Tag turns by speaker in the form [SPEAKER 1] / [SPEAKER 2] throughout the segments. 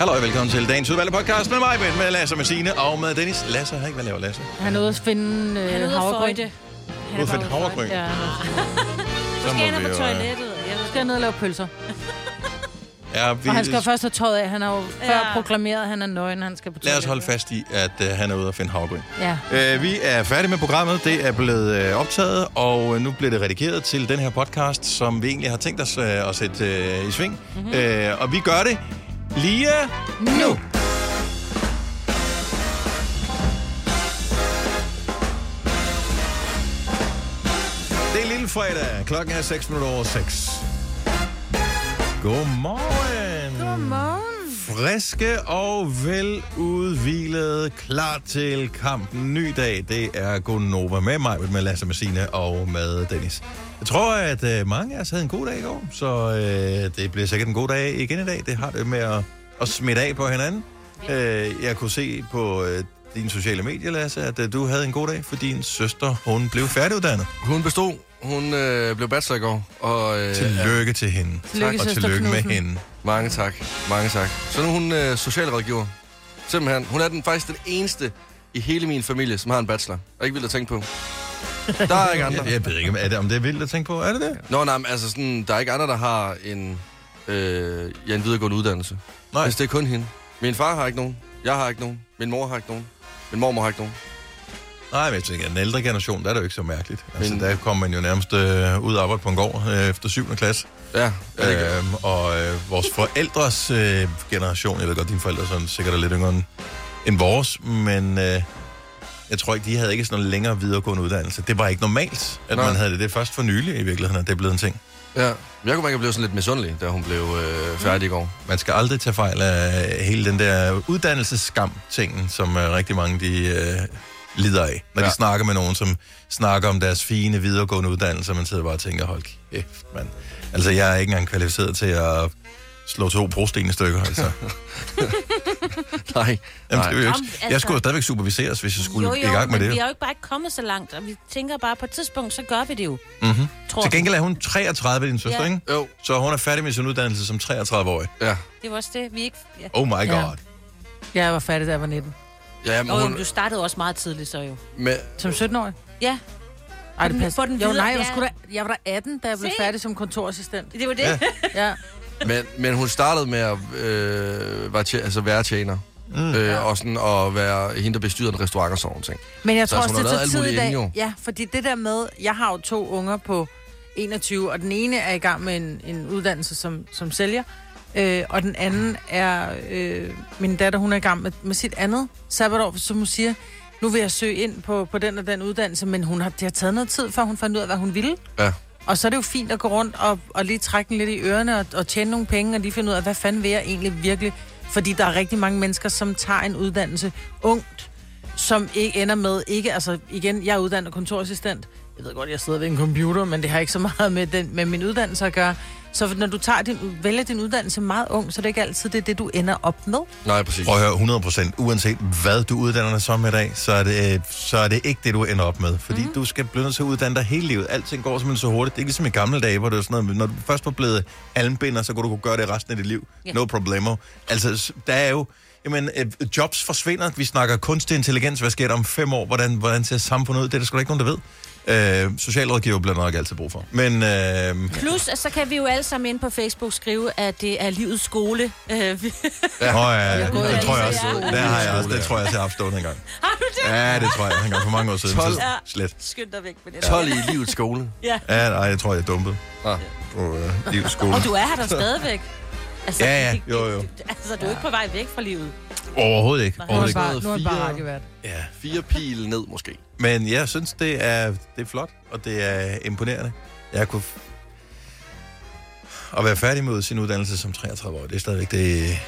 [SPEAKER 1] Hallo og velkommen til dagens udvalgte podcast med mig, Ben, med Lasse, med Signe og med Dennis. Lasse har ikke, hvad laver Lasse?
[SPEAKER 2] Han er ude at finde øh,
[SPEAKER 3] Han er ude at føjte.
[SPEAKER 1] Ude at finde havregryn.
[SPEAKER 2] Ja,
[SPEAKER 3] Så skal han på
[SPEAKER 1] Øh,
[SPEAKER 3] toilettet. Jeg ved
[SPEAKER 2] skal ned og lave pølser.
[SPEAKER 1] Ja, vi,
[SPEAKER 2] Og han skal jo først have tøjet af. Han har jo før
[SPEAKER 3] Ja.
[SPEAKER 2] proklameret, at han er nøgen, han skal på
[SPEAKER 1] Lad os
[SPEAKER 2] toilettet.
[SPEAKER 1] holde fast i, at øh, han er ude og finde havregryn.
[SPEAKER 2] Ja.
[SPEAKER 1] Øh, vi er færdige med programmet. Det er blevet øh, optaget, og øh, nu bliver det redigeret til den her podcast, som vi egentlig har tænkt os øh, at sætte øh, i sving. Mm-hmm. Øh, og vi gør det lige nu. Det er lille fredag. Klokken er 6 minutter over 6. Godmorgen.
[SPEAKER 2] Godmorgen.
[SPEAKER 1] Friske og veludvilede, klar til kampen. Ny dag, det er Gonova med mig, med Lasse Messina og med Dennis. Jeg tror, at øh, mange af os havde en god dag i går, så øh, det bliver sikkert en god dag igen i dag. Det har det med at, at smitte af på hinanden. Øh, jeg kunne se på øh, dine sociale medier, Lasse, at øh, du havde en god dag, for din søster, hun blev færdiguddannet.
[SPEAKER 4] Hun bestod. Hun øh, blev bachelor i går. Og, øh,
[SPEAKER 1] Tillykke til hende.
[SPEAKER 2] Tillykke,
[SPEAKER 1] og
[SPEAKER 2] søster
[SPEAKER 1] tillykke med
[SPEAKER 2] Knudsen.
[SPEAKER 1] hende.
[SPEAKER 4] Mange tak. Mange tak. Så nu er hun øh, socialrådgiver. Simpelthen. Hun er den, faktisk den eneste i hele min familie, som har en bachelor. Og ikke vildt at tænke på. Der er ikke andre.
[SPEAKER 1] Jeg, jeg ved ikke, om- er det, om det er vildt at tænke på. Er det det?
[SPEAKER 4] Nå, nej, men altså sådan, der er ikke andre, der har en, øh, ja, en videregående uddannelse.
[SPEAKER 1] Nej.
[SPEAKER 4] Altså, det er kun hende. Min far har ikke nogen. Jeg har ikke nogen. Min mor har ikke nogen. Min mormor har ikke nogen.
[SPEAKER 1] Nej, men jeg tænker, den ældre generation, der er det jo ikke så mærkeligt. Altså,
[SPEAKER 4] Men-
[SPEAKER 1] der kom man jo nærmest øh, ud og arbejde på en gård øh, efter 7. klasse.
[SPEAKER 4] Ja, jeg øh,
[SPEAKER 1] Øhm, og øh, vores forældres øh, generation, jeg ved godt, dine forældre er sådan, sikkert er lidt yngre end- end vores, men øh, jeg tror ikke, de havde ikke sådan en længere videregående uddannelse. Det var ikke normalt, at
[SPEAKER 4] Nej.
[SPEAKER 1] man havde det. Det er først for nylig i virkeligheden, at det er blevet en ting.
[SPEAKER 4] ja. Men jeg kunne mærke, at jeg blev sådan lidt misundelig, da hun blev øh, færdig i går.
[SPEAKER 1] Man skal aldrig tage fejl af hele den der uddannelsesskam-tingen, som øh, rigtig mange de øh, lider af. Når ja. de
[SPEAKER 4] Ja.
[SPEAKER 1] snakker med nogen, som snakker om deres fine videregående uddannelse, man sidder bare og tænker, hold kæft, mand. Altså, jeg er ikke engang kvalificeret til at slå to brosten i stykker, altså.
[SPEAKER 4] Nej.
[SPEAKER 1] Jamen,
[SPEAKER 4] nej.
[SPEAKER 1] skal vi jo ikke.
[SPEAKER 3] Om, altså-
[SPEAKER 1] Jeg skulle jo stadigvæk superviseres, hvis jeg skulle i gang med
[SPEAKER 3] men
[SPEAKER 1] det.
[SPEAKER 3] vi er jo ikke bare ikke kommet så langt, og vi tænker bare, på et tidspunkt, så gør vi det jo.
[SPEAKER 1] Mm-hmm.
[SPEAKER 3] Tror
[SPEAKER 1] Til
[SPEAKER 3] jeg.
[SPEAKER 1] gengæld er hun 33, din søster, ja.
[SPEAKER 3] Ja.
[SPEAKER 1] ikke?
[SPEAKER 4] Jo,
[SPEAKER 1] Så hun er færdig med sin uddannelse som 33-årig.
[SPEAKER 4] ja.
[SPEAKER 3] Det var også det, vi ikke... Ja.
[SPEAKER 1] Oh my god.
[SPEAKER 2] Ja. Jeg var fattig, da jeg var 19.
[SPEAKER 4] Ja, men
[SPEAKER 3] Og jo, men
[SPEAKER 4] hun,
[SPEAKER 3] du startede også meget tidligt, så jo.
[SPEAKER 1] Mm.
[SPEAKER 4] med,
[SPEAKER 2] Som 17-årig.
[SPEAKER 3] Ja,
[SPEAKER 2] Ej,
[SPEAKER 3] den-
[SPEAKER 2] det passer.
[SPEAKER 3] få den
[SPEAKER 2] Jo,
[SPEAKER 3] videre,
[SPEAKER 2] nej, jeg var,
[SPEAKER 3] ja.
[SPEAKER 2] sgu da, jeg var da 18, da jeg blev
[SPEAKER 3] Se.
[SPEAKER 2] færdig som kontorassistent.
[SPEAKER 3] det var det.
[SPEAKER 1] Ja.
[SPEAKER 3] Ja.
[SPEAKER 2] Ja.
[SPEAKER 4] men, men hun startede med at øh, være, tje, altså være tjener. Mm, øh, ja. Og sådan at være hende, der bestyrer en restaurant og sådan nogle ting.
[SPEAKER 2] Men jeg
[SPEAKER 4] Så
[SPEAKER 2] tror
[SPEAKER 4] altså,
[SPEAKER 2] også, det
[SPEAKER 4] hun har
[SPEAKER 2] er
[SPEAKER 4] lavet
[SPEAKER 2] tid
[SPEAKER 4] alt
[SPEAKER 2] i
[SPEAKER 4] muligt
[SPEAKER 2] dag.
[SPEAKER 4] inden,
[SPEAKER 2] Ja, fordi det der med, jeg har jo to unger på 21, og den ene er i gang med en, en uddannelse som, som sælger, øh, og den anden er, øh, min datter, hun er i gang med, med sit andet sabbatår, som hun siger, nu vil jeg søge ind på, på den og den uddannelse, men hun har, det har taget noget tid, før hun fandt ud af, hvad hun ville.
[SPEAKER 4] Ja.
[SPEAKER 2] Og så er det jo fint at gå rundt og, og lige trække den lidt i ørerne og, og tjene nogle penge, og lige finde ud af, hvad fanden vil jeg egentlig virkelig? Fordi der er rigtig mange mennesker, som tager en uddannelse ungt, som ikke ender med, ikke, altså igen, jeg er uddannet kontorassistent. Jeg ved godt, jeg sidder ved en computer, men det har ikke så meget med, den, med min uddannelse at gøre. Så når du tager din, vælger din uddannelse meget ung, så er det ikke altid det, er det du ender op med.
[SPEAKER 4] Nej, præcis.
[SPEAKER 1] Prøv at høre, 100%, uanset hvad du uddanner dig som i dag, så er det, øh, så er det ikke det, du ender op med. Fordi
[SPEAKER 2] Mhm.
[SPEAKER 1] mm. du skal blive nødt til at uddanne dig hele livet. Alting går simpelthen så hurtigt. Det er ikke ligesom i gamle dage, hvor det var sådan noget, når du først var blevet almbinder, så kunne du kunne gøre det resten af dit liv.
[SPEAKER 3] Ja.
[SPEAKER 1] No problemo. Altså, s- der er jo... Jamen, øh, jobs forsvinder. Vi snakker kunstig intelligens. Hvad sker der om fem år? Hvordan, hvordan ser samfundet ud? Det er der sgu da ikke nogen, der ved. Øh, socialrådgiver bliver der nok altid brug for. Men øh,
[SPEAKER 3] Plus, at så kan vi jo alle sammen ind på Facebook skrive, at det er livets skole. Øh, vi-
[SPEAKER 1] Ja. Nå, ja,
[SPEAKER 2] Jeg
[SPEAKER 1] det
[SPEAKER 2] gået
[SPEAKER 1] tror jeg
[SPEAKER 2] i
[SPEAKER 1] også.
[SPEAKER 2] skole.
[SPEAKER 1] Det har jeg også. Det tror jeg, også, jeg har haft stående engang. Har du det? Ja, det tror jeg. Han for mange år siden.
[SPEAKER 4] Tolv.
[SPEAKER 1] Så slet.
[SPEAKER 3] Skynd dig væk med det.
[SPEAKER 4] 12 i livets skole.
[SPEAKER 1] Ja, nej, jeg tror, jeg dumpede
[SPEAKER 4] Ah.
[SPEAKER 1] på øh, livets skole.
[SPEAKER 3] Og du er her der stadigvæk. Altså,
[SPEAKER 1] Ja, ja.
[SPEAKER 3] det- det-
[SPEAKER 1] Jo, jo.
[SPEAKER 3] det- Altså, du er ikke på vej væk fra livet.
[SPEAKER 1] Overhovedet ikke.
[SPEAKER 3] Nej.
[SPEAKER 2] Nu er
[SPEAKER 1] Overhovedet
[SPEAKER 2] han bare,
[SPEAKER 1] ikke.
[SPEAKER 2] nu er han bare
[SPEAKER 4] Fire-
[SPEAKER 2] radiovært.
[SPEAKER 1] Ja.
[SPEAKER 4] Fire pil ned, måske.
[SPEAKER 1] Men jeg synes, det er, det er flot, og det er imponerende. Jeg kunne... f- At være færdig med sin uddannelse som 33 år, det er stadigvæk det...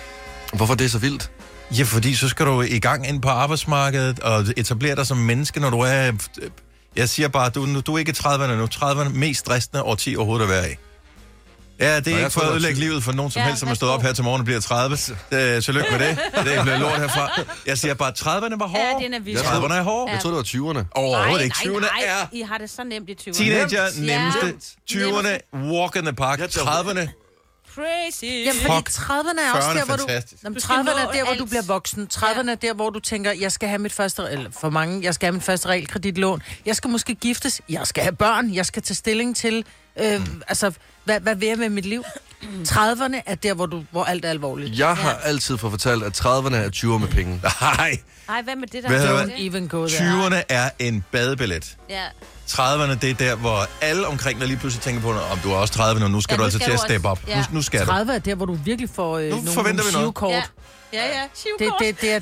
[SPEAKER 4] Hvorfor det er så vildt?
[SPEAKER 1] Ja, fordi så skal du i gang ind på arbejdsmarkedet og etablere dig som menneske, når du er... øh, Jeg siger bare, du, nu- du er ikke 30'erne nu. 30'erne mest stressende årti overhovedet at være i. Ja, det er
[SPEAKER 4] jeg
[SPEAKER 1] ikke for
[SPEAKER 4] tror,
[SPEAKER 1] at
[SPEAKER 4] der er
[SPEAKER 1] ødelægge
[SPEAKER 4] tid.
[SPEAKER 1] livet for nogen som
[SPEAKER 3] Ja,
[SPEAKER 1] helst, som er stået op
[SPEAKER 3] værsgo.
[SPEAKER 1] her til morgen og bliver 30. Øh, Tillykke med det. Det bliver lort herfra. Jeg siger bare, 30'erne var
[SPEAKER 3] Ja,
[SPEAKER 1] hårde.
[SPEAKER 3] den er vild.
[SPEAKER 4] Jeg
[SPEAKER 1] 30'erne er hårde.
[SPEAKER 4] Jeg troede, det var 20'erne.
[SPEAKER 1] Overhovedet ikke. 20'erne
[SPEAKER 3] nej,
[SPEAKER 1] er
[SPEAKER 3] I har det så nemt i 20'erne.
[SPEAKER 1] teenager,
[SPEAKER 3] Ja.
[SPEAKER 1] nemmeste. 20'erne, walk in the park.
[SPEAKER 4] Jeg tager-
[SPEAKER 1] 30'erne,
[SPEAKER 3] crazy.
[SPEAKER 2] Jamen, fordi
[SPEAKER 1] Fuck.
[SPEAKER 2] 30'erne er også
[SPEAKER 1] 40'erne
[SPEAKER 2] der, hvor du...
[SPEAKER 1] fantastisk.
[SPEAKER 2] Jamen,
[SPEAKER 3] Du skal
[SPEAKER 2] 30'erne er
[SPEAKER 3] nå
[SPEAKER 2] der, hvor du
[SPEAKER 3] alt.
[SPEAKER 2] bliver voksen. 30'erne er der, hvor du tænker, jeg skal have mit første... Eller for mange, jeg skal have mit første realkreditlån. Jeg skal måske giftes. Jeg skal have børn. Jeg skal tage stilling til... Øh,
[SPEAKER 1] Mm.
[SPEAKER 2] altså, hvad, hvad vil jeg med mit liv? 30'erne er der, hvor, du, hvor alt er alvorligt.
[SPEAKER 4] Jeg har altid fået fortalt, at 30'erne er 20'er med penge.
[SPEAKER 1] Nej,
[SPEAKER 3] Ej, hvad med det der?
[SPEAKER 1] Hvad hedder
[SPEAKER 3] det?
[SPEAKER 1] det?
[SPEAKER 2] Even go there.
[SPEAKER 1] 20'erne er en badebillet.
[SPEAKER 3] Ja.
[SPEAKER 1] 30'erne, det er der, hvor alle omkring dig lige pludselig tænker på, om du er også 30 nu, nu skal
[SPEAKER 3] Ja,
[SPEAKER 1] du
[SPEAKER 3] nu
[SPEAKER 1] altså
[SPEAKER 3] skal
[SPEAKER 1] til at
[SPEAKER 3] du også-
[SPEAKER 1] steppe op.
[SPEAKER 3] ja.
[SPEAKER 1] Nu, nu skal du.
[SPEAKER 2] 30 er der, hvor du virkelig får øh,
[SPEAKER 1] Nu
[SPEAKER 2] nogle,
[SPEAKER 1] forventer
[SPEAKER 2] nogle
[SPEAKER 1] vi noget.
[SPEAKER 2] sivkort.
[SPEAKER 3] Ja.
[SPEAKER 2] Ja.
[SPEAKER 3] Ja, ja.
[SPEAKER 2] Det,
[SPEAKER 3] Shivkort.
[SPEAKER 2] det, det er...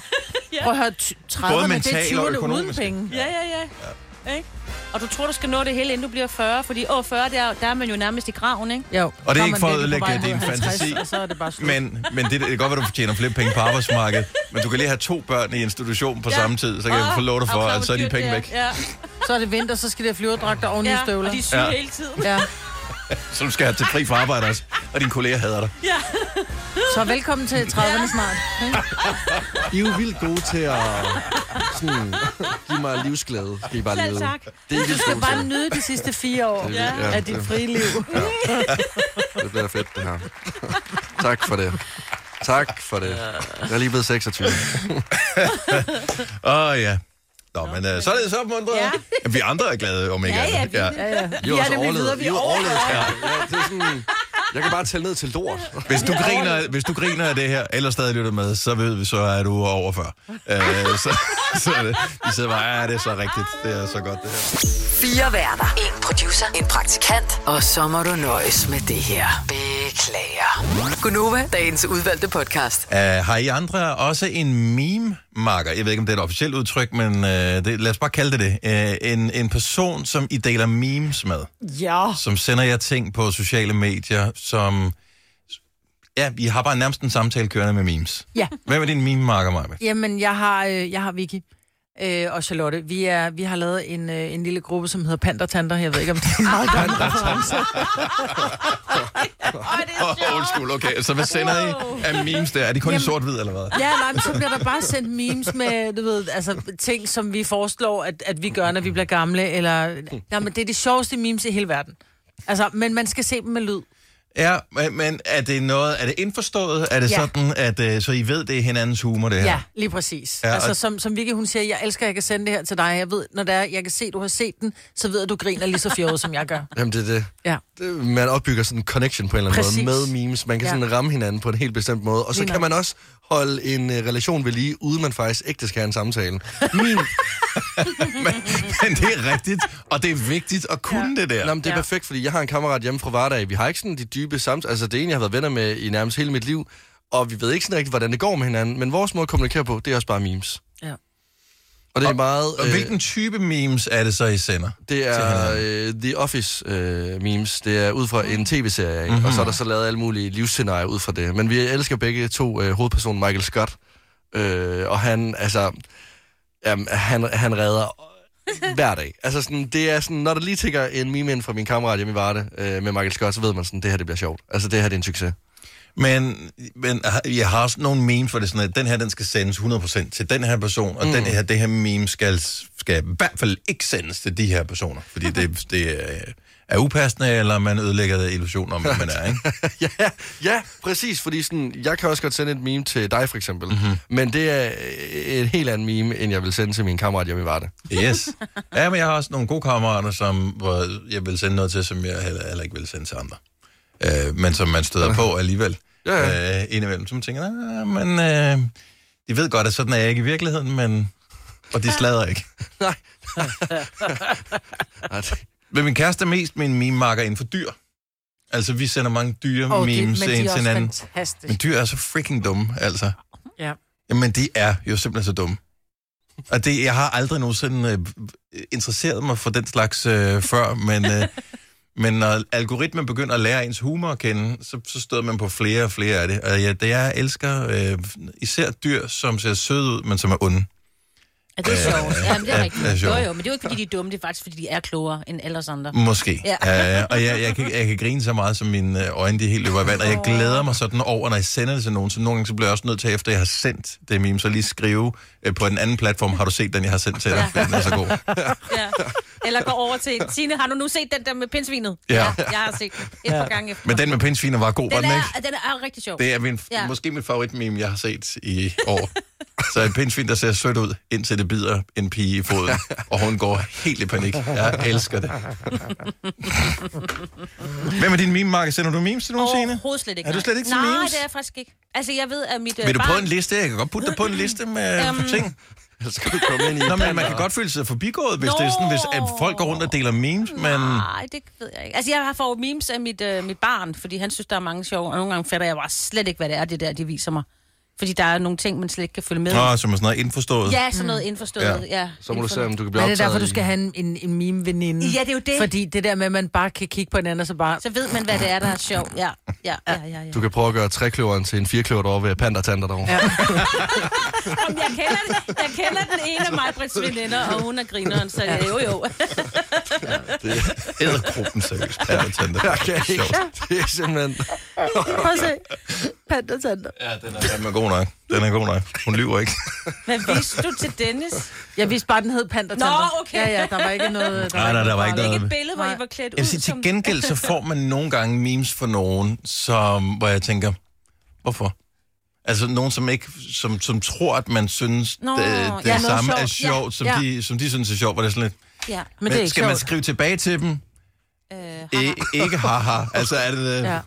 [SPEAKER 2] Prøv at høre, ty- 30'erne, det er
[SPEAKER 1] mentalt og
[SPEAKER 2] 20'erne uden
[SPEAKER 1] økonomisk.
[SPEAKER 2] penge.
[SPEAKER 3] Ja, ja, ja. ja. Ikke? Og du tror, du skal nå det hele, inden du bliver 40, fordi åh, 40, der, der er man jo nærmest i graven, ikke?
[SPEAKER 2] Jo,
[SPEAKER 1] Og det
[SPEAKER 2] så
[SPEAKER 1] er ikke
[SPEAKER 2] man
[SPEAKER 1] for at
[SPEAKER 2] virkelig på
[SPEAKER 1] ødelægge
[SPEAKER 2] vej mod
[SPEAKER 1] din
[SPEAKER 2] 50,
[SPEAKER 1] fantasi,
[SPEAKER 2] og så er det bare slut.
[SPEAKER 1] Men, men det, det kan godt være, du fortjener flere penge på arbejdsmarkedet, men du kan lige have to børn i institution på
[SPEAKER 3] Ja.
[SPEAKER 1] samme tid, så kan jeg
[SPEAKER 3] Åh,
[SPEAKER 1] få lov dig for,
[SPEAKER 3] og klar,
[SPEAKER 1] at så er de
[SPEAKER 3] hvor
[SPEAKER 1] penge
[SPEAKER 3] dyrt
[SPEAKER 1] væk,
[SPEAKER 3] det er. Ja,
[SPEAKER 2] Så er det vinter, så skal de have flyverdragter oven i
[SPEAKER 3] ja.
[SPEAKER 2] støvler.
[SPEAKER 3] og de er syge
[SPEAKER 1] Ja.
[SPEAKER 3] hele tiden.
[SPEAKER 2] Ja.
[SPEAKER 1] så du skal have til fri for arbejde også, og dine kolleger hader dig.
[SPEAKER 3] Ja.
[SPEAKER 2] Så velkommen til 30'erne snart.
[SPEAKER 4] I er jo vildt gode til at sådan, give mig livsglæde. Skal I bare lige
[SPEAKER 3] Selv
[SPEAKER 4] vide.
[SPEAKER 3] tak.
[SPEAKER 4] Det er I vildt
[SPEAKER 2] Du skal
[SPEAKER 4] gode
[SPEAKER 2] bare
[SPEAKER 4] til.
[SPEAKER 2] nyde de sidste fire år
[SPEAKER 4] Det er vildt, ja.
[SPEAKER 2] af dit frie liv.
[SPEAKER 4] Det bliver fedt, det her. tak for det. Tak for det. Jeg er lige blevet 26.
[SPEAKER 1] Åh oh, ja. Nå, men øh, så er det så opmuntret.
[SPEAKER 3] Ja.
[SPEAKER 1] Ja. Vi andre er glade om ikke
[SPEAKER 3] Ja, ja,
[SPEAKER 1] andet.
[SPEAKER 3] vi
[SPEAKER 2] Ja, ja.
[SPEAKER 4] Vi er
[SPEAKER 2] er
[SPEAKER 4] også
[SPEAKER 2] nemlig videre,
[SPEAKER 4] overlevet.
[SPEAKER 2] vi
[SPEAKER 4] Vi er overlevet. Ja, ja, det er sådan, jeg kan bare tælle ned til lort.
[SPEAKER 1] Hvis du, griner, hvis du griner af det her, eller stadig lytter med, så ved vi, så er du over 40. Øh, så, så er det, vi sidder bare, ja, det er så rigtigt. Det er så godt, det her.
[SPEAKER 5] Fire værter. En producer. En praktikant. Og så må du nøjes med det her. Beklager. Gunova, dagens udvalgte podcast.
[SPEAKER 1] Uh, har I andre også en meme-marker? Jeg ved ikke, om det er et officielt udtryk, men uh, det, lad os bare kalde det det. Uh, en, en person, som I deler memes med,
[SPEAKER 2] ja.
[SPEAKER 1] som sender jer ting på sociale medier, som... Ja, I har bare nærmest en samtale kørende med memes.
[SPEAKER 2] Ja.
[SPEAKER 1] Hvem er din meme-marker, Maja?
[SPEAKER 2] Jamen, jeg har, øh, jeg har Vicky øh, og Charlotte. Vi, er, vi har lavet en, øh, en lille gruppe, som hedder Pandertanter. Jeg ved ikke, om det er meget gammel reference.
[SPEAKER 3] Åh, det er
[SPEAKER 1] Åh, old school, okay. Så hvad sender I af memes der? Er det kun i sort-hvid, eller hvad?
[SPEAKER 2] Ja, nej, men så bliver der bare sendt memes med, du ved, altså ting, som vi foreslår, at, at vi gør, når vi bliver gamle, eller... Nej, men det er de sjoveste memes i hele verden. Altså, men man skal se dem med lyd.
[SPEAKER 1] Ja, men- men er det noget... Er det indforstået? Er det
[SPEAKER 2] Ja.
[SPEAKER 1] sådan, at... øh, så I ved, det er hinandens humor, det her?
[SPEAKER 2] Ja, lige præcis.
[SPEAKER 1] Ja,
[SPEAKER 2] Ja,
[SPEAKER 1] og-
[SPEAKER 2] altså, som, som Vicky, hun siger, jeg elsker, at jeg kan sende det her til dig. Jeg ved, når det er, jeg kan se, du har set den, så ved jeg, at du griner lige så fjollet, som jeg gør.
[SPEAKER 4] Jamen, det er det.
[SPEAKER 2] Ja.
[SPEAKER 4] det, man opbygger sådan en connection på en eller anden
[SPEAKER 2] Præcis.
[SPEAKER 4] måde med memes. Man kan
[SPEAKER 2] Ja.
[SPEAKER 4] sådan ramme hinanden på en helt bestemt måde. Og så
[SPEAKER 2] Lige
[SPEAKER 4] kan
[SPEAKER 2] nok.
[SPEAKER 4] man også holde en øh, relation ved lige, uden man faktisk ægte skal have en samtale. Min,
[SPEAKER 1] men, men det er rigtigt, og det er vigtigt at kunne ja. det der.
[SPEAKER 4] ja. Jamen, det er
[SPEAKER 2] Ja.
[SPEAKER 4] perfekt, fordi jeg har en kammerat hjemme fra Vardag. Vi har ikke sådan de dybe samtaler. Altså, det er en, jeg har været venner med i nærmest hele mit liv. Og vi ved ikke sådan rigtigt, hvordan det går med hinanden. Men vores måde at kommunikere på, det er også bare memes.
[SPEAKER 2] Ja.
[SPEAKER 4] Og det er meget... øh,
[SPEAKER 1] Og hvilken type memes er det så, I sender?
[SPEAKER 4] Det er øh, The Office øh, memes. Det er ud fra en tv-serie, ikke?
[SPEAKER 1] Mhm.
[SPEAKER 4] og så er der så lavet alle mulige livsscenarier ud fra det. Men vi elsker begge to øh, hovedpersonen Michael Scott, øh, og han, altså, jamen, han, han redder hver dag. Altså sådan, det er sådan, når der lige tigger en meme ind fra min kammerat hjemme i Varde øh, med Michael Scott, så ved man sådan, det her det bliver sjovt. Altså det her det er en succes.
[SPEAKER 1] Men, men har- jeg har også nogle memes for det er sådan, at den her, den skal sendes 100% til den her person, og mm. den her, det her meme skal, skal i hvert fald ikke sendes til de her personer, fordi det, det er, er upassende, eller man ødelægger illusionen om, hvem man er, ikke?
[SPEAKER 4] ja, ja, præcis, fordi sådan, jeg kan også godt sende et meme til dig for eksempel,
[SPEAKER 1] Mhm.
[SPEAKER 4] mm-hmm. men det er øh, en helt anden meme, end jeg vil sende til min kammerat hjemme i Varde.
[SPEAKER 1] Yes. Ja, men jeg har også nogle gode kammerater, som hvor jeg vil sende noget til, som jeg heller, heller ikke vil sende til andre. Øh, men som man støder på alligevel.
[SPEAKER 4] Ja, ja.
[SPEAKER 1] Øh, indimellem, som tænker, nah, men øh, de ved godt, at sådan er jeg ikke i virkeligheden, men... Og de slader ikke.
[SPEAKER 4] Nej. Nej, det-
[SPEAKER 1] Men min kæreste er mest min meme-marker inden for dyr. Altså, vi sender mange dyre
[SPEAKER 2] Og
[SPEAKER 1] oh,
[SPEAKER 2] det, men
[SPEAKER 1] memes
[SPEAKER 2] de
[SPEAKER 1] ind
[SPEAKER 2] er
[SPEAKER 1] til
[SPEAKER 2] også
[SPEAKER 1] hinanden.
[SPEAKER 2] fantastiske.
[SPEAKER 1] Men dyr er så freaking dumme, altså.
[SPEAKER 2] Ja.
[SPEAKER 1] Jamen, de er jo simpelthen så dumme. Og det, jeg har aldrig nogensinde øh, interesseret mig for den slags øh, før, men, øh, men når algoritmen begynder at lære ens humor at kende, så, så støder man på flere og flere af det. Og ja, det jeg elsker øh, især dyr, som ser søde ud, men som er onde.
[SPEAKER 3] Ja, det er
[SPEAKER 1] Øh,
[SPEAKER 3] sjovt. Ja, men det
[SPEAKER 1] ja,
[SPEAKER 3] er
[SPEAKER 1] det er
[SPEAKER 3] rigtigt. Jo,
[SPEAKER 1] sjovt.
[SPEAKER 3] jo, men det er jo ikke, fordi de er dumme. Det er faktisk, fordi de er klogere end alle os andre.
[SPEAKER 1] Måske. Ja.
[SPEAKER 3] Ja.
[SPEAKER 1] Øh, og jeg, jeg, kan, jeg kan grine så meget, som mine øh, øjne de helt løber i vand, og jeg glæder mig sådan over, når jeg sender det til nogen, så nogle gange så bliver jeg også nødt til, efter jeg har sendt det meme, så lige skrive øh, på en anden platform, har du set den, jeg har sendt til dig, ja. den er så god.
[SPEAKER 3] Ja. Eller går over til, Signe, har du nu set den der med pindsvinet?
[SPEAKER 1] Ja.
[SPEAKER 3] Jeg har set den et
[SPEAKER 2] Ja.
[SPEAKER 3] par gange efter.
[SPEAKER 1] Men den med pindsviner var god, var
[SPEAKER 3] den,
[SPEAKER 1] den ikke?
[SPEAKER 3] er, den er rigtig sjov.
[SPEAKER 1] Det er min, ja.
[SPEAKER 3] Ja.
[SPEAKER 1] måske min favoritmeme, jeg har set i år. Så en pindsvin, der ser sødt ud, indtil det bider en pige i foden, og hun går helt i panik. Jeg elsker det. Hvem er din meme-marker? Sender du memes til nogen, Signe?
[SPEAKER 3] Overhovedet slet ikke.
[SPEAKER 1] Er du slet ikke til
[SPEAKER 3] nej. Nej,
[SPEAKER 1] memes?
[SPEAKER 3] det er jeg faktisk ikke. Altså, jeg ved, at mit øh,
[SPEAKER 1] Vil du på
[SPEAKER 3] barn...
[SPEAKER 1] en liste? Jeg kan godt putte dig på en liste med
[SPEAKER 3] Øhm,
[SPEAKER 1] ting.
[SPEAKER 4] Ellers kan du komme ind i...
[SPEAKER 1] Nå, men man kan godt føle sig forbigået, hvis det er sådan, hvis at folk går rundt og deler memes, men...
[SPEAKER 3] Nej, det ved jeg ikke. Altså, jeg har fået memes af mit, øh, mit barn, fordi han synes, der er mange sjove, og nogle gange fatter jeg bare slet ikke, hvad det er, det der, de viser mig. Fordi der er nogle ting, man slet ikke kan følge med i.
[SPEAKER 1] Nå, som er sådan noget indforstået.
[SPEAKER 3] Ja, sådan noget indforstået.
[SPEAKER 1] Ja.
[SPEAKER 3] Ja. ja
[SPEAKER 4] Så må du se, om du kan blive
[SPEAKER 2] Men det
[SPEAKER 4] optaget
[SPEAKER 2] er derfor, du
[SPEAKER 4] i-
[SPEAKER 2] skal have en, en, en meme-veninde.
[SPEAKER 3] Ja, det er jo det.
[SPEAKER 2] Fordi det der med, at man bare kan kigge på hinanden, og så bare...
[SPEAKER 3] Så ved man, hvad det er, der er sjovt. Ja, ja, ja, ja. ja.
[SPEAKER 4] Du kan prøve at gøre trækløveren til en firkløver derovre ved pandertanter derovre. Ja.
[SPEAKER 3] Jamen, jeg, kender, den- jeg kender den ene af mig, Brits veninder, og hun er grineren, så ja, jo jo.
[SPEAKER 1] Ædergruppen seriøst. Ja, det
[SPEAKER 4] Jeg kan
[SPEAKER 1] er
[SPEAKER 4] ikke.
[SPEAKER 1] sjovt.
[SPEAKER 4] Det er simpelthen...
[SPEAKER 2] Prøv at se. Panda, tanda.
[SPEAKER 1] Ja, den er fandme god nok. Den er god nok. Hun lyver ikke.
[SPEAKER 3] Hvad viste du til Dennis?
[SPEAKER 2] Jeg vidste bare, den hed Panda,
[SPEAKER 3] Nå,
[SPEAKER 2] tanda.
[SPEAKER 3] okay.
[SPEAKER 2] Ja, ja, der var ikke noget...
[SPEAKER 1] Nej, nej, der var ikke
[SPEAKER 3] Det er
[SPEAKER 1] noget.
[SPEAKER 3] ikke et billede, hvor
[SPEAKER 2] Nej.
[SPEAKER 3] I var klædt ud
[SPEAKER 1] Jeg vil sige, til
[SPEAKER 3] som...
[SPEAKER 1] gengæld, så får man nogle gange memes fra nogen, som, hvor jeg tænker, hvorfor? Altså nogen, som ikke, som, som tror, at man synes,
[SPEAKER 3] Nå,
[SPEAKER 1] det,
[SPEAKER 3] ja,
[SPEAKER 1] det
[SPEAKER 3] noget
[SPEAKER 1] samme er
[SPEAKER 3] sjovt.
[SPEAKER 1] sjovt, som,
[SPEAKER 2] ja.
[SPEAKER 1] de, som de synes er sjovt, hvor det er sådan lidt,
[SPEAKER 3] Ja.
[SPEAKER 2] Men
[SPEAKER 1] men
[SPEAKER 2] det er
[SPEAKER 1] skal
[SPEAKER 2] ikke
[SPEAKER 1] man
[SPEAKER 2] sjovt.
[SPEAKER 1] skrive tilbage til dem?
[SPEAKER 3] Øh,
[SPEAKER 1] E, ikke haha. Altså er det, ja.
[SPEAKER 2] Ja.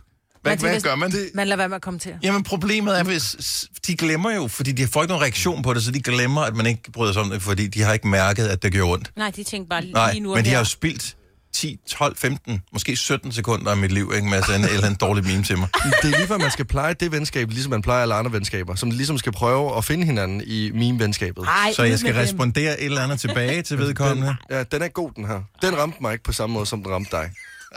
[SPEAKER 1] hvad,
[SPEAKER 2] tænker,
[SPEAKER 1] hvad gør man? Det?
[SPEAKER 2] Man lader være med at kommentere.
[SPEAKER 1] Jamen problemet er, hvis s- de glemmer jo, fordi de får ikke nogen reaktion på det, så de glemmer, at man ikke bryder sig om det, fordi de har ikke mærket, at det gjorde ondt.
[SPEAKER 3] nej, de tænkte bare lige
[SPEAKER 1] Nej,
[SPEAKER 3] nu og
[SPEAKER 1] men de
[SPEAKER 3] her.
[SPEAKER 1] har jo spildt 10, 12, 15, måske 17 sekunder af mit liv, ikke, med at sende et eller andet dårligt meme til mig.
[SPEAKER 4] Det er lige før, man skal pleje det venskab, ligesom man plejer alle andre venskaber, som ligesom skal prøve at finde hinanden i meme-venskabet.
[SPEAKER 3] Ej,
[SPEAKER 1] Så
[SPEAKER 3] ud
[SPEAKER 1] jeg skal
[SPEAKER 3] med dem.
[SPEAKER 1] respondere et eller andet tilbage til vedkommende.
[SPEAKER 4] Ja, den er god, den her. Den ramte mig ikke på samme måde, som den ramte dig.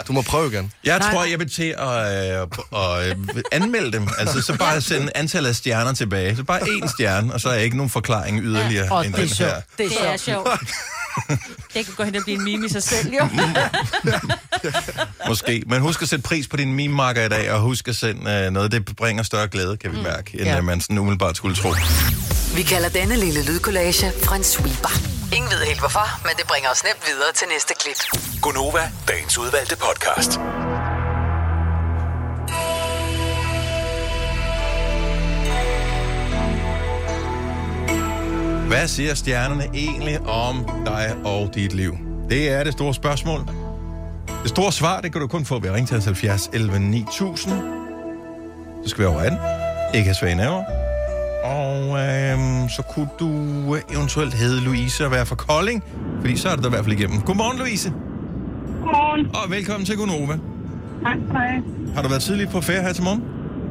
[SPEAKER 4] Du må prøve igen.
[SPEAKER 1] Jeg tror, jeg vil til at, øh, at øh, anmelde dem. Altså, så bare sende antallet af stjerner tilbage. Så bare én stjerne, og så er ikke nogen forklaring yderligere
[SPEAKER 2] Åh,
[SPEAKER 1] ja. end
[SPEAKER 2] det er
[SPEAKER 1] den her.
[SPEAKER 2] sjovt. Det er
[SPEAKER 3] Det er
[SPEAKER 2] sjovt.
[SPEAKER 3] sjovt. Det kan gå hen og blive en meme i sig selv, jo.
[SPEAKER 1] Måske. Men husk at sætte pris på din meme-marker i dag, og husk at sende øh, noget. Det bringer større glæde, kan vi mærke, end
[SPEAKER 2] Mm. Ja.
[SPEAKER 1] ja. man sådan umiddelbart skulle tro.
[SPEAKER 5] Vi kalder denne lille lydkollage Frans sweeper. Ingen ved helt hvorfor, men det bringer os nemt videre til næste klip.
[SPEAKER 6] Gunova, dagens udvalgte podcast.
[SPEAKER 1] Hvad siger stjernerne egentlig om dig og dit liv? Det er det store spørgsmål. Det store svar, det kan du kun få ved at ringe til os 70 11 9000. Så skal vi over 18. Ikke have svage naver. Og øhm, så kunne du øh, eventuelt hedde Louise og være fra Kolding, fordi så er det da i hvert fald igennem. Godmorgen, Louise,
[SPEAKER 7] Godmorgen.
[SPEAKER 1] og velkommen til Gunova.
[SPEAKER 7] Tak for det.
[SPEAKER 1] Har du været tidligt på ferie her til morgen?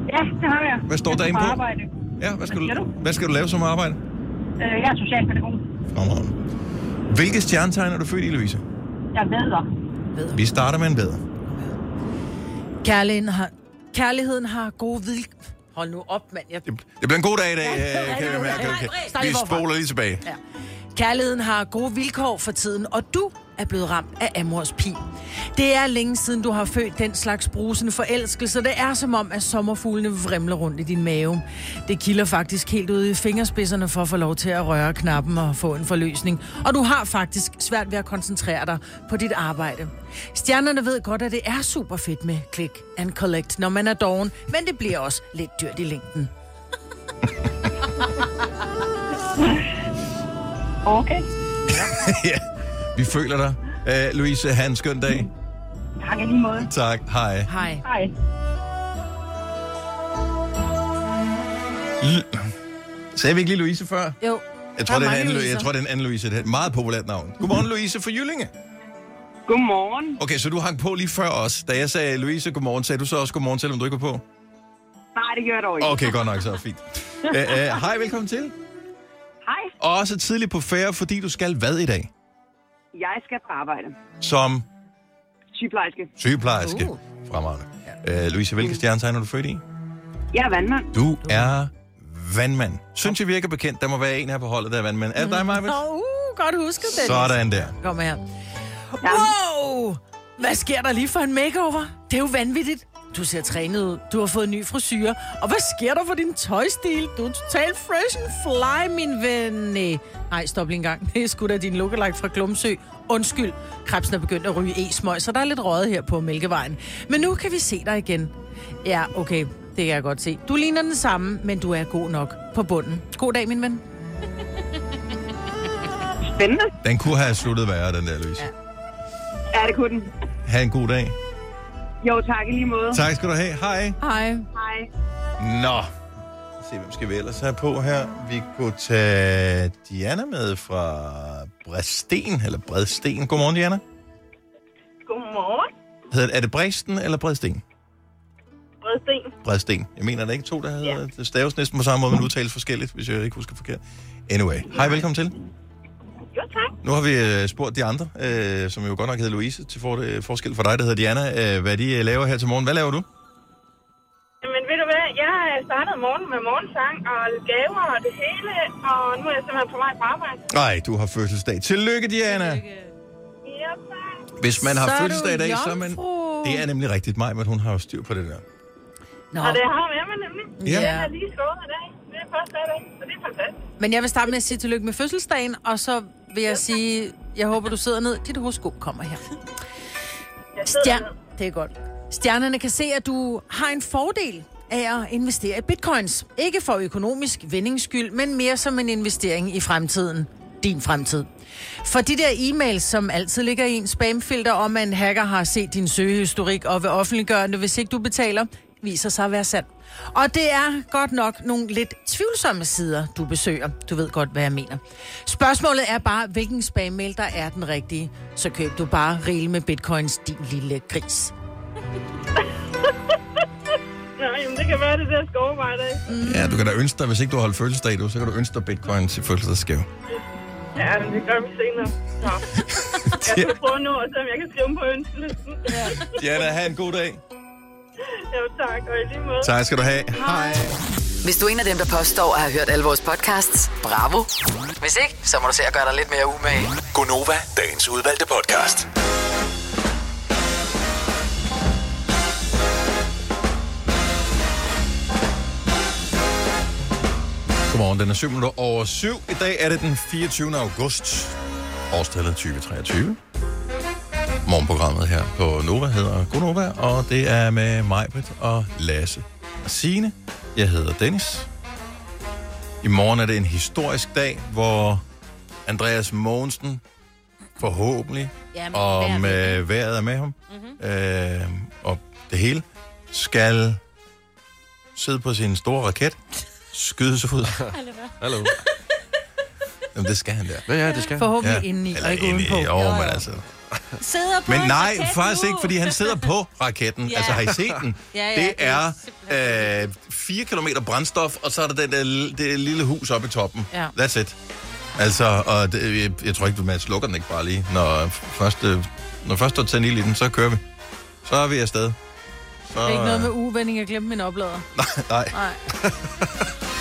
[SPEAKER 7] Ja, det har jeg.
[SPEAKER 1] Hvad står
[SPEAKER 7] jeg
[SPEAKER 1] dagen
[SPEAKER 7] skal
[SPEAKER 1] på?
[SPEAKER 7] Arbejde.
[SPEAKER 1] Ja, hvad skal,
[SPEAKER 7] Hvad
[SPEAKER 1] du,
[SPEAKER 7] siger
[SPEAKER 1] hvad skal du lave som arbejde?
[SPEAKER 7] Øh, jeg er socialpædagog.
[SPEAKER 1] Fremragende. Hvilke stjernetegn er du født i, Louise?
[SPEAKER 7] Jeg ved dig.
[SPEAKER 1] Vi starter med en bedre.
[SPEAKER 2] Kærligheden har, kærligheden har gode vilkår. Hold nu op, mand. Jeg...
[SPEAKER 1] Det bliver en god dag i dag, øh, kan jeg mærke. Okay.
[SPEAKER 2] Start
[SPEAKER 1] Vi
[SPEAKER 2] lige forfra.
[SPEAKER 1] spoler lige tilbage.
[SPEAKER 2] Kærligheden har gode vilkår for tiden, og du er blevet ramt af Amors pil. Det er længe siden, du har født den slags brusende forelskelse. Det er som om, at sommerfuglene vrimler rundt i din mave. Det kilder faktisk helt ud i fingerspidserne for at få lov til at røre knappen og få en forløsning. Og du har faktisk svært ved at koncentrere dig på dit arbejde. Stjernerne ved godt, at det er super fedt med click and collect, når man er doven, men det bliver også lidt dyrt i længden.
[SPEAKER 7] Okay.
[SPEAKER 1] ja, vi føler dig. Uh, Louise, have en skøn dag.
[SPEAKER 7] Tak i lige måde.
[SPEAKER 1] Tak. Hej.
[SPEAKER 2] Hej.
[SPEAKER 7] Hej.
[SPEAKER 1] L- Sagde vi ikke lige Louise før?
[SPEAKER 2] Jo.
[SPEAKER 1] Jeg
[SPEAKER 2] Der
[SPEAKER 1] tror,
[SPEAKER 2] er
[SPEAKER 1] det er
[SPEAKER 2] mange
[SPEAKER 1] en anden, Lu-
[SPEAKER 2] Louiser.
[SPEAKER 1] jeg tror, det er en anden Louise. Det er et meget populært navn. Godmorgen, Louise fra Jyllinge.
[SPEAKER 7] Godmorgen.
[SPEAKER 1] Okay, så du hang på lige før os. Da jeg sagde Louise godmorgen, sagde du så også godmorgen, selvom du ikke var på?
[SPEAKER 7] Nej, det gør jeg dog ikke.
[SPEAKER 1] Okay, godt nok, så er det fint. Øh, øh, Hej, velkommen til.
[SPEAKER 7] Hej.
[SPEAKER 1] Også tidligt på færre, fordi du skal hvad i dag?
[SPEAKER 7] Jeg skal på arbejde.
[SPEAKER 1] Som
[SPEAKER 7] Sygeplejerske.
[SPEAKER 1] sygeplejerske. Uh. Fremragende. Øh, Louise, hvilke stjernetegn er du født i?
[SPEAKER 7] Jeg er vandmand.
[SPEAKER 1] Du er vandmand. Synes jeg virker bekendt. Der må være en her på holdet, der er vandmand. Er det dig, Marvitt?
[SPEAKER 2] Åh, uh, godt husket, Dennis.
[SPEAKER 1] Sådan der.
[SPEAKER 2] Kom her.
[SPEAKER 7] Ja.
[SPEAKER 2] Wow! Hvad sker der lige for en makeover? Det er jo vanvittigt. du ser trænet ud, du har fået ny frisyr, og hvad sker der for din tøjstil? Du er totalt fresh and fly, min ven. Næh. Nej, stop lige en gang. Det er sgu da din lookalike fra Glumsø. Undskyld, krebsen er begyndt at ryge e-smøg, så der er lidt røget her på Mælkevejen. Men nu kan vi se dig igen. Ja, okay, det kan jeg godt se. Du ligner den samme, men du er god nok på bunden. God dag, min ven.
[SPEAKER 7] Spændende.
[SPEAKER 1] Den kunne have sluttet værre, den der, Louise.
[SPEAKER 7] Ja, det kunne den.
[SPEAKER 1] Ha' en god dag.
[SPEAKER 7] Jo, tak i lige måde.
[SPEAKER 1] Tak skal du have. Hej.
[SPEAKER 2] Hej.
[SPEAKER 7] Hej.
[SPEAKER 1] Nå. Se, hvem skal vi ellers have på her? Vi kunne tage Diana med fra Bredsten, eller Bredsten. Godmorgen, Diana.
[SPEAKER 7] Godmorgen.
[SPEAKER 1] Hedder, det- er det Bredsten eller Bredsten?
[SPEAKER 7] Bredsten.
[SPEAKER 1] Bredsten. Jeg mener, der er ikke to, der hedder ja. staves næsten på samme måde, men udtales forskelligt, hvis jeg ikke husker forkert. Anyway. Hej, velkommen til.
[SPEAKER 7] Jo, tak.
[SPEAKER 1] Nu har vi øh, spurgt de andre, øh, som jo godt nok hedder Louise, til for, øh, forskel for dig, der hedder Diana, øh, hvad de øh, laver her til morgen. Hvad laver du?
[SPEAKER 7] Men ved du hvad, jeg startede morgen med morgensang og gaver og det hele, og nu er jeg simpelthen på vej på arbejde.
[SPEAKER 1] Nej, du har fødselsdag. Tillykke, Diana! Tillykke.
[SPEAKER 7] Ja, tak.
[SPEAKER 1] Hvis man har
[SPEAKER 2] Så er du
[SPEAKER 1] fødselsdag i dag, så er man...
[SPEAKER 2] jomfru.
[SPEAKER 1] Det er nemlig rigtigt mig, men hun har jo styr på det der.
[SPEAKER 2] Nå.
[SPEAKER 7] Og det har jeg med mig nemlig.
[SPEAKER 1] Ja.
[SPEAKER 7] Jeg har lige skåret i dag. Det er første af dag, så det er fantastisk.
[SPEAKER 2] Men jeg vil starte med at sige tillykke med fødselsdagen, og så vil jeg sige, jeg håber, du sidder ned. Dit hosko kommer her. Stjern, det er godt. Stjernerne kan se, at du har en fordel af at investere i bitcoins. Ikke for økonomisk vindings skyld, men mere som en investering i fremtiden. Din fremtid. For de der e-mails, som altid ligger i en spamfilter om, at en hacker har set din søgehistorik og vil offentliggøre det, hvis ikke du betaler, viser sig at være sand. Og det er godt nok nogle lidt tvivlsomme sider, du besøger. Du ved godt, hvad jeg mener. Spørgsmålet er bare, hvilken spammail, der er den rigtige. Så køb du bare rigel med bitcoins, din lille gris.
[SPEAKER 7] Nå, jamen, det kan være, det er det, jeg skal overveje i dag.
[SPEAKER 1] Ja, du kan da ønske dig, hvis ikke du har holdt fødselsdag, du, så kan du ønske dig bitcoin til fødselsdagsgave.
[SPEAKER 7] Ja, men det gør vi senere. Nå. Jeg skal prøve nu, og se om jeg kan skrive dem på ønskelisten. Ja.
[SPEAKER 1] Diana, have en god dag.
[SPEAKER 7] Jo, tak. Og i lige måde.
[SPEAKER 1] Tak skal du have. Hej.
[SPEAKER 5] Hvis du er en af dem, der påstår at have hørt alle vores podcasts, bravo. Hvis ikke, så må du se at gøre dig lidt mere umage.
[SPEAKER 6] Gonova, dagens udvalgte podcast.
[SPEAKER 1] Godmorgen, den er 7 minutter over 7. I dag er det den 24. august, årstallet 2023. Morgenprogrammet her på Nova hedder Gonova, og det er med Majbrit og Lasse og Signe. Jeg hedder Dennis. I morgen er det en historisk dag, hvor Andreas Mogensen forhåbentlig,
[SPEAKER 3] Ja, men
[SPEAKER 1] og
[SPEAKER 3] vejret med.
[SPEAKER 1] med vejret er med ham, mm-hmm. øh, og det hele, skal sidde på sin store raket, skyde sig ud.
[SPEAKER 4] Hallo.
[SPEAKER 1] Jamen, det skal han der.
[SPEAKER 4] Ja, ja, det skal jeg.
[SPEAKER 2] Forhåbentlig ja. indeni,
[SPEAKER 1] Eller
[SPEAKER 2] og ikke
[SPEAKER 1] inde
[SPEAKER 2] udenpå.
[SPEAKER 1] i- Jo,
[SPEAKER 3] Jo, jo.
[SPEAKER 1] men altså.
[SPEAKER 3] Sidder på
[SPEAKER 1] Men
[SPEAKER 3] en
[SPEAKER 1] nej,
[SPEAKER 3] raket
[SPEAKER 1] faktisk
[SPEAKER 3] nu.
[SPEAKER 1] ikke, fordi han sidder på raketten.
[SPEAKER 3] Ja.
[SPEAKER 1] Altså, har I set den?
[SPEAKER 3] Ja, ja,
[SPEAKER 1] det
[SPEAKER 3] det er
[SPEAKER 1] er øh, 4 km brændstof, og så er der den der, lille- det lille hus oppe i toppen.
[SPEAKER 2] Ja.
[SPEAKER 1] That's it. Altså, og det, jeg, jeg tror ikke, du man slukker den ikke bare lige. Når først, øh, når først du tænder ild i den, så kører vi. Så er vi afsted. Så,
[SPEAKER 2] Det er ikke noget med uvending, jeg glemte min oplader.
[SPEAKER 1] øh, nej, nej.
[SPEAKER 2] Nej.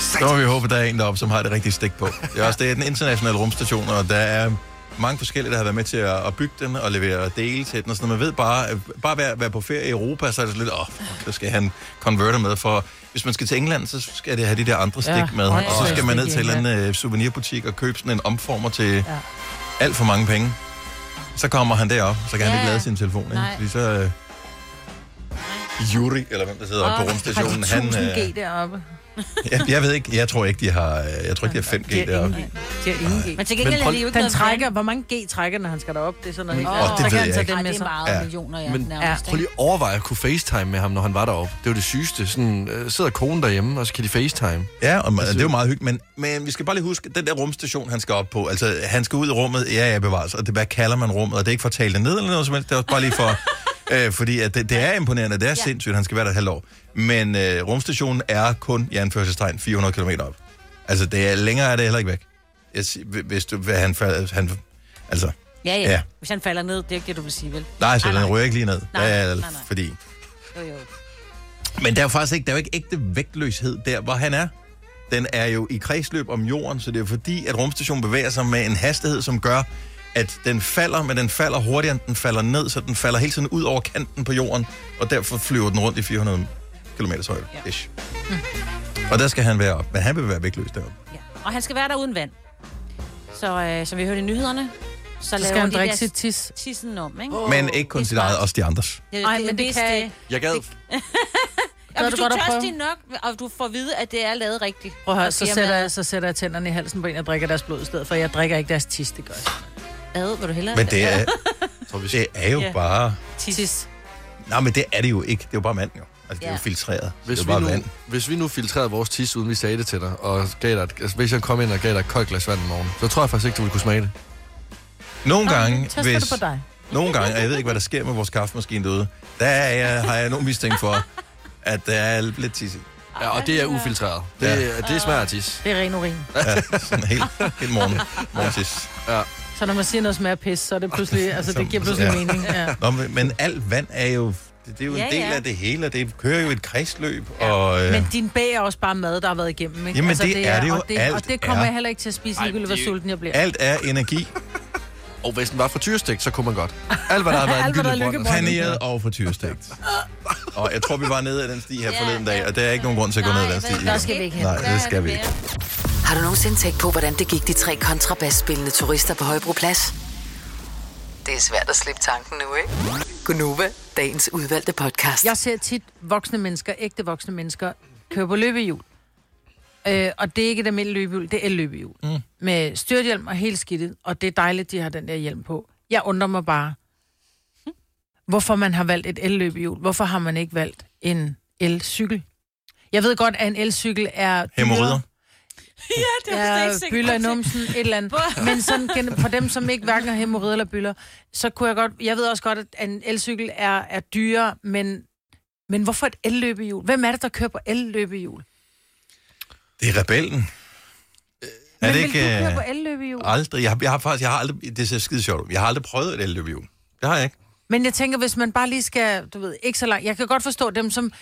[SPEAKER 1] Så må vi håbe, der er en deroppe, som har det rigtige stik på. Det er også det er den internationale rumstation, og der er mange forskellige, der har været med til at, at bygge den og levere dele til den. Og sådan, noget. man ved bare, at bare være, være på ferie i Europa, så er det sådan lidt, åh, oh, så skal han converter med. For hvis man skal til England, så skal det have de der andre stik
[SPEAKER 2] Ja,
[SPEAKER 1] med. Og så
[SPEAKER 2] åndssvagt
[SPEAKER 1] skal man ned
[SPEAKER 2] stik i
[SPEAKER 1] til en eller anden øh, souvenirbutik og købe sådan en omformer til ja. alt for mange penge. Så kommer han derop, så kan ja. han
[SPEAKER 3] Ja.
[SPEAKER 1] ikke lade sin telefon. Ikke?
[SPEAKER 3] Nej.
[SPEAKER 1] Fordi så... Øh, Juri, eller hvem der sidder oppe på rumstationen,
[SPEAKER 2] Har de
[SPEAKER 1] han...
[SPEAKER 2] 1000
[SPEAKER 1] øh,
[SPEAKER 2] G deroppe?
[SPEAKER 1] jeg, jeg ved ikke, jeg tror ikke, de har, øh, jeg tror ikke, de har 5G
[SPEAKER 2] De har ingen
[SPEAKER 1] deroppe.
[SPEAKER 2] G. De har ingen G.
[SPEAKER 3] Men til gengæld
[SPEAKER 1] Men
[SPEAKER 3] er
[SPEAKER 1] prøv-
[SPEAKER 3] det jo ikke
[SPEAKER 2] Den
[SPEAKER 3] noget
[SPEAKER 2] trækker, hvor mange G trækker, når han skal derop? Det er sådan noget helt.
[SPEAKER 3] Åh,
[SPEAKER 1] Åh, det
[SPEAKER 2] så
[SPEAKER 1] ved
[SPEAKER 2] kan han
[SPEAKER 1] jeg
[SPEAKER 2] tage
[SPEAKER 1] ikke.
[SPEAKER 2] den
[SPEAKER 3] Ej,
[SPEAKER 2] med
[SPEAKER 3] det er
[SPEAKER 2] sig.
[SPEAKER 3] meget
[SPEAKER 1] Ja.
[SPEAKER 3] millioner, ja,
[SPEAKER 4] Men-
[SPEAKER 3] nærmest.
[SPEAKER 4] Prøv lige at overveje at kunne facetime med ham, når han var deroppe. Det var det sygeste. Sådan, øh, sidder konen derhjemme, og så kan de facetime. Altså,
[SPEAKER 1] Ja, og man, det er jo meget hyggeligt, men, men vi skal bare lige huske, den der rumstation, han skal op på, altså han skal ud i rummet, ja, ja, bevares, og det, hvad kalder man rummet, og det er ikke for at tale det ned eller noget som helst, det er også bare lige for, øh, fordi at det, det er imponerende, det er ja. sindssygt, han skal være der et halvt år, men øh, rumstationen er kun, i anførselstegn, 400 km op. Altså, det er, længere er det heller ikke væk. Jeg, sig- hvis du, hvad han, fa- han, altså,
[SPEAKER 3] Ja, ja,
[SPEAKER 1] Ja.
[SPEAKER 3] ja. Hvis han falder ned, det er ikke det, du vil sige, vel?
[SPEAKER 1] nej, så
[SPEAKER 3] Ej,
[SPEAKER 1] den rører ikke lige ned,
[SPEAKER 3] Nej,
[SPEAKER 1] Ja,
[SPEAKER 3] nej, nej.
[SPEAKER 1] fordi...
[SPEAKER 3] Jo, jo.
[SPEAKER 1] Men der er jo faktisk ikke, der er jo ikke ægte vægtløshed der, hvor han er. Den er jo i kredsløb om jorden, så det er fordi, at rumstationen bevæger sig med en hastighed, som gør, at den falder, men den falder hurtigere, end den falder ned, så den falder hele tiden ud over kanten på jorden, og derfor flyver den rundt i 400 km højde. Ja. Og der skal han være op, men han vil være vægtløs deroppe.
[SPEAKER 3] Og han skal være der uden vand. Så øh, som vi hørte i nyhederne, så, så laver
[SPEAKER 2] skal han
[SPEAKER 3] de
[SPEAKER 2] drikke
[SPEAKER 3] der
[SPEAKER 2] sit tis.
[SPEAKER 3] tissen om, ikke?
[SPEAKER 1] Oh, men ikke kun sit eget, også de andres.
[SPEAKER 3] Ja,
[SPEAKER 2] Ej, men det
[SPEAKER 3] hvis
[SPEAKER 2] kan-
[SPEAKER 4] Jeg gad,
[SPEAKER 3] Ja,
[SPEAKER 2] er
[SPEAKER 3] hvis
[SPEAKER 2] det
[SPEAKER 3] du
[SPEAKER 2] godt at
[SPEAKER 3] er
[SPEAKER 2] prøve.
[SPEAKER 3] tørstig nok, og du får at vide, at det er lavet rigtigt.
[SPEAKER 2] Prøv at høre,
[SPEAKER 3] Og
[SPEAKER 2] så
[SPEAKER 3] firmaet
[SPEAKER 2] sætter, jeg, så sætter jeg tænderne i halsen på en og drikker deres blod i stedet, for jeg drikker ikke deres tis, det gør jeg.
[SPEAKER 3] Ad, vil du hellere?
[SPEAKER 1] Men det er,
[SPEAKER 4] tror, vi
[SPEAKER 1] det er jo
[SPEAKER 3] Ja.
[SPEAKER 1] bare...
[SPEAKER 3] Tis.
[SPEAKER 2] Tis.
[SPEAKER 1] Nej, men det er det jo ikke. Det er jo bare vand, jo. Altså, det er jo
[SPEAKER 3] Ja.
[SPEAKER 1] filtreret. Hvis
[SPEAKER 4] Hvis
[SPEAKER 1] det
[SPEAKER 4] vi,
[SPEAKER 1] er bare
[SPEAKER 4] nu,
[SPEAKER 1] vand.
[SPEAKER 4] hvis vi nu filtrerede vores tis, uden vi sagde det til dig, og gav dig, et- altså, hvis jeg kom ind og gav dig et koldt glas vand om morgenen, så tror jeg faktisk ikke, du ville kunne smage det.
[SPEAKER 1] Nogle
[SPEAKER 2] Nå,
[SPEAKER 1] gange,
[SPEAKER 2] tester
[SPEAKER 1] hvis...
[SPEAKER 2] det på dig.
[SPEAKER 1] Nogle gange, og jeg ved ikke, hvad der sker med vores kaffemaskine derude, der er jeg, har jeg nogen mistænkt for, at der er lidt tisse. i.
[SPEAKER 4] Ja, og det er ufiltreret. Det,
[SPEAKER 1] Ja.
[SPEAKER 4] ja. det smager af tis.
[SPEAKER 2] Det er ren urin.
[SPEAKER 1] Ja, sådan helt, helt morgen, morgentis.
[SPEAKER 2] Så når man siger noget smager af pis, så er det pludselig, altså det giver pludselig
[SPEAKER 1] Ja.
[SPEAKER 2] ja. mening. Ja.
[SPEAKER 1] Nå, men men alt vand er jo... Det, det er jo en
[SPEAKER 3] Ja,
[SPEAKER 1] ja, del
[SPEAKER 3] ja.
[SPEAKER 1] af det hele, og det kører jo et kredsløb, og... Øh,
[SPEAKER 2] Men din bag er også bare mad, der har været igennem, ikke? Altså,
[SPEAKER 1] Jamen, det er det jo.
[SPEAKER 2] Og det,
[SPEAKER 1] Alt
[SPEAKER 2] og det kommer
[SPEAKER 1] er-
[SPEAKER 2] jeg heller ikke til at spise, ligegyldigt hvor sulten jeg bliver.
[SPEAKER 1] alt er energi,
[SPEAKER 4] Og hvis den var fra tyrestik, så kunne man godt. Alt, hvad der har været en
[SPEAKER 2] Alt, hvad der er
[SPEAKER 4] gyldebrønd.
[SPEAKER 1] paneret og frityrestegt. Og jeg tror, vi var nede ad den sti her forleden dag, og der er ikke nogen grund til at gå ned ad den sti.
[SPEAKER 2] Der skal vi ikke hen.
[SPEAKER 1] Nej, det skal vi ikke.
[SPEAKER 5] Har du nogensinde tænkt på, hvordan det gik de tre kontrabasspillende turister på Højbroplads? Det er svært at slippe tanken nu, ikke? Gunova, dagens udvalgte podcast.
[SPEAKER 2] Jeg ser tit voksne mennesker, ægte voksne mennesker, køre på løbehjul. Øh, og det er ikke et almindeligt løbehjul, det er løbehjul. Mm. Med styrthjelm og helt skidtet, og det er dejligt, de har den der hjelm på. Jeg undrer mig bare, hvorfor man har valgt et elløbehjul. Hvorfor har man ikke valgt en elcykel? Jeg ved godt, at en elcykel er... dyrere.
[SPEAKER 1] Hæmorider.
[SPEAKER 3] Det
[SPEAKER 2] Ja, byller i numsen, et eller andet. Men sådan, gen- for dem, som ikke hverken har hemorrider eller byller, så kunne jeg godt... Jeg ved også godt, at en elcykel er, er dyrere, men, men hvorfor et elløbehjul? Hvem er det, der kører på elløbehjul?
[SPEAKER 1] Det er rebellen. Er
[SPEAKER 2] Øh, Men vil
[SPEAKER 1] det
[SPEAKER 2] du
[SPEAKER 1] ikke...
[SPEAKER 2] køre
[SPEAKER 1] øh,
[SPEAKER 2] på elløbehjul?
[SPEAKER 1] Aldrig. Jeg har, jeg har faktisk, jeg har aldrig, det ser skide sjovt ud. Jeg har aldrig prøvet et elløbehjul. Det har jeg ikke.
[SPEAKER 2] Men jeg tænker, hvis man bare lige skal, du ved, ikke så langt. Jeg kan godt forstå dem, som...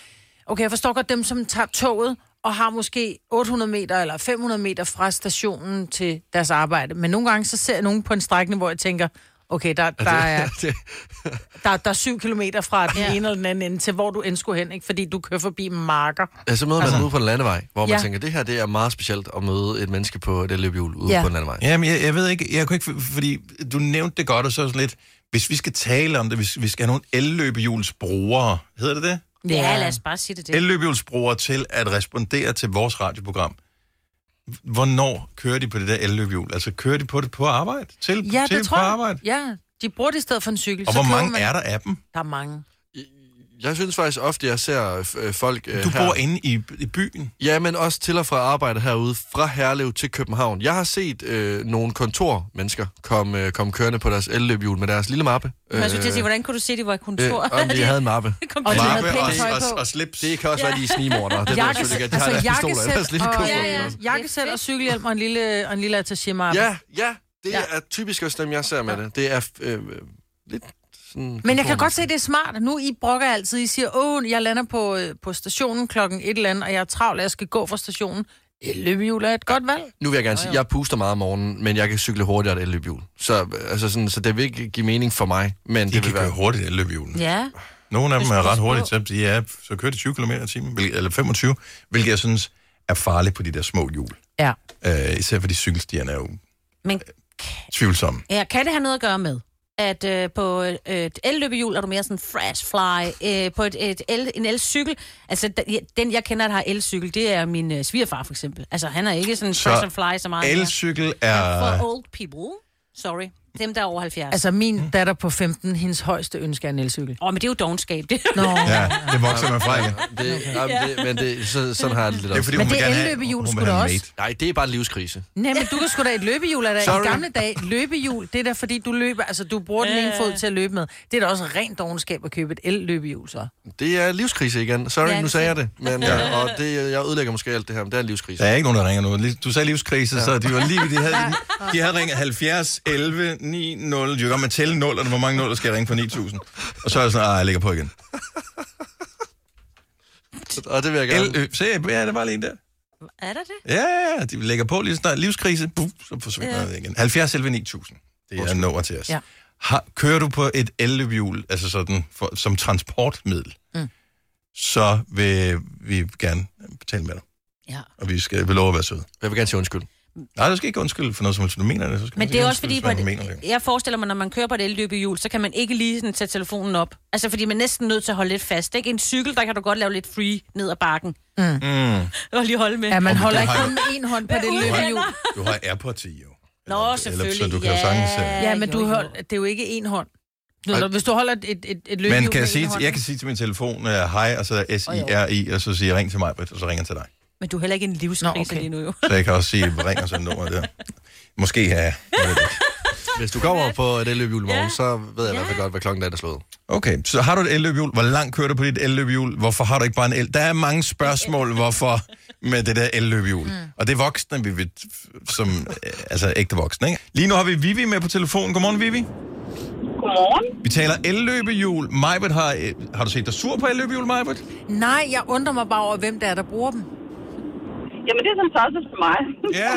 [SPEAKER 2] Okay, jeg forstår godt dem, som tager toget og har måske 800 meter eller 500 meter fra stationen til deres arbejde. Men nogle gange, så ser jeg nogen på en strækning, hvor jeg tænker, okay, der, der er...
[SPEAKER 4] Det,
[SPEAKER 2] der, der er syv kilometer fra den ene eller den anden ende til, hvor du end skulle hen, ikke? fordi du kører forbi marker.
[SPEAKER 4] ja, så møder man altså, ude på en landevej, hvor man
[SPEAKER 2] Ja.
[SPEAKER 4] ja. tænker, det her det er meget specielt at møde et menneske på det løbehjul ude
[SPEAKER 2] Ja.
[SPEAKER 4] ja. på en landevej.
[SPEAKER 1] Jamen, jeg, jeg ved ikke, jeg kunne ikke, for- fordi du nævnte det godt, og så sådan lidt, hvis vi skal tale om det, hvis vi skal have nogle elløbehjulsbrugere, hedder det det?
[SPEAKER 3] Ja, lad os bare sige det. det.
[SPEAKER 1] Elløbehjulsbrugere til at respondere til vores radioprogram. Hvornår kører de på det der elløbehjul? Altså, kører de på det på arbejde? Til,
[SPEAKER 2] Ja,
[SPEAKER 1] til
[SPEAKER 2] det tror
[SPEAKER 1] på
[SPEAKER 2] jeg.
[SPEAKER 1] arbejde?
[SPEAKER 2] Ja, de bruger det i stedet for en cykel.
[SPEAKER 1] Og
[SPEAKER 2] så
[SPEAKER 1] hvor
[SPEAKER 2] køber
[SPEAKER 1] mange
[SPEAKER 2] man...
[SPEAKER 1] er der af dem?
[SPEAKER 2] Der er mange.
[SPEAKER 4] Jeg synes faktisk ofte, jeg ser øh, folk øh,
[SPEAKER 1] Du
[SPEAKER 4] her.
[SPEAKER 1] bor inde i, i byen.
[SPEAKER 4] Ja, men også til og fra arbejde herude, fra Herlev til København. Jeg har set øh, nogle kontormennesker komme øh, komme kørende på deres elløbhjul med deres lille mappe.
[SPEAKER 3] Men jeg skulle
[SPEAKER 1] Øh,
[SPEAKER 3] til at sige, hvordan kunne du se, det var et kontor?
[SPEAKER 4] Øh, om de havde en mappe.
[SPEAKER 2] Og de havde
[SPEAKER 1] Mappe
[SPEAKER 2] pænt tøj
[SPEAKER 1] og, og,
[SPEAKER 2] på.
[SPEAKER 1] og slips.
[SPEAKER 4] Det kan også være, de er snigmorder. Det ved jeg selvfølgelig ikke. De har
[SPEAKER 2] altså,
[SPEAKER 4] deres pistoler
[SPEAKER 2] jakkesæt
[SPEAKER 4] i deres lille
[SPEAKER 2] og,
[SPEAKER 4] kuffert.
[SPEAKER 3] Ja, ja.
[SPEAKER 2] jakkesæt
[SPEAKER 3] Det er
[SPEAKER 2] og
[SPEAKER 3] fedt.
[SPEAKER 2] cykelhjelm og en lille, og en lille attaché
[SPEAKER 4] Ja, ja. Det
[SPEAKER 2] Ja.
[SPEAKER 4] er typisk også dem, jeg ser med det. Det er øh, lidt sådan...
[SPEAKER 2] Men jeg kan godt se, at det er smart. Nu I brokker altid. I siger, åh, jeg lander på, øh, på stationen klokken et eller andet, og jeg er travl, og jeg skal gå fra stationen. Løbehjul er et godt valg.
[SPEAKER 4] Nu vil jeg gerne sige, jeg puster meget om morgenen, men jeg kan cykle hurtigere end et elløbhjul. Så, øh, altså sådan, så det vil ikke give mening for mig, men
[SPEAKER 1] De
[SPEAKER 4] det
[SPEAKER 1] kan
[SPEAKER 4] vil
[SPEAKER 1] køre
[SPEAKER 4] være...
[SPEAKER 1] hurtigt elløbehjulen.
[SPEAKER 3] Ja,
[SPEAKER 1] Nogle af dem
[SPEAKER 3] Hvis
[SPEAKER 1] er
[SPEAKER 3] du
[SPEAKER 1] ret
[SPEAKER 3] skal
[SPEAKER 1] hurtigt
[SPEAKER 3] på-
[SPEAKER 1] til at sige, ja, så kører de 20 km i timen, hvil- eller 25, hvilket jeg synes er farligt på de der små hjul.
[SPEAKER 2] Ja.
[SPEAKER 1] Øh, især fordi cykelstierne er jo
[SPEAKER 3] men
[SPEAKER 1] tvivlsomme.
[SPEAKER 3] ja, kan det have noget at gøre med? at øh, på øh, et elløbehjul er du mere sådan fresh fly, øh, på et, et el, en elcykel, altså da- den jeg kender, der har elcykel, det er min øh, svigerfar for eksempel. Altså han er ikke sådan
[SPEAKER 1] Så
[SPEAKER 3] fresh and fly så meget.
[SPEAKER 1] Elcykel
[SPEAKER 3] mere.
[SPEAKER 1] er...
[SPEAKER 3] For old people, sorry, dem der er over 70. Altså,
[SPEAKER 2] Altså, min mm. datter på 15, hendes højeste ønske er en elcykel.
[SPEAKER 3] Åh, oh, men det er jo dogenskab. Det.
[SPEAKER 2] Nå.
[SPEAKER 1] Ja, det vokser man fra igen.
[SPEAKER 4] Det, jamen, det, men det, så, sådan har jeg det lidt
[SPEAKER 1] Det er, fordi,
[SPEAKER 4] også.
[SPEAKER 1] hun vil
[SPEAKER 2] det
[SPEAKER 1] gerne have-
[SPEAKER 2] elløbehjul
[SPEAKER 1] hun vil
[SPEAKER 2] skulle
[SPEAKER 1] have
[SPEAKER 2] da
[SPEAKER 1] en
[SPEAKER 2] også-
[SPEAKER 4] Nej, det er bare en livskrise.
[SPEAKER 2] Nej, men du kan sgu da et løbehjul er der
[SPEAKER 4] Sorry.
[SPEAKER 2] i gamle dage. Løbehjul, det er da fordi, du løber, altså du bruger den ene fod til at løbe med. Det er da også rent dogenskab at købe et el-løbehjul, så.
[SPEAKER 4] Det er livskrise igen. Sorry,
[SPEAKER 3] Ja,
[SPEAKER 4] nu
[SPEAKER 3] det-
[SPEAKER 4] sagde jeg det. Men, ja. Og det, jeg ødelægger måske alt det her, men det er en livskrise.
[SPEAKER 1] Der er ikke nogen, der ringer nu. Lige- Du sagde livskrise, så de var lige ved, de havde, de havde ringet 70, 11, 9, 0. De kan godt med at tælle 0, og hvor mange 0 skal jeg ringe på 9000? Og så er jeg sådan, ah, jeg lægger på igen.
[SPEAKER 4] Og det vil jeg gerne.
[SPEAKER 1] L, se, ja, det var lige en der.
[SPEAKER 3] Er der det?
[SPEAKER 1] Ja, ja, ja, de lægger på lige snart livskrise, buf, så forsvinder ja. det igen. 70 11 9000. Det er nummer til os.
[SPEAKER 2] Ja.
[SPEAKER 1] Har, kører du på et elløbehjul, altså sådan for, som transportmiddel,
[SPEAKER 2] Mm.
[SPEAKER 1] så vil vi gerne tale med dig.
[SPEAKER 3] Ja.
[SPEAKER 1] Og vi skal vi lover at være søde.
[SPEAKER 4] Jeg vil gerne sige undskyld.
[SPEAKER 1] Nej, du skal ikke undskylde for noget, som helst. du mener det. Så skal
[SPEAKER 3] Men
[SPEAKER 1] man
[SPEAKER 3] det er
[SPEAKER 1] ikke
[SPEAKER 3] også fordi,
[SPEAKER 1] undskylde,
[SPEAKER 3] på
[SPEAKER 1] hvis man mener
[SPEAKER 3] et,
[SPEAKER 1] det.
[SPEAKER 3] jeg forestiller mig, når man kører på et elløbehjul, så kan man ikke lige sådan tage telefonen op. Altså, fordi man er næsten nødt til at holde lidt fast. Ikke? En cykel, der kan du godt lave lidt free ned ad bakken.
[SPEAKER 1] Mm.
[SPEAKER 3] Og lige holde med.
[SPEAKER 2] Ja, man
[SPEAKER 1] Og
[SPEAKER 2] holder
[SPEAKER 1] det
[SPEAKER 2] ikke
[SPEAKER 1] har
[SPEAKER 2] kun med en hånd på det
[SPEAKER 3] ude
[SPEAKER 2] lille
[SPEAKER 3] i
[SPEAKER 2] hjul.
[SPEAKER 3] hænder.
[SPEAKER 1] Du har Airpods i, jo.
[SPEAKER 3] Nå, selvfølgelig.
[SPEAKER 1] så du kan jo sagtens... øh,
[SPEAKER 2] Ja, men
[SPEAKER 3] jo,
[SPEAKER 2] du
[SPEAKER 3] jo.
[SPEAKER 2] hold, det er jo ikke en hånd. Nu,
[SPEAKER 1] Ej.
[SPEAKER 2] hvis du holder et, et, et, et løbehjul
[SPEAKER 1] Men kan jeg,
[SPEAKER 2] med
[SPEAKER 1] sige,
[SPEAKER 2] en hånd,
[SPEAKER 1] jeg kan sige til min telefon, øh, hej, og så S-I-R-I, og så siger jeg, ring til mig, Britt, og så ringer jeg til dig.
[SPEAKER 3] Men du er heller ikke en livskrise
[SPEAKER 2] Nå, okay.
[SPEAKER 3] lige nu, jo.
[SPEAKER 1] Så jeg kan også sige, ring og sådan nummer der. Måske ja. jeg ved det ikke.
[SPEAKER 4] Hvis du kommer på et elløbehjul i morgen,
[SPEAKER 3] Ja.
[SPEAKER 4] så ved jeg i hvert fald godt, hvad klokken er, der er slået.
[SPEAKER 1] Okay, så har du et elløbehjul? Hvor langt kører du på dit elløbehjul? Hvorfor har du ikke bare en el? Der er mange spørgsmål, hvorfor med det der elløbehjul. Mm. Og det er voksne, vi vil, som, øh, altså ægte voksne, ikke? Lige nu har vi Vivi med på telefonen. Godmorgen, Vivi.
[SPEAKER 7] Godmorgen.
[SPEAKER 1] Vi taler elløbehjul. Majbert har, øh, har du set dig sur på elløbehjul, Majbert?
[SPEAKER 2] Nej, jeg undrer mig bare over, hvem der er, der bruger dem.
[SPEAKER 7] Jamen, det er sådan tosset for mig.
[SPEAKER 1] Ja.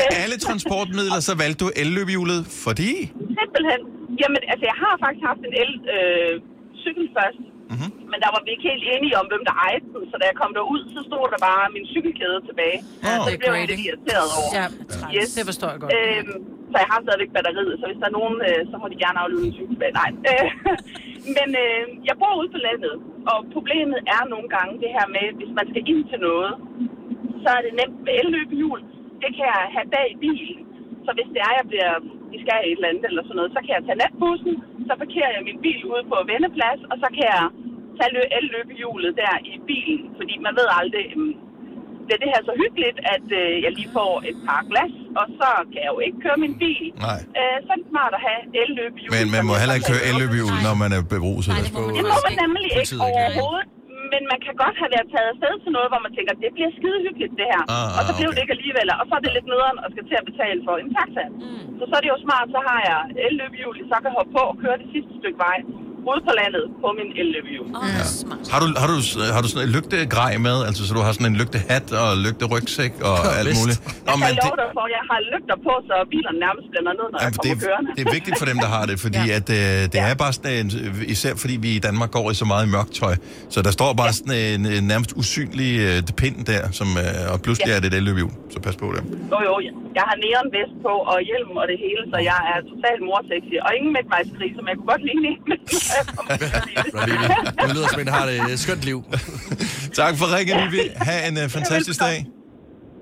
[SPEAKER 1] Af alle transportmidler, så valgte du elløbehjulet, fordi...
[SPEAKER 7] Simpelthen. Jamen, altså, jeg har faktisk haft en el, øh, cykel først. Mm-hmm. Men der var vi ikke helt enige om, hvem der ejede den. Så da jeg kom derud, så stod der bare min cykelkæde tilbage.
[SPEAKER 1] Ja,
[SPEAKER 7] det
[SPEAKER 2] det er
[SPEAKER 7] blev jeg
[SPEAKER 2] great,
[SPEAKER 7] lidt
[SPEAKER 2] ikke?
[SPEAKER 7] irriteret over.
[SPEAKER 2] Ja,
[SPEAKER 7] Yes.
[SPEAKER 2] yes. det forstår jeg godt.
[SPEAKER 7] Øhm, så jeg har stadigvæk batteriet, så hvis der er nogen, øh, så må de gerne aflyde en cykel tilbage. Nej. Øh, men øh, jeg bor ude på landet, og problemet er nogle gange det her med, hvis man skal ind til noget, så er det nemt med elløbehjul. Det kan jeg have bag i bilen. Så hvis det er, jeg bliver, vi skal et eller andet eller sådan noget, så kan jeg tage natbussen, så parkerer jeg min bil ude på vendeplads, og så kan jeg tage lø- elløbehjulet der i bilen, fordi man ved aldrig, øhm, bliver det her så hyggeligt, at øh, jeg lige får et par glas, og så kan jeg jo ikke køre min bil.
[SPEAKER 1] Nej.
[SPEAKER 7] Øh, så er det smart at have elløbehjul.
[SPEAKER 1] Men man må heller ikke køre elløbehjul, når man er beruset.
[SPEAKER 3] Nej, det må man
[SPEAKER 7] Det må man
[SPEAKER 3] ikke.
[SPEAKER 7] nemlig ikke
[SPEAKER 4] Politiet ikke.
[SPEAKER 7] overhovedet. Men man kan godt have været taget afsted til noget, hvor man tænker, det bliver skide hyggeligt det her.
[SPEAKER 1] Ah,
[SPEAKER 7] og så
[SPEAKER 1] ah,
[SPEAKER 7] blev det
[SPEAKER 1] okay.
[SPEAKER 7] ikke alligevel, og så er det lidt nederen og skal til at betale for en taxa. Mm. Så så er det jo smart, så har jeg elløbehjul, så kan jeg hoppe på og køre det sidste stykke vej ude på landet på min elløbehjul.
[SPEAKER 3] Åh, ja. smart.
[SPEAKER 1] Har du, har, du, har du sådan en lygtegrej med? Altså, så du har sådan en lygtehat og lygterygsæk og alt
[SPEAKER 4] vist.
[SPEAKER 1] muligt? Nå,
[SPEAKER 7] Jeg
[SPEAKER 1] men
[SPEAKER 7] kan
[SPEAKER 1] det,
[SPEAKER 7] love dig for, at jeg har lygter på, så bilerne nærmest blænder ned, når jeg
[SPEAKER 1] jamen,
[SPEAKER 7] kommer
[SPEAKER 1] det,
[SPEAKER 7] kørende.
[SPEAKER 1] er, det er vigtigt for dem, der har det, fordi ja. at, øh, det er bare sådan en, især fordi vi i Danmark går i så meget i mørkt tøj, så der står bare ja. sådan en, en nærmest usynlig øh, pind der, som, øh, og pludselig ja.
[SPEAKER 7] Ja.
[SPEAKER 1] er det et elløbehjul, så pas på det.
[SPEAKER 7] Jo, jo, jeg- jeg har neonvest på og hjelm og det hele, så jeg er totalt morsexy. Og ingen midtvejskrise, men jeg kunne godt ligne en midtvejskrise.
[SPEAKER 4] Det lyder som en, der har det
[SPEAKER 1] øh,
[SPEAKER 4] et skønt liv.
[SPEAKER 1] Tak for ringen, Vivi. Ha' en øh, fantastisk dag.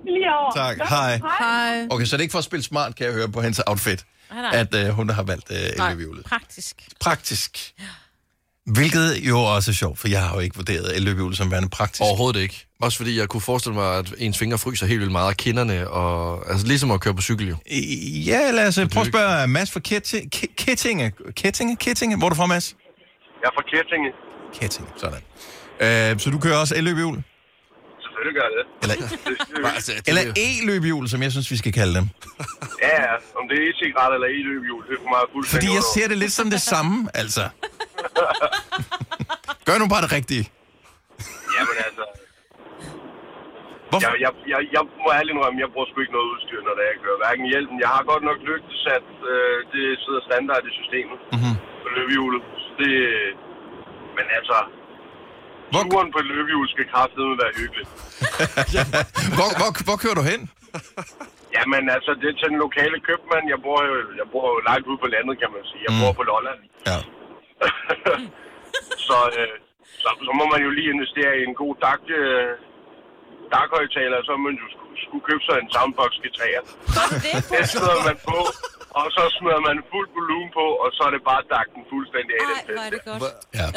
[SPEAKER 7] Lige over.
[SPEAKER 1] Tak.
[SPEAKER 7] Godt.
[SPEAKER 1] Hej.
[SPEAKER 2] Hej.
[SPEAKER 1] Okay, så det er ikke for at spille smart, kan jeg høre på hendes outfit,
[SPEAKER 3] Nej, nej.
[SPEAKER 1] at øh, hun har valgt øh, elløbehjulet.
[SPEAKER 3] Praktisk.
[SPEAKER 1] praktisk. Hvilket jo også er sjovt, for jeg har jo ikke vurderet elløbehjulet som værende praktisk.
[SPEAKER 4] Overhovedet ikke. Også fordi jeg kunne forestille mig, at ens fingre fryser helt vildt meget af kinderne, og altså ligesom at køre på cykel jo.
[SPEAKER 1] Øh, Ja, lad os øh, prøve at spørge Mads fra Kettinge. Kettinge? Kettinge? Kettinge? Hvor er du fra, Mads?
[SPEAKER 8] Jeg er fra Kirtinge.
[SPEAKER 1] Kettinge, sådan. Øh, så du kører også elløbehjul?
[SPEAKER 8] Selvfølgelig gør jeg det.
[SPEAKER 1] Eller,
[SPEAKER 4] Altså, det,
[SPEAKER 1] eller E- e-løbehjul, som jeg synes, vi skal kalde dem.
[SPEAKER 8] Ja, ja. Om det er e-cigaret eller e-løbehjul, det er for mig fuldstændig
[SPEAKER 1] Fordi jeg
[SPEAKER 8] under.
[SPEAKER 1] ser det lidt som det samme, altså. Gør nu bare det rigtige.
[SPEAKER 8] Jamen altså,
[SPEAKER 1] Hvorfor?
[SPEAKER 8] jeg, jeg, jeg, jeg må ærligt indrømme, jeg bruger sgu ikke noget udstyr, når det er, jeg kører. Hverken hjelmen. Jeg har godt nok lygtesat. Øh, det sidder standard i systemet.
[SPEAKER 1] Mhm.
[SPEAKER 8] Mm-hmm. På løbehjulet. Så Det, men altså,
[SPEAKER 1] Hvor,
[SPEAKER 8] turen på et løbehjul skal kraftedeme være hyggelig.
[SPEAKER 1] hvor, hvor, hvor kører du hen?
[SPEAKER 8] Jamen altså, det er til den lokale købmand. Jeg bor, jo, jeg bor jo langt ude på landet, kan man sige. Jeg bor på Lolland.
[SPEAKER 1] Mm. Ja.
[SPEAKER 8] så, øh, så, så må man jo lige investere i en god DAC, øh, DAC-højtaler, så man jo skulle, skulle købe sig en soundbox G3'er. Det sidder man på, og så smider man fuld volumen på, og så er det bare DAC'en fuldstændig af den
[SPEAKER 3] Ej, hvor er
[SPEAKER 8] fest.
[SPEAKER 3] det godt.
[SPEAKER 1] Ja.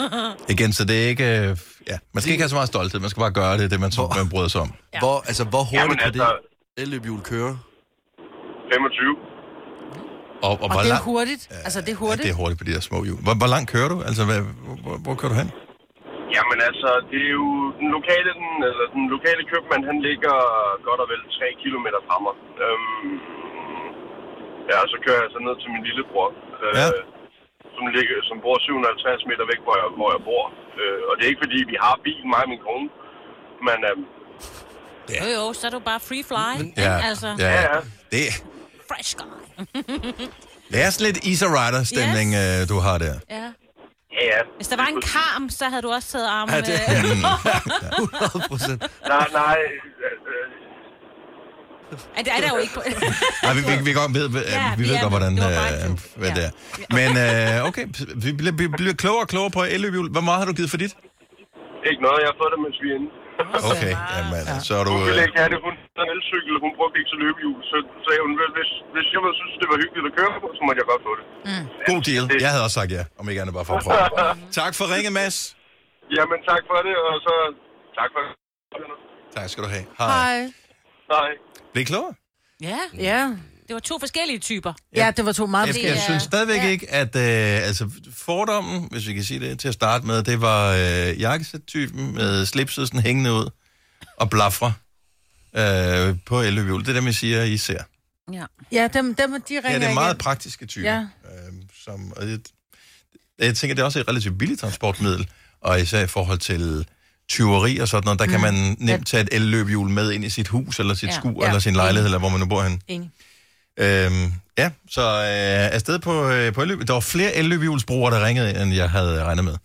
[SPEAKER 1] Igen, så det er ikke... øh, Ja, man skal ikke have så meget stolthed. Man skal bare gøre det, det man, tror, man bryder sig om.
[SPEAKER 4] hvor, altså, hvor hurtigt
[SPEAKER 8] Jamen,
[SPEAKER 4] Jamen, altså... kan
[SPEAKER 8] altså-
[SPEAKER 4] det elløbhjul køre?
[SPEAKER 8] 25.
[SPEAKER 1] Og, og, og
[SPEAKER 2] Og
[SPEAKER 1] hvor
[SPEAKER 2] det er
[SPEAKER 1] lang-
[SPEAKER 2] hurtigt. Altså, det er
[SPEAKER 1] Ja, det
[SPEAKER 2] hurtigt.
[SPEAKER 1] er hurtigt på de der små hjul. Hvor, hvor langt kører du? Altså, hvad, hvor, hvor, hvor kører du hen?
[SPEAKER 8] Jamen altså, det er jo den lokale, den, eller den lokale købmand, han ligger godt og vel 3 km fra mig. Øhm, ja, og så kører jeg så ned til min lillebror, øh,
[SPEAKER 1] Ja.
[SPEAKER 8] ja. som, ligger, som bor 750 meter væk, hvor jeg, hvor jeg bor. Øh, og det er ikke fordi, vi har bil, mig og min kone. Men øhm,
[SPEAKER 3] Jo, jo, så er du bare free fly.
[SPEAKER 1] Ja,
[SPEAKER 3] ikke? Altså,
[SPEAKER 1] ja, ja.
[SPEAKER 8] ja.
[SPEAKER 1] Det,
[SPEAKER 3] fresh guy.
[SPEAKER 1] Det er sådan lidt Easy Rider-stemning, yes. du har der.
[SPEAKER 3] Ja.
[SPEAKER 8] Ja, ja.
[SPEAKER 3] Hvis der var en karm, så havde du også taget armen.
[SPEAKER 4] Ja, det
[SPEAKER 3] øh,
[SPEAKER 4] er 100 procent.
[SPEAKER 8] Nej, nej. øh, øh,
[SPEAKER 3] Ej, det er der jo ikke.
[SPEAKER 1] Nej, vi, vi, vi, godt, ved, ved,
[SPEAKER 3] Ja,
[SPEAKER 1] vi
[SPEAKER 3] vi
[SPEAKER 1] ved
[SPEAKER 3] er
[SPEAKER 1] godt,
[SPEAKER 3] med.
[SPEAKER 1] hvordan
[SPEAKER 3] Det var bare en
[SPEAKER 1] øh,
[SPEAKER 3] joke.
[SPEAKER 1] hvad
[SPEAKER 3] Ja.
[SPEAKER 1] det er. Men øh, okay, vi bliver, vi bliver klogere og klogere på elløbhjul. Hvor meget har du givet for dit?
[SPEAKER 8] ikke noget. Jeg har fået det, mens vi er inde.
[SPEAKER 1] Okay, jamen, ja. så er du...
[SPEAKER 8] Hun ville
[SPEAKER 1] Øh,
[SPEAKER 8] ikke have det. Hun havde en elcykel, hun brugte ikke til løbehjul. Så sagde hun, hvis, hvis jeg ville synes, det var hyggeligt at køre på, så måtte jeg godt få det.
[SPEAKER 1] øh, god deal. Jeg havde også sagt ja, om ikke andet bare for at prøve. Tak for ringet, Mads.
[SPEAKER 8] Jamen, tak for det, og så tak for det.
[SPEAKER 1] Tak skal du have. Hej.
[SPEAKER 8] Nej.
[SPEAKER 1] Bliv klogere.
[SPEAKER 3] Ja,
[SPEAKER 2] Ja.
[SPEAKER 3] det var to forskellige typer.
[SPEAKER 2] Ja, det var to meget
[SPEAKER 1] Jeg, jeg
[SPEAKER 2] forskellige.
[SPEAKER 3] er-
[SPEAKER 1] synes stadigvæk
[SPEAKER 3] ja.
[SPEAKER 1] ikke, at øh, altså, fordommen, hvis vi kan sige det til at starte med, det var øh, jakkesæt-typen med slipset sådan hængende ud og blafre øh, på elløbhjul. Det er dem, jeg siger, I ser.
[SPEAKER 3] Ja.
[SPEAKER 2] Ja, dem, dem de ringer
[SPEAKER 1] Ja, det er meget
[SPEAKER 2] igen.
[SPEAKER 1] praktiske typer.
[SPEAKER 2] Ja.
[SPEAKER 1] Øh, som, og jeg, jeg tænker, det er også et relativt billigt transportmiddel, og især i forhold til tyveri og sådan noget, der mm. kan man nemt tage et elløbhjul med ind i sit hus, eller sit ja.
[SPEAKER 3] Ja.
[SPEAKER 1] skur, ja.
[SPEAKER 2] Ja.
[SPEAKER 1] eller sin lejlighed, eller hvor man nu bor henne.
[SPEAKER 2] Enig.
[SPEAKER 1] Øhm, ja, så øh, afsted på, øh, på elløb. Der var flere elløbhjulsbrugere, der ringede, ind, end jeg havde regnet med.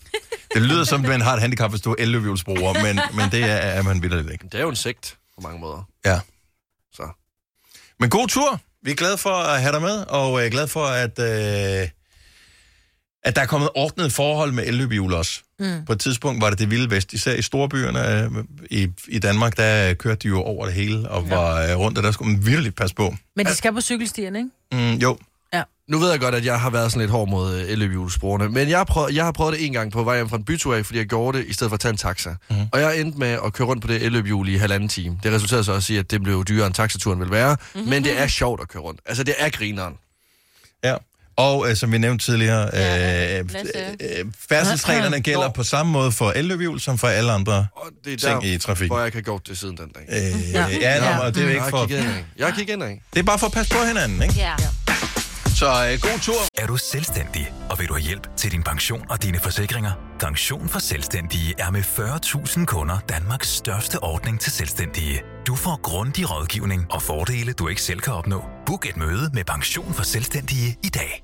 [SPEAKER 1] Det lyder som, at man har et handicap, hvis du er elløbhjulsbruger, men, men det er, er man vildt ikke.
[SPEAKER 4] Det er jo en sekt på mange måder.
[SPEAKER 1] Ja.
[SPEAKER 4] Så.
[SPEAKER 1] Men god tur. Vi er glade for at have dig med, og er glade for, at, øh, at der er kommet ordnet forhold med elløbehjul også. Mm. På et tidspunkt var det det vilde vest, især i storbyerne øh, i, i Danmark, der kørte de jo over det hele og var øh, rundt, og der skulle man virkelig passe på.
[SPEAKER 2] Men de skal på cykelstierne, ikke?
[SPEAKER 1] Mm, jo,
[SPEAKER 4] Nu ved jeg godt, at jeg har været sådan lidt hård mod øh, elløbehjulsbrugerne, men jeg har, prøvet, jeg har prøvet det en gang på vej hjem fra en bytur af, fordi jeg gjorde det i stedet for at tage en taxa. Mm.
[SPEAKER 1] Mhm.
[SPEAKER 4] Og jeg endte med at køre rundt på det elløbehjul i halvanden time. Det resulterede så også i, at det blev dyrere end taxaturen ville være, mm. men det er sjovt at køre rundt. Altså, det er grineren.
[SPEAKER 1] Ja. Og øh, som vi nævnte tidligere,
[SPEAKER 3] Ja,
[SPEAKER 1] øh,
[SPEAKER 3] lad os,
[SPEAKER 1] øh, færdselsreglerne gælder
[SPEAKER 4] Nå.
[SPEAKER 1] på samme måde for elløbhjul som for alle andre.
[SPEAKER 4] Og det er
[SPEAKER 1] Ting
[SPEAKER 4] der,
[SPEAKER 1] i trafikken.
[SPEAKER 4] hvor jeg kan gjort det siden den dag.
[SPEAKER 1] Øh, ja, ja, og det er jo
[SPEAKER 4] jeg
[SPEAKER 1] ikke
[SPEAKER 4] har
[SPEAKER 1] for...
[SPEAKER 4] kigget indad. Jeg har kigget indad.
[SPEAKER 1] Det er bare for at passe på hinanden, ikke?
[SPEAKER 3] Ja.
[SPEAKER 1] Så øh, god tur.
[SPEAKER 6] Er du selvstændig, og vil du have hjælp til din pension og dine forsikringer? Pension for Selvstændige er med 40.000 kunder Danmarks største ordning til selvstændige. Du får grundig rådgivning og fordele, du ikke selv kan opnå. Book et møde med Pension for Selvstændige i dag.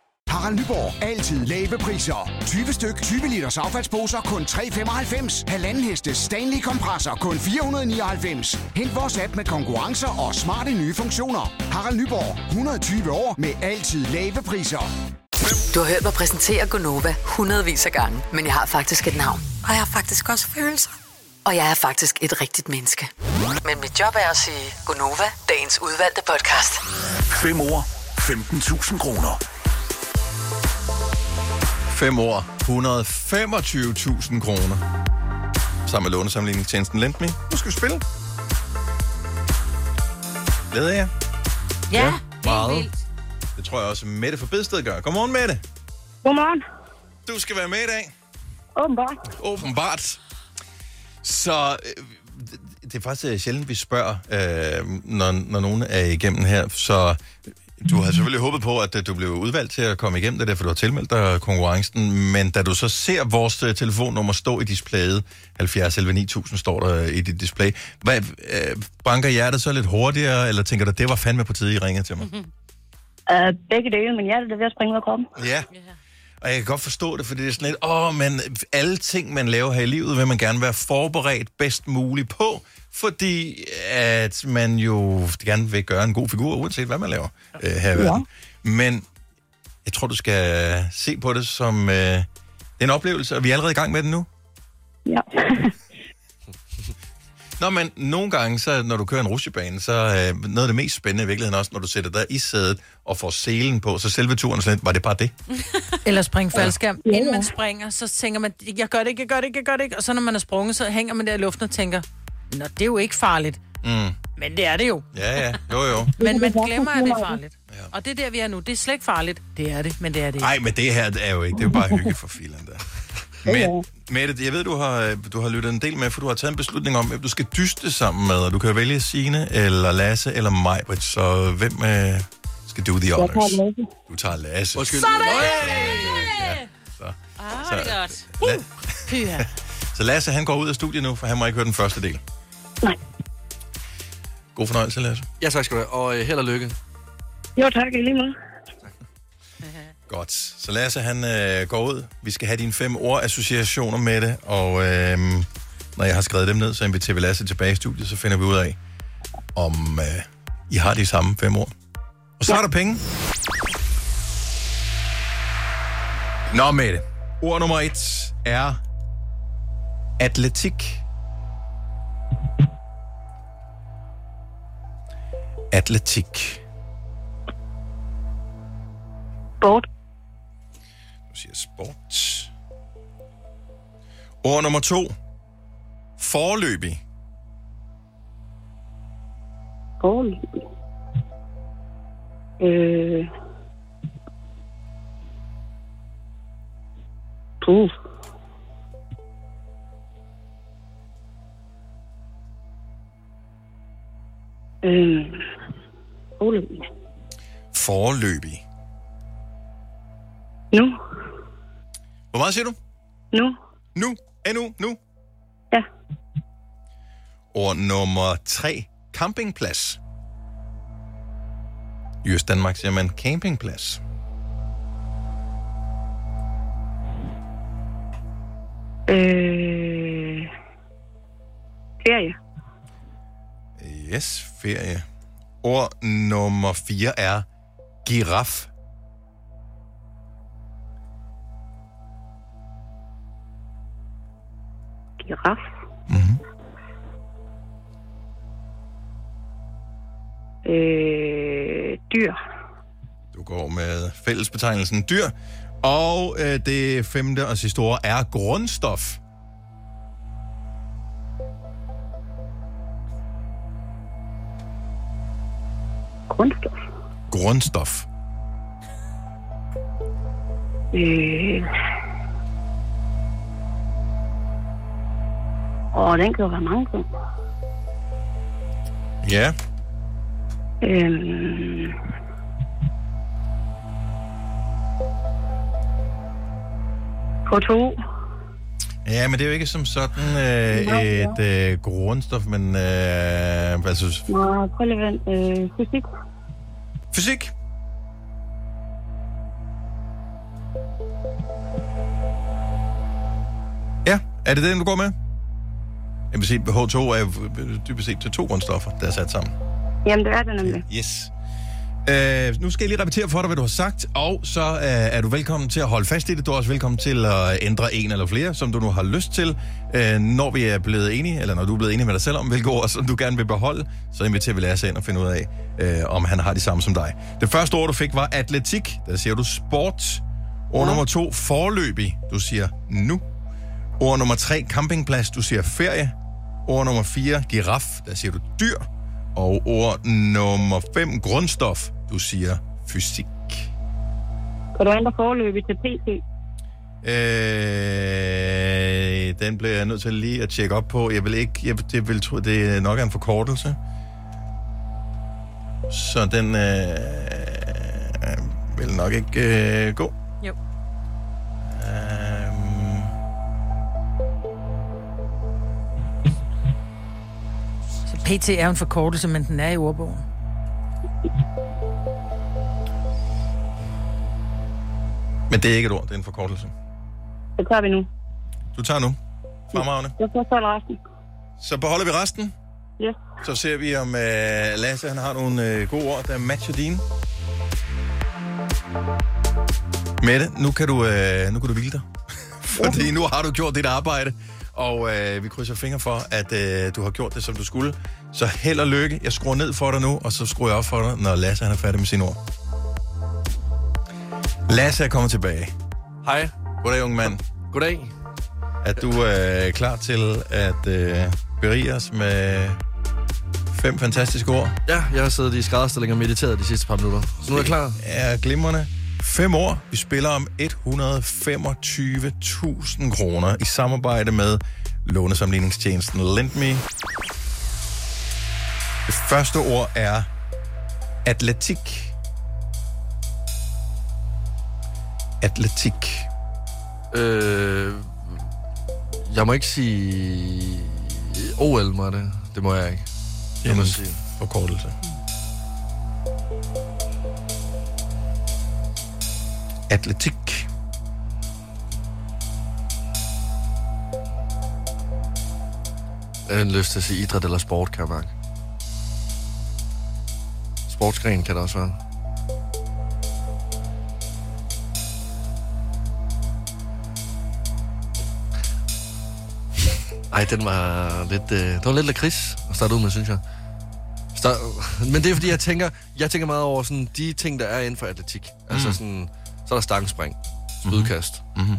[SPEAKER 9] Harald Nyborg. Altid lave priser. 20 styk, 20 liters affaldsposer kun 3,95. Halvanden heste Stanley kompresser kun 499. Hent vores app med konkurrencer og smarte nye funktioner. Harald Nyborg. 120 år med altid lave priser.
[SPEAKER 5] Du har hørt mig præsentere Gonova hundredvis af gange, men jeg har faktisk et navn. Og jeg har faktisk også følelser. Og jeg er faktisk et rigtigt menneske. Men mit job er at sige Gonova, dagens udvalgte podcast.
[SPEAKER 6] 5 år, 15.000 kroner.
[SPEAKER 1] 5 år, 125.000 kroner. Sammen med lånesamligningstjenesten Lendme. Nu skal vi spille. Glæder jeg.
[SPEAKER 3] Ja,
[SPEAKER 1] Ja, meget.
[SPEAKER 3] helt vildt.
[SPEAKER 1] Det tror jeg også, Mette fra Bedsted gør. Godmorgen, Mette.
[SPEAKER 7] Godmorgen.
[SPEAKER 1] Du skal være med i dag.
[SPEAKER 7] Åbenbart.
[SPEAKER 1] Åbenbart. Så øh, det- det er faktisk øh, sjældent, vi spørger, øh, når, når nogen er igennem her. Så øh, du havde selvfølgelig håbet på, at øh, du blev udvalgt til at komme igennem det, er derfor du har tilmeldt dig konkurrencen. Men da du så ser vores øh, telefonnummer stå i displayet, 70 11 9000 står der øh, i dit display, hvad, øh, banker hjertet så lidt hurtigere, eller tænker du, det var fandme på tide, I ringede til mig?
[SPEAKER 7] Uh, begge dele, men hjertet er ved at springe ud af kroppen.
[SPEAKER 1] Ja. Og jeg kan godt forstå det, fordi det er sådan lidt, åh, men alle ting, man laver her i livet, vil man gerne være forberedt bedst muligt på, fordi at man jo gerne vil gøre en god figur, uanset hvad man laver øh, her i verden. Men jeg tror, du skal se på det som øh, det er en oplevelse, og vi er allerede i gang med den nu.
[SPEAKER 7] Ja.
[SPEAKER 1] Nå, men nogle gange, så, når du kører en rutsjebane, så er øh, noget af det mest spændende i virkeligheden også, når du sætter dig i sædet og får selen på, så selve turen er sådan lidt, var det bare det?
[SPEAKER 2] Eller springe faldskærm. Ja. Inden man springer, så tænker man, jeg gør det ikke, jeg gør det ikke, jeg gør det ikke. Og så når man er sprunget, så hænger man der i luften og tænker, nå, det er jo ikke farligt.
[SPEAKER 1] Mm.
[SPEAKER 2] Men det er det jo.
[SPEAKER 1] Ja, ja, jo, jo.
[SPEAKER 2] Men man glemmer, at det er farligt. Og det er der, vi er nu. Det er slet ikke farligt. Det er det, men det er det ikke.
[SPEAKER 1] Nej, men det her det er jo ikke, det er jo bare hygge for filen der. Men, Mette, jeg ved, du har, øh, du har lyttet en del med, for du har taget en beslutning om, hvem du skal dyste sammen med, og du kan vælge Signe, eller Lasse, eller mig, så hvem øh, skal do the
[SPEAKER 10] Jeg
[SPEAKER 1] honors?
[SPEAKER 10] tager Lasse.
[SPEAKER 1] Du tager Lasse.
[SPEAKER 4] Undskyld.
[SPEAKER 10] Sådan!
[SPEAKER 2] Ah,
[SPEAKER 1] Så-
[SPEAKER 2] det er godt.
[SPEAKER 1] La-
[SPEAKER 2] Pyha.
[SPEAKER 1] Så Lasse, han går ud af studiet nu, for han må ikke høre den første del.
[SPEAKER 10] Nej.
[SPEAKER 1] God fornøjelse, Lasse.
[SPEAKER 4] Ja, tak skal du have, og øh, held og lykke.
[SPEAKER 10] Jo, tak. i Lige meget.
[SPEAKER 1] Godt. Så Lasse, han øh, går ud. Vi skal have dine fem ordassociationer med det, og øh, når jeg har skrevet dem ned, så inviterer vi Lasse tilbage i studiet, så finder vi ud af, om øh, I har de samme fem ord. Og så er der penge. Nå, Mette. Ord nummer et er atletik. Atletik.
[SPEAKER 10] Bort.
[SPEAKER 1] Du siger sport. Ord nummer to. Forløbig.
[SPEAKER 10] Bort. Øh. Puh. Øh. Ole.
[SPEAKER 1] Forløbig.
[SPEAKER 10] Nu.
[SPEAKER 1] Hvor meget siger du?
[SPEAKER 10] Nu.
[SPEAKER 1] Nu. Endnu. Nu.
[SPEAKER 10] Ja.
[SPEAKER 1] Ord nummer tre. Campingplads. I Øst Danmark siger man campingplads.
[SPEAKER 10] Øh. Ferie.
[SPEAKER 1] Yes, ferie. Ord nummer 4 er giraf.
[SPEAKER 10] Giraf. Mm-hmm. Øh, dyr.
[SPEAKER 1] Du går med fællesbetegnelsen dyr. Og øh, det femte og sidste ord er grundstof.
[SPEAKER 10] Grundstof.
[SPEAKER 1] Grundstof.
[SPEAKER 10] Øh. Åh, den kan jo være mange ting.
[SPEAKER 1] Ja.
[SPEAKER 10] Øh. K2.
[SPEAKER 1] Ja, men det er jo ikke som sådan øh, et øh, grundstof, men øh, altså
[SPEAKER 10] Nå, prøv lige vent. Øh, fysik.
[SPEAKER 1] fysik. Ja, er det den, du går med? Jeg vil sige, H2 er jo øh, dybest set til to grundstoffer, der er sat sammen.
[SPEAKER 10] Jamen, det er det nemlig.
[SPEAKER 1] Yes. Øh, nu skal jeg lige repetere for dig, hvad du har sagt, og så øh, er du velkommen til at holde fast i det. Du er også velkommen til at ændre en eller flere, som du nu har lyst til. Øh, når vi er blevet enige, eller når du er blevet enig med dig selv om, hvilke ord, som du gerne vil beholde, så inviterer vi Lasse ind og finder ud af, øh, om han har de samme som dig. Det første ord, du fik, var atletik. Der siger du sport. Ord nummer to, forløbig. Du siger nu. Ord nummer tre, campingplads. Du siger ferie. Ord nummer 4, giraf, der siger du dyr. Og ord nummer 5, grundstof, du siger fysik.
[SPEAKER 10] Kan du ændre forløbig til PT?
[SPEAKER 1] Øh, den bliver jeg nødt til lige at tjekke op på. Jeg vil ikke, jeg, det, vil tro, det er nok er en forkortelse. Så den øh, vil nok ikke øh, gå.
[SPEAKER 2] Jo.
[SPEAKER 1] Øhm,
[SPEAKER 2] Så PT er jo en forkortelse, men den er i ordbogen.
[SPEAKER 1] men det er ikke et ord, det er en forkortelse.
[SPEAKER 10] Det tager vi nu.
[SPEAKER 1] Du tager nu. Fremragende.
[SPEAKER 10] Jeg får selv resten.
[SPEAKER 1] Så beholder vi resten.
[SPEAKER 10] Yes.
[SPEAKER 1] Så ser vi, om øh, Lasse han har nogle øh, gode ord, der matcher dine. Mette, nu kan du, øh, nu kan du hvile dig. Fordi nu har du gjort dit arbejde. Og øh, vi krydser fingre for, at øh, du har gjort det, som du skulle. Så held og lykke. Jeg skruer ned for dig nu, og så skruer jeg op for dig, når Lasse han er færdig med sine ord. Lasse er kommet tilbage.
[SPEAKER 4] Hej.
[SPEAKER 1] Goddag, unge mand.
[SPEAKER 4] Goddag.
[SPEAKER 1] Er du øh, klar til at øh, berige os med fem fantastiske ord?
[SPEAKER 4] Ja, jeg har siddet i skrædderstilling og mediteret de sidste par minutter. Så nu er jeg klar.
[SPEAKER 1] er glimrende. Fem år. Vi spiller om 125.000 kroner i samarbejde med lånesamligningstjenesten LendMe. Det første ord er atletik. Atletik.
[SPEAKER 4] Øh, jeg må ikke sige OL, må jeg det? Det må jeg ikke. Jeg må
[SPEAKER 1] En
[SPEAKER 4] sige.
[SPEAKER 1] forkortelse. Atletik.
[SPEAKER 4] Jeg har lyst til at sige idræt eller sport, kan jeg mærke. Sportsgren kan det også være. Ej, den var lidt... Øh, det var lidt lakrids at starte ud med, synes jeg. Start, men det er fordi, jeg tænker, jeg tænker meget over sådan, de ting, der er inden for atletik. Altså
[SPEAKER 1] Mm.
[SPEAKER 4] sådan, så er der stangspring, spydkast.
[SPEAKER 1] Mm-hmm.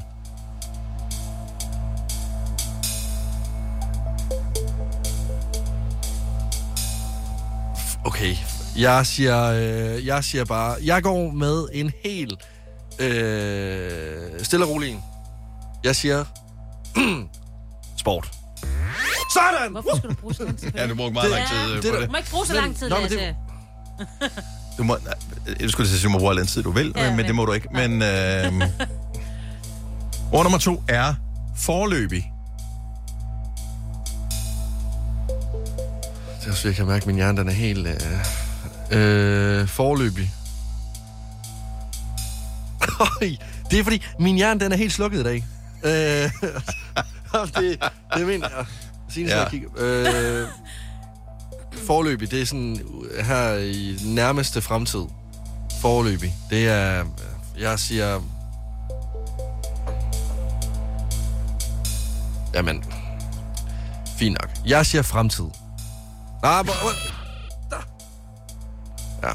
[SPEAKER 4] Okay, jeg siger, øh, jeg siger bare, jeg går med en helt øh, stille og rolig en. Jeg siger sport. Sådan!
[SPEAKER 3] Hvorfor skal du bruge så lang tid? på
[SPEAKER 1] Ja, du brugte meget lang tid øh,
[SPEAKER 4] det
[SPEAKER 1] på
[SPEAKER 4] er
[SPEAKER 1] det.
[SPEAKER 3] Du må ikke bruge så lang tid,
[SPEAKER 4] Nå, men
[SPEAKER 3] Lasse.
[SPEAKER 4] det-
[SPEAKER 1] Du må, nej, jeg skulle til at sige, du må bruge al den tid, du vil, ja, men, men det må du ikke. Men øh, ord nummer to er forløbig.
[SPEAKER 4] Det er også, jeg kan mærke, at min hjerne den er helt øh, øh, forløbig. Øj, det er fordi, min hjerne den er helt slukket i dag. Øh, og det, det mener jeg. Signe,
[SPEAKER 1] Ja.
[SPEAKER 4] ja. kigge. Øh, forløbig, det er sådan øh, her i nærmeste fremtid. Forløbig, det er... øh, Jeg siger... Jamen, fint nok. Jeg siger fremtid. Nej, hvor... hvor- der. Ja.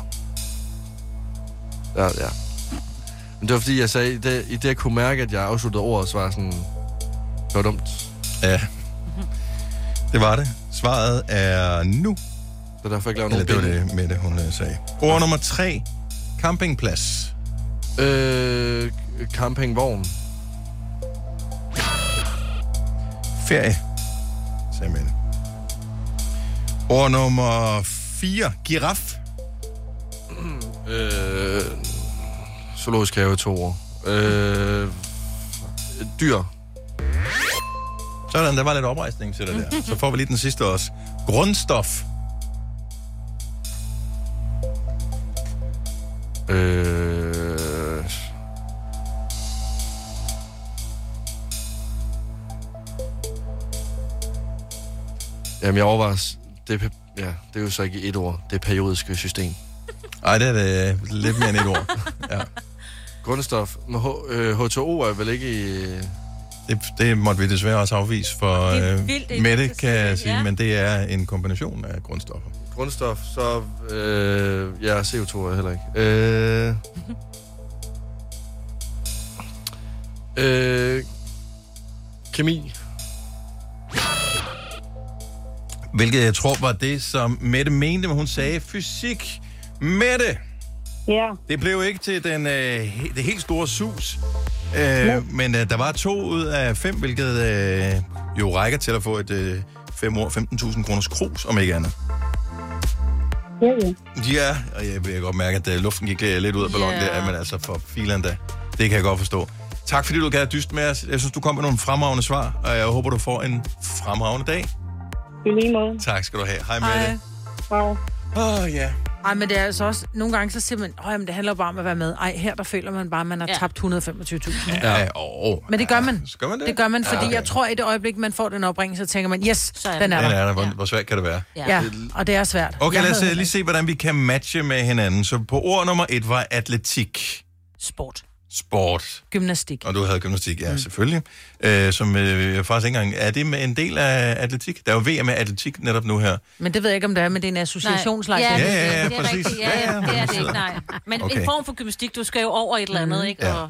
[SPEAKER 4] Ja, ja. Men det var fordi, jeg sagde, i det, i det jeg kunne mærke, at jeg afsluttede ordet, så var jeg sådan... Det var dumt.
[SPEAKER 1] Ja, det var det. Svaret er nu.
[SPEAKER 4] Det er derfor, jeg ikke laver
[SPEAKER 1] Eller
[SPEAKER 4] nogen
[SPEAKER 1] det var
[SPEAKER 4] billeder.
[SPEAKER 1] det, Mette, hun øh, sagde. Ord nummer tre. Campingplads.
[SPEAKER 4] Øh, campingvogn.
[SPEAKER 1] Ferie. Sagde Mette. Ord nummer fire. Giraf.
[SPEAKER 4] Øh, zoologisk have i to år. Øh, dyr.
[SPEAKER 1] Sådan, der var lidt oprejsning til det der. Så får vi lige den sidste også. Grundstof.
[SPEAKER 4] Øh, Jamen, jeg overvejer... s- Det er, pe- ja, det er jo så ikke et ord. Det er periodiske system.
[SPEAKER 1] Ej, det er det, øh, lidt mere end et ord. Ja.
[SPEAKER 4] Grundstof. Men H- øh, H2O er vel ikke i...
[SPEAKER 1] Det, det måtte vi desværre også afvise, for
[SPEAKER 3] Det er
[SPEAKER 1] øh,
[SPEAKER 3] vildt, ikke?
[SPEAKER 1] Mette
[SPEAKER 3] Så
[SPEAKER 1] kan
[SPEAKER 3] siger
[SPEAKER 1] jeg
[SPEAKER 3] jeg,
[SPEAKER 1] sige,
[SPEAKER 3] ja.
[SPEAKER 1] men det er en kombination af grundstoffer.
[SPEAKER 4] Grundstof, så... Øh, ja, CO2 er heller ikke. Øh, øh, kemi.
[SPEAKER 1] Hvilket jeg tror var det, som Mette mente, men hun sagde fysik. Mette,
[SPEAKER 10] Ja,
[SPEAKER 1] det blev ikke til den, øh, he- det helt store sus, øh, men øh, der var to ud af fem, hvilket øh, jo rækker til at få et øh, 5 år 15.000 kroners krus, om ikke andet.
[SPEAKER 10] ja, ja.
[SPEAKER 1] Ja, og jeg vil godt mærke, at øh, luften gik øh, lidt ud af ballonen
[SPEAKER 3] Ja.
[SPEAKER 1] der, men altså for filen da. Det kan jeg godt forstå. Tak fordi du gad at dyste med os. Jeg synes, du kom med nogle fremragende svar, og jeg håber, du får en fremragende dag.
[SPEAKER 10] I lige måde.
[SPEAKER 1] Tak skal du have. Hej
[SPEAKER 2] Ej.
[SPEAKER 1] Mette.
[SPEAKER 10] Wow.
[SPEAKER 1] Åh, oh, ja.
[SPEAKER 2] Ej, men det er altså også, nogle gange så siger man, åh, jamen, det handler jo bare om at være med. Ej, her der føler man bare, at man har
[SPEAKER 3] Ja.
[SPEAKER 2] tabt 125.000.
[SPEAKER 1] Ja. ja. Oh,
[SPEAKER 2] Men det gør man.
[SPEAKER 1] Så gør man det.
[SPEAKER 2] Det gør man, fordi
[SPEAKER 1] okay.
[SPEAKER 2] jeg tror, at i det øjeblik, man får den opringning, så tænker man, yes,
[SPEAKER 3] Så er
[SPEAKER 2] den er
[SPEAKER 1] Den
[SPEAKER 2] der.
[SPEAKER 1] er der. Hvor, hvor svært kan det være?
[SPEAKER 2] Ja, og det er svært.
[SPEAKER 1] Okay,
[SPEAKER 2] Jeg
[SPEAKER 1] lad os
[SPEAKER 2] havde
[SPEAKER 1] øh, lige se, hvordan vi kan matche med hinanden. Så på ord nummer et var atletik.
[SPEAKER 3] Sport.
[SPEAKER 1] Sport.
[SPEAKER 2] Gymnastik.
[SPEAKER 1] Og du havde gymnastik, ja, mm. selvfølgelig. Øh, som øh, jeg faktisk ikke engang... Er det med en del af atletik? Der er jo VM af atletik netop nu her.
[SPEAKER 2] Men det ved jeg ikke, om det er, men det er en associationslag.
[SPEAKER 1] Ja,
[SPEAKER 3] det-
[SPEAKER 1] ja, ja,
[SPEAKER 3] det er
[SPEAKER 1] præcis.
[SPEAKER 3] rigtigt. Ja,
[SPEAKER 1] Ja, ja,
[SPEAKER 3] ja, det er det ikke, nej. Men
[SPEAKER 1] Okay.
[SPEAKER 3] en form for gymnastik, du skal jo over et eller andet, ikke?
[SPEAKER 1] Ja.
[SPEAKER 3] Og,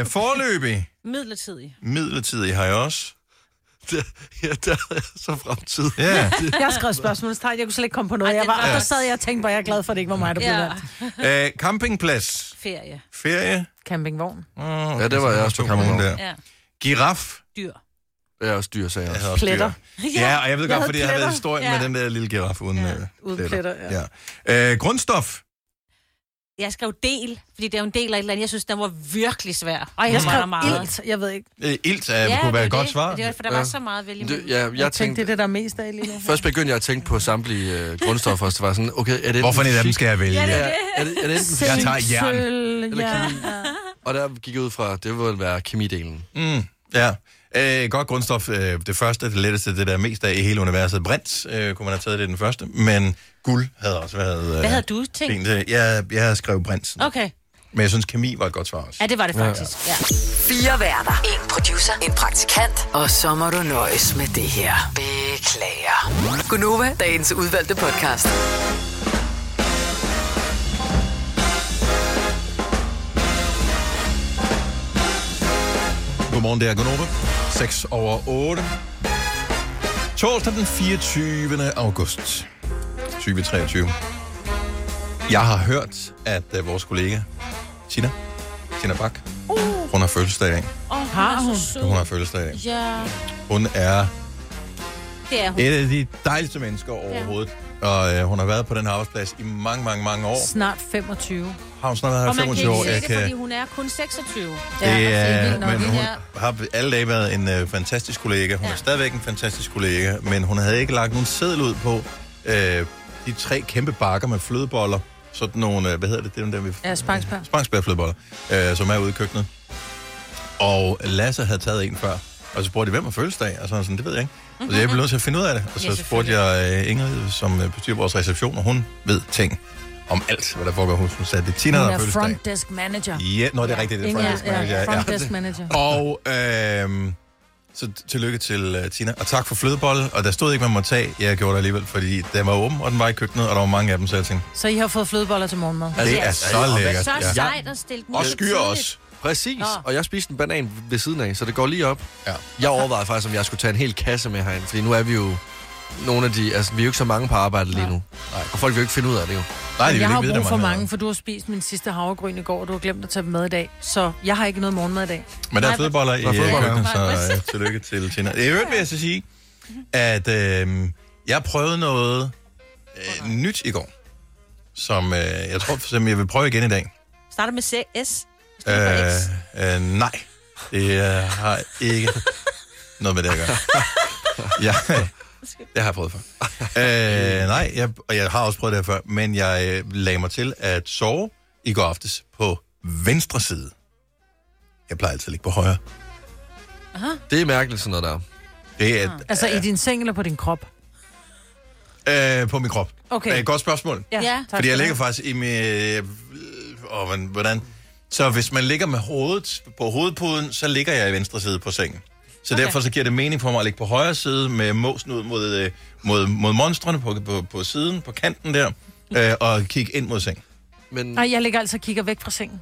[SPEAKER 1] Øh, forløbig.
[SPEAKER 3] Midlertidig.
[SPEAKER 1] Midlertidig har jeg også.
[SPEAKER 4] ja, der er jeg så fremtid.
[SPEAKER 1] Ja.
[SPEAKER 2] Jeg skrev spørgsmålstegn, jeg kunne slet ikke komme på noget.
[SPEAKER 3] Ej,
[SPEAKER 2] Jeg
[SPEAKER 3] det
[SPEAKER 2] var,
[SPEAKER 3] var-
[SPEAKER 2] og der sad jeg og tænkte, hvor jeg er glad for, at det ikke var mig, der blev
[SPEAKER 3] Ja,
[SPEAKER 2] valgt.
[SPEAKER 1] Øh, campingplads.
[SPEAKER 3] ferie.
[SPEAKER 1] Ferie.
[SPEAKER 2] Campingvogn.
[SPEAKER 1] Oh,
[SPEAKER 4] Ja, det var jeg også på campingvogn.
[SPEAKER 1] der.
[SPEAKER 3] Ja.
[SPEAKER 1] Giraf.
[SPEAKER 3] Dyr.
[SPEAKER 4] Jeg er også dyr, sagde jeg
[SPEAKER 1] Jeg
[SPEAKER 4] også.
[SPEAKER 1] havde også dyr.
[SPEAKER 2] Pletter.
[SPEAKER 1] Ja, og jeg ved
[SPEAKER 2] Jeg
[SPEAKER 1] godt,
[SPEAKER 2] havde
[SPEAKER 1] fordi jeg har været
[SPEAKER 2] pletter.
[SPEAKER 1] historien
[SPEAKER 3] Ja.
[SPEAKER 1] med den der lille giraf uden,
[SPEAKER 3] Ja,
[SPEAKER 1] øh,
[SPEAKER 2] uden pletter,
[SPEAKER 1] ja. Øh, grundstof.
[SPEAKER 3] Jeg skrev del, fordi det er jo en del af et eller andet. Jeg synes, den var virkelig svær. Og
[SPEAKER 2] Jeg
[SPEAKER 3] jeg
[SPEAKER 2] skrev
[SPEAKER 3] skrev meget.
[SPEAKER 2] ilt, jeg ved ikke.
[SPEAKER 1] Øh, ilt er, ja, kunne
[SPEAKER 3] det er
[SPEAKER 1] være
[SPEAKER 3] jo
[SPEAKER 1] et godt
[SPEAKER 3] det.
[SPEAKER 1] svar.
[SPEAKER 3] Det var, for der
[SPEAKER 4] Ja.
[SPEAKER 3] var så meget at vælge
[SPEAKER 4] Det,
[SPEAKER 3] imellem.
[SPEAKER 4] ja, jeg,
[SPEAKER 2] Jeg tænkte, det
[SPEAKER 4] tænkte,
[SPEAKER 2] er det, der er mest af lige nu.
[SPEAKER 4] først begyndte jeg at tænke på samtlige øh, grundstoffer, og så var sådan, okay, er det...
[SPEAKER 1] Hvorfor en af dem skal jeg vælge?
[SPEAKER 4] Ja, er det, er det enten
[SPEAKER 1] Jeg tager jern.
[SPEAKER 2] Sølv,
[SPEAKER 4] Eller
[SPEAKER 2] ja.
[SPEAKER 4] Og der gik jeg ud fra, det ville være kemidelen.
[SPEAKER 1] Mm, ja. Øh, godt grundstof. Øh, det første, det letteste, det der er mest af i hele universet. Brint øh, kunne man have taget det den første, men guld havde også været... Øh,
[SPEAKER 3] Hvad havde du tænkt?
[SPEAKER 1] Fint. Øh, Jeg, jeg havde skrevet brint, okay.
[SPEAKER 3] Okay.
[SPEAKER 1] men jeg synes, kemi var et godt svar også.
[SPEAKER 3] Ja, det var det faktisk. Ja.
[SPEAKER 5] Fire værter. En producer. En praktikant. Og så må du nøjes med det her. Beklager. Gunova, dagens udvalgte podcast.
[SPEAKER 1] Godmorgen, det er Gunova. 6 over 8. Torsdag den 24. august 2023. Jeg har hørt, at øh, vores kollega Tina, Tina Bak,
[SPEAKER 2] Uh,
[SPEAKER 1] hun har fødselsdag i dag.
[SPEAKER 3] Åh, har hun? er så sød.
[SPEAKER 1] Hun har fødselsdag i dag.
[SPEAKER 3] Ja,
[SPEAKER 1] Hun er
[SPEAKER 3] det er hun.
[SPEAKER 1] et af de dejligste mennesker overhovedet. Og øh, hun har været på den her arbejdsplads i mange, mange, mange år.
[SPEAKER 2] Snart 25.
[SPEAKER 1] Har hun snart været
[SPEAKER 3] Og
[SPEAKER 1] her
[SPEAKER 3] man kan
[SPEAKER 1] 25 år?
[SPEAKER 3] ikke se
[SPEAKER 1] Jeg
[SPEAKER 3] det, fordi
[SPEAKER 1] kan...
[SPEAKER 3] hun er kun 26.
[SPEAKER 1] Det er,
[SPEAKER 2] vildt nok.
[SPEAKER 1] men hun
[SPEAKER 3] Ja.
[SPEAKER 1] har alle dage været en øh, fantastisk kollega. Hun er
[SPEAKER 3] Ja.
[SPEAKER 1] stadigvæk en fantastisk kollega, men hun havde ikke lagt nogen seddel ud på øh, de tre kæmpe bakker med flødeboller. Sådan nogle, øh, hvad hedder det, det er dem der, vi
[SPEAKER 2] Ja, spangsbær.
[SPEAKER 1] Spangsbærflødeboller, øh, som er ude i køkkenet. Og Lasse havde taget en før. Og så spurgte de, hvem har fødselsdag? Og så var han sådan, det ved jeg ikke. Og så jeg blev nødt til at finde ud af det. Og så
[SPEAKER 3] Ja,
[SPEAKER 1] spurgte jeg øh, Ingrid, som øh, bestyrer vores reception, og hun ved ting om alt, hvad der foregår hos Hun sagde, det er Tina, der
[SPEAKER 2] Hun
[SPEAKER 1] har
[SPEAKER 2] er
[SPEAKER 1] fødselsdag.
[SPEAKER 2] front desk manager.
[SPEAKER 1] Ja, nå, det er rigtigt, det er front
[SPEAKER 2] Ingrid
[SPEAKER 1] desk
[SPEAKER 2] er
[SPEAKER 1] manager. Ja,
[SPEAKER 2] front desk manager.
[SPEAKER 1] og øhm, så t- tillykke til uh, Tina. Og tak for flødebolle. Og der stod ikke, man må tage. Jeg gjorde det alligevel, fordi den var åben, og den var i køkkenet, og der var mange af dem, så jeg tænkte,
[SPEAKER 2] Så I har fået flødeboller til morgenmad.
[SPEAKER 1] det
[SPEAKER 3] Ja.
[SPEAKER 1] er så lækkert.
[SPEAKER 3] Så
[SPEAKER 1] Ja.
[SPEAKER 3] sejt at stille den
[SPEAKER 1] Og
[SPEAKER 3] ned
[SPEAKER 1] skyer
[SPEAKER 3] tidligt.
[SPEAKER 1] også.
[SPEAKER 4] Præcis,
[SPEAKER 3] Nå.
[SPEAKER 4] og jeg spiste en banan ved siden af, så det går lige op.
[SPEAKER 1] Ja.
[SPEAKER 4] Jeg overvejede faktisk, om jeg skulle tage en hel kasse med herind, fordi nu er vi jo nogle af de... Altså, vi er jo ikke så mange på arbejde lige nu. Nej. Og folk vil jo ikke finde ud af det jo.
[SPEAKER 1] Nej, de vil
[SPEAKER 2] Jeg
[SPEAKER 1] ikke
[SPEAKER 2] har
[SPEAKER 1] vide, der
[SPEAKER 2] brug
[SPEAKER 1] er
[SPEAKER 2] for
[SPEAKER 1] mange.
[SPEAKER 2] mange, for du har spist min sidste havregryn i går, og du har glemt at tage dem med i dag. Så jeg har ikke noget morgenmad i dag.
[SPEAKER 1] Men der er
[SPEAKER 3] Nej,
[SPEAKER 1] flødeboller i øh,
[SPEAKER 4] er flødeboller.
[SPEAKER 1] køkkenet,
[SPEAKER 3] Nej,
[SPEAKER 1] så øh, tillykke til Tina. I øvrigt vil jeg så sige, at øh, jeg prøvede noget øh, nyt i går, som øh, jeg tror, som jeg vil prøve igen i dag.
[SPEAKER 3] Starter med C- S.
[SPEAKER 1] Øh,
[SPEAKER 3] for X.
[SPEAKER 1] øh, nej, det øh, har ikke noget med det at gøre. ja, det har jeg prøvet før. Øh, nej, jeg, og jeg har også prøvet det her før, men jeg øh, lagde mig til at sove i går aftes på venstre side. Jeg plejer altid at ligge på højre.
[SPEAKER 4] Det er mærkeligt sådan noget der.
[SPEAKER 1] Det er,
[SPEAKER 2] Altså i din seng eller på din krop?
[SPEAKER 1] Øh, på min krop.
[SPEAKER 2] Okay.
[SPEAKER 1] Øh, godt spørgsmål. Ja,
[SPEAKER 3] Ja.
[SPEAKER 2] tak
[SPEAKER 1] fordi
[SPEAKER 2] skal
[SPEAKER 1] jeg
[SPEAKER 2] du
[SPEAKER 1] ligger faktisk i min... Øh, åh, men, hvordan? Så hvis man ligger med hovedet på hovedpuden, så ligger jeg i venstre side på sengen. Så okay. derfor så giver det mening for mig at ligge på højre side med mosen ud mod, øh, mod, mod monstrene på, på, på siden, på kanten der, øh, og kigge ind mod sengen.
[SPEAKER 4] Men,
[SPEAKER 2] have. Nej, jeg ligger altså og kigger væk fra sengen.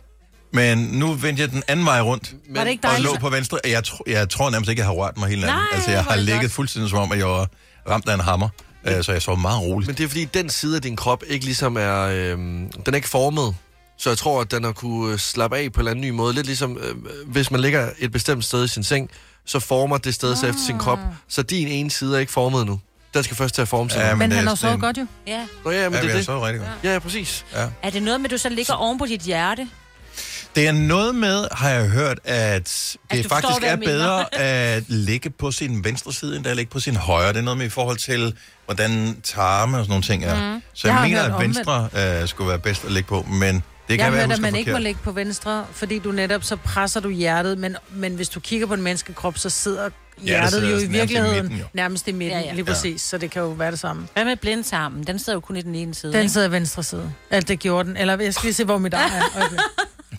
[SPEAKER 1] Men nu vendte jeg den anden vej rundt.
[SPEAKER 4] men
[SPEAKER 2] Var det ikke
[SPEAKER 1] og
[SPEAKER 2] dejligt?
[SPEAKER 1] lå på venstre. Jeg, tr- jeg tror nærmest ikke, jeg har rørt mig hele natten.
[SPEAKER 3] Nej,
[SPEAKER 1] altså, jeg
[SPEAKER 3] hvor
[SPEAKER 1] har
[SPEAKER 3] er det
[SPEAKER 1] ligget
[SPEAKER 3] godt.
[SPEAKER 1] fuldstændig som om, at jeg var ramt af en hammer. Øh, så jeg sov meget roligt.
[SPEAKER 4] Men det er fordi, den side af din krop ikke ligesom er... Øh, den er ikke formet. Så jeg tror, at den har kunne øh, slappe af på en eller anden ny måde. Lidt ligesom, øh, hvis man ligger et bestemt sted i sin seng, så former det sted
[SPEAKER 2] Ah.
[SPEAKER 4] sig efter sin krop. Så din ene side er ikke formet nu. Den skal først til at forme sig.
[SPEAKER 1] Ja,
[SPEAKER 4] Ja,
[SPEAKER 2] Men, men
[SPEAKER 1] det
[SPEAKER 2] han
[SPEAKER 1] er
[SPEAKER 2] har jo
[SPEAKER 1] sådan
[SPEAKER 2] sovet godt jo.
[SPEAKER 3] ja.
[SPEAKER 4] Nå, ja, men
[SPEAKER 1] Ja,
[SPEAKER 4] det
[SPEAKER 1] men
[SPEAKER 4] er
[SPEAKER 1] jeg
[SPEAKER 4] det.
[SPEAKER 1] sov rigtig godt.
[SPEAKER 4] Ja, ja, præcis.
[SPEAKER 3] Er det noget med, at du så ligger oven på dit hjerte?
[SPEAKER 1] Det er noget med, har jeg hørt, at det
[SPEAKER 3] du
[SPEAKER 1] at
[SPEAKER 3] forstår,
[SPEAKER 1] faktisk
[SPEAKER 3] hvad jeg
[SPEAKER 1] er
[SPEAKER 3] mener.
[SPEAKER 1] bedre at ligge på sin venstre side, end at ligge på sin højre. Det er noget med i forhold til, hvordan tarme og sådan nogle ting er. Mm. Så
[SPEAKER 2] Jeg
[SPEAKER 1] jeg,
[SPEAKER 2] har
[SPEAKER 1] mener,
[SPEAKER 2] hørt
[SPEAKER 1] at venstre øh, skulle være bedst at ligge på, men det
[SPEAKER 2] Jeg
[SPEAKER 1] kan være,
[SPEAKER 2] hørte,
[SPEAKER 1] jeg
[SPEAKER 2] at man
[SPEAKER 1] husker
[SPEAKER 2] ikke må
[SPEAKER 1] forkert.
[SPEAKER 2] ligge på venstre, fordi du netop så presser du hjertet, men, men hvis du kigger på en menneskekrop, så sidder hjertet
[SPEAKER 1] sidder
[SPEAKER 2] jo i
[SPEAKER 1] sådan nærmest i
[SPEAKER 2] virkeligheden
[SPEAKER 1] midten, jo.
[SPEAKER 2] nærmest i midten,
[SPEAKER 3] Ja, ja.
[SPEAKER 2] lige
[SPEAKER 1] Ja.
[SPEAKER 2] præcis, så det kan jo være det samme.
[SPEAKER 3] Hvad med blindtarmen? Den sidder jo kun i den ene side.
[SPEAKER 2] Den
[SPEAKER 3] ikke?
[SPEAKER 2] sidder i venstre side. Alt det gjorde den. Eller jeg skal lige se, hvor mit eget er. Okay.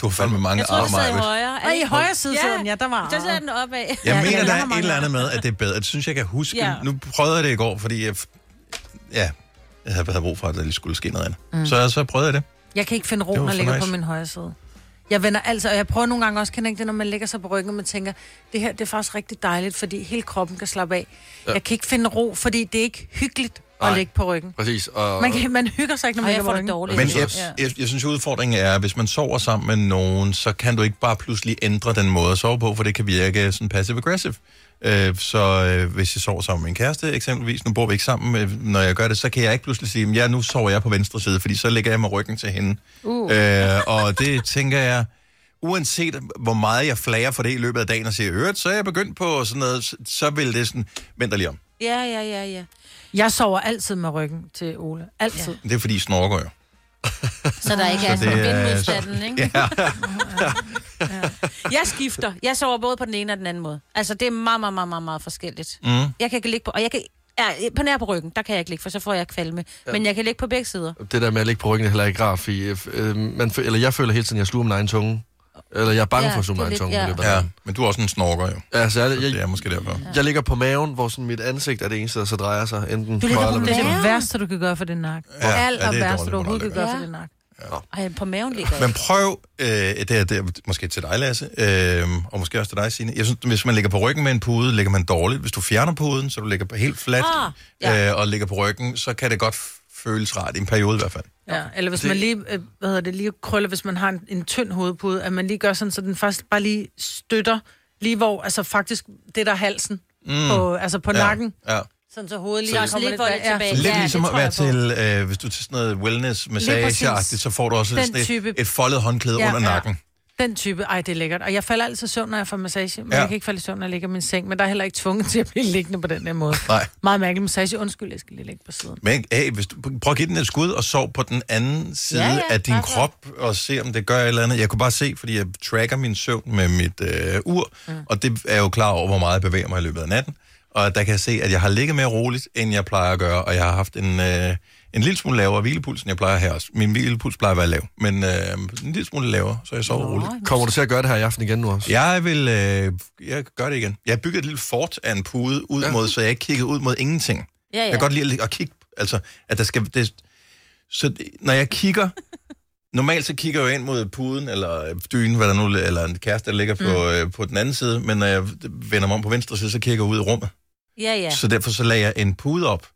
[SPEAKER 1] Du har fandme mange
[SPEAKER 3] Jeg tror, det sidder i
[SPEAKER 1] Maja.
[SPEAKER 3] højre.
[SPEAKER 2] Nej, i højre side sidder den, ja, der var
[SPEAKER 3] Der
[SPEAKER 2] arret.
[SPEAKER 3] sidder den oppe af.
[SPEAKER 1] Jeg mener, der
[SPEAKER 2] har
[SPEAKER 1] er
[SPEAKER 2] mange
[SPEAKER 1] et eller andet med, at det er bedre. Det synes jeg, jeg kan huske.
[SPEAKER 3] Ja.
[SPEAKER 1] Nu prøvede jeg det i går, fordi jeg, ja, jeg havde havde brug for, at der lige skulle ske noget andet. Mm. Så, så prøvede jeg det.
[SPEAKER 2] Jeg kan ikke finde
[SPEAKER 1] Det var
[SPEAKER 2] roen, der
[SPEAKER 1] for
[SPEAKER 2] ligger
[SPEAKER 1] nice.
[SPEAKER 2] på min højre side. Jeg vender altså, og jeg prøver nogle gange også, kan jeg ikke det, når man lægger sig på ryggen, og man tænker, det her, det er faktisk rigtig dejligt, fordi hele kroppen kan slappe af. Ja. Jeg kan ikke finde ro, fordi det er ikke hyggeligt
[SPEAKER 4] Nej.
[SPEAKER 2] at ligge på ryggen.
[SPEAKER 4] Præcis. Og,
[SPEAKER 2] Man, kan, man hygger sig ikke, når
[SPEAKER 3] Ej,
[SPEAKER 2] man
[SPEAKER 3] jeg
[SPEAKER 2] ligger
[SPEAKER 3] får
[SPEAKER 2] på
[SPEAKER 3] det
[SPEAKER 2] ryggen.
[SPEAKER 3] dårligt.
[SPEAKER 1] Men
[SPEAKER 4] synes
[SPEAKER 1] jeg,
[SPEAKER 4] også.
[SPEAKER 1] jeg, jeg synes, udfordringen er, at hvis man sover sammen med nogen, så kan du ikke bare pludselig ændre den måde at sove på, for det kan virke sådan passive-aggressive. Øh, så øh, hvis jeg sover sammen med en kæreste, eksempelvis, nu bor vi ikke sammen, øh, når jeg gør det, så kan jeg ikke pludselig sige, at ja, nu sover jeg på venstre side, fordi så lægger jeg mig ryggen til hende. Uh. Øh, og det tænker jeg, uanset hvor meget jeg flager for det i løbet af dagen og siger, øvrigt, så er jeg begyndt på sådan noget, så- så vil det sådan, vent dig lige om.
[SPEAKER 3] Ja, ja, ja, ja.
[SPEAKER 2] Jeg sover altid med ryggen til Ole. Altid.
[SPEAKER 1] Det er fordi, I snorker jo.
[SPEAKER 3] Så der ikke er
[SPEAKER 1] det er-
[SPEAKER 3] sådan vindmodstanden, ikke?
[SPEAKER 1] Ja.
[SPEAKER 3] Jeg skifter. Jeg sover både på den ene og den anden måde. Altså, det er meget, meget, meget, meget, meget forskelligt. Mm. Jeg kan ikke ligge på... Og jeg kan, ja, på nær på ryggen, der kan jeg ikke ligge, for så får jeg kvalme. Ja. Men jeg kan ligge på begge sider.
[SPEAKER 4] det der med at ligge på ryggen er heller ikke rart, fordi øh, øh, man, fø- eller jeg føler hele tiden, at jeg sluger min egen tunge. Eller jeg er bange
[SPEAKER 3] Ja,
[SPEAKER 4] ja, for at sluge min
[SPEAKER 3] det er
[SPEAKER 4] egen
[SPEAKER 3] lidt-
[SPEAKER 4] tunge.
[SPEAKER 3] ja.
[SPEAKER 4] i løbet af
[SPEAKER 1] ja,
[SPEAKER 4] dagen.
[SPEAKER 1] men du er også en snorker jo.
[SPEAKER 4] Altså, jeg,
[SPEAKER 1] Det er
[SPEAKER 4] jeg,
[SPEAKER 1] måske derfor.
[SPEAKER 4] jeg ligger på maven, hvor sådan mit ansigt er det eneste, der så drejer sig. Enten
[SPEAKER 3] Du ligger
[SPEAKER 4] fra
[SPEAKER 3] på
[SPEAKER 4] eller
[SPEAKER 2] Det er
[SPEAKER 3] Ja.
[SPEAKER 2] det værste, du kan gøre for din nakke.
[SPEAKER 1] Ja,
[SPEAKER 2] Ja,
[SPEAKER 1] ja,
[SPEAKER 2] Alt
[SPEAKER 1] det er
[SPEAKER 2] er det værste,
[SPEAKER 1] dårligt,
[SPEAKER 2] du overhovedet
[SPEAKER 1] når
[SPEAKER 2] kan gøre
[SPEAKER 1] man
[SPEAKER 3] ligger.
[SPEAKER 2] for din nakke.
[SPEAKER 3] Ej, øh, på maven ligger jeg.
[SPEAKER 1] Men prøv, øh, det, er, det er måske til dig, Lasse, øh, og måske også til dig, Signe. Jeg synes, hvis man ligger på ryggen med en pude, ligger man dårligt. Hvis du fjerner puden, så du ligger på helt fladt ah,
[SPEAKER 3] Ah, ja.
[SPEAKER 1] øh, og ligger på ryggen, så kan det godt f- føles rart i en periode i hvert fald.
[SPEAKER 2] Ja, eller hvis det... man lige, øh, hvad hedder det, lige krøller, hvis man har en, en tynd hovedpude, at man lige gør sådan, så den faktisk bare lige støtter, lige hvor, altså faktisk det der er halsen, mm. på, altså på ja. nakken,
[SPEAKER 1] Ja. ja.
[SPEAKER 2] sådan så hovedet lige
[SPEAKER 3] Så også lige
[SPEAKER 2] lidt
[SPEAKER 3] får
[SPEAKER 2] bag-
[SPEAKER 3] lidt tilbage.
[SPEAKER 1] Lidt ja,
[SPEAKER 3] det
[SPEAKER 1] ligesom at
[SPEAKER 3] tror
[SPEAKER 1] være
[SPEAKER 3] jeg på.
[SPEAKER 1] til, øh, hvis du er til sådan noget wellness-massage,
[SPEAKER 2] præcis.
[SPEAKER 1] så får du også
[SPEAKER 2] Den
[SPEAKER 1] sådan et,
[SPEAKER 2] type.
[SPEAKER 1] et foldet håndklæde
[SPEAKER 2] Ja,
[SPEAKER 1] under
[SPEAKER 2] ja.
[SPEAKER 1] nakken.
[SPEAKER 2] Den type, ej, det er lækkert. Og jeg falder altid i søvn, når jeg får massage. Men
[SPEAKER 1] Ja.
[SPEAKER 2] ja. jeg kan ikke falde i søvn, når jeg ligger i min seng. Men der er heller ikke tvunget til at blive liggende på den der måde.
[SPEAKER 1] Nej.
[SPEAKER 2] Meget mærkelig massage. Undskyld, jeg skal lige ligge på siden.
[SPEAKER 1] Men hey, hvis du, prøv at give den et skud og sov på den anden side ja,
[SPEAKER 3] Ja,
[SPEAKER 1] ja,
[SPEAKER 3] ja,
[SPEAKER 1] af din
[SPEAKER 3] bare så.
[SPEAKER 1] krop og se, om det gør et eller andet. Jeg kunne bare se, fordi jeg tracker min søvn med mit øh, ur, mm. og det er jeg jo klar over, hvor meget jeg bevæger mig i løbet af natten. Og der kan jeg se, at jeg har ligget mere roligt, end jeg plejer at gøre, og jeg har haft en, øh, en lille smule lavere hvilepuls, end jeg plejer her også. Min hvilepuls plejer at være lav, men øh, en lille smule lavere, så jeg sover roligt.
[SPEAKER 4] Kommer du til at gøre det her i aften igen nu også?
[SPEAKER 1] Jeg vil øh, jeg gør det igen. Jeg byggede et lille fort af en pude ud ja. mod, så jeg ikke kiggede ud mod ingenting.
[SPEAKER 3] Ja,
[SPEAKER 1] Jeg
[SPEAKER 3] ja.
[SPEAKER 1] kan godt lide at- at kigge, altså, at der skal... Det, så det- når jeg kigger... Normalt så kigger jeg jo ind mod puden, eller øh, dynen, hvad der nu, eller en kæreste, der ligger på, mm. øh, på den anden side, men når jeg vender mig om på venstre side, så kigger jeg ud i rummet.
[SPEAKER 3] Ja, ja.
[SPEAKER 1] Ja. Så derfor så lagde jeg en pude op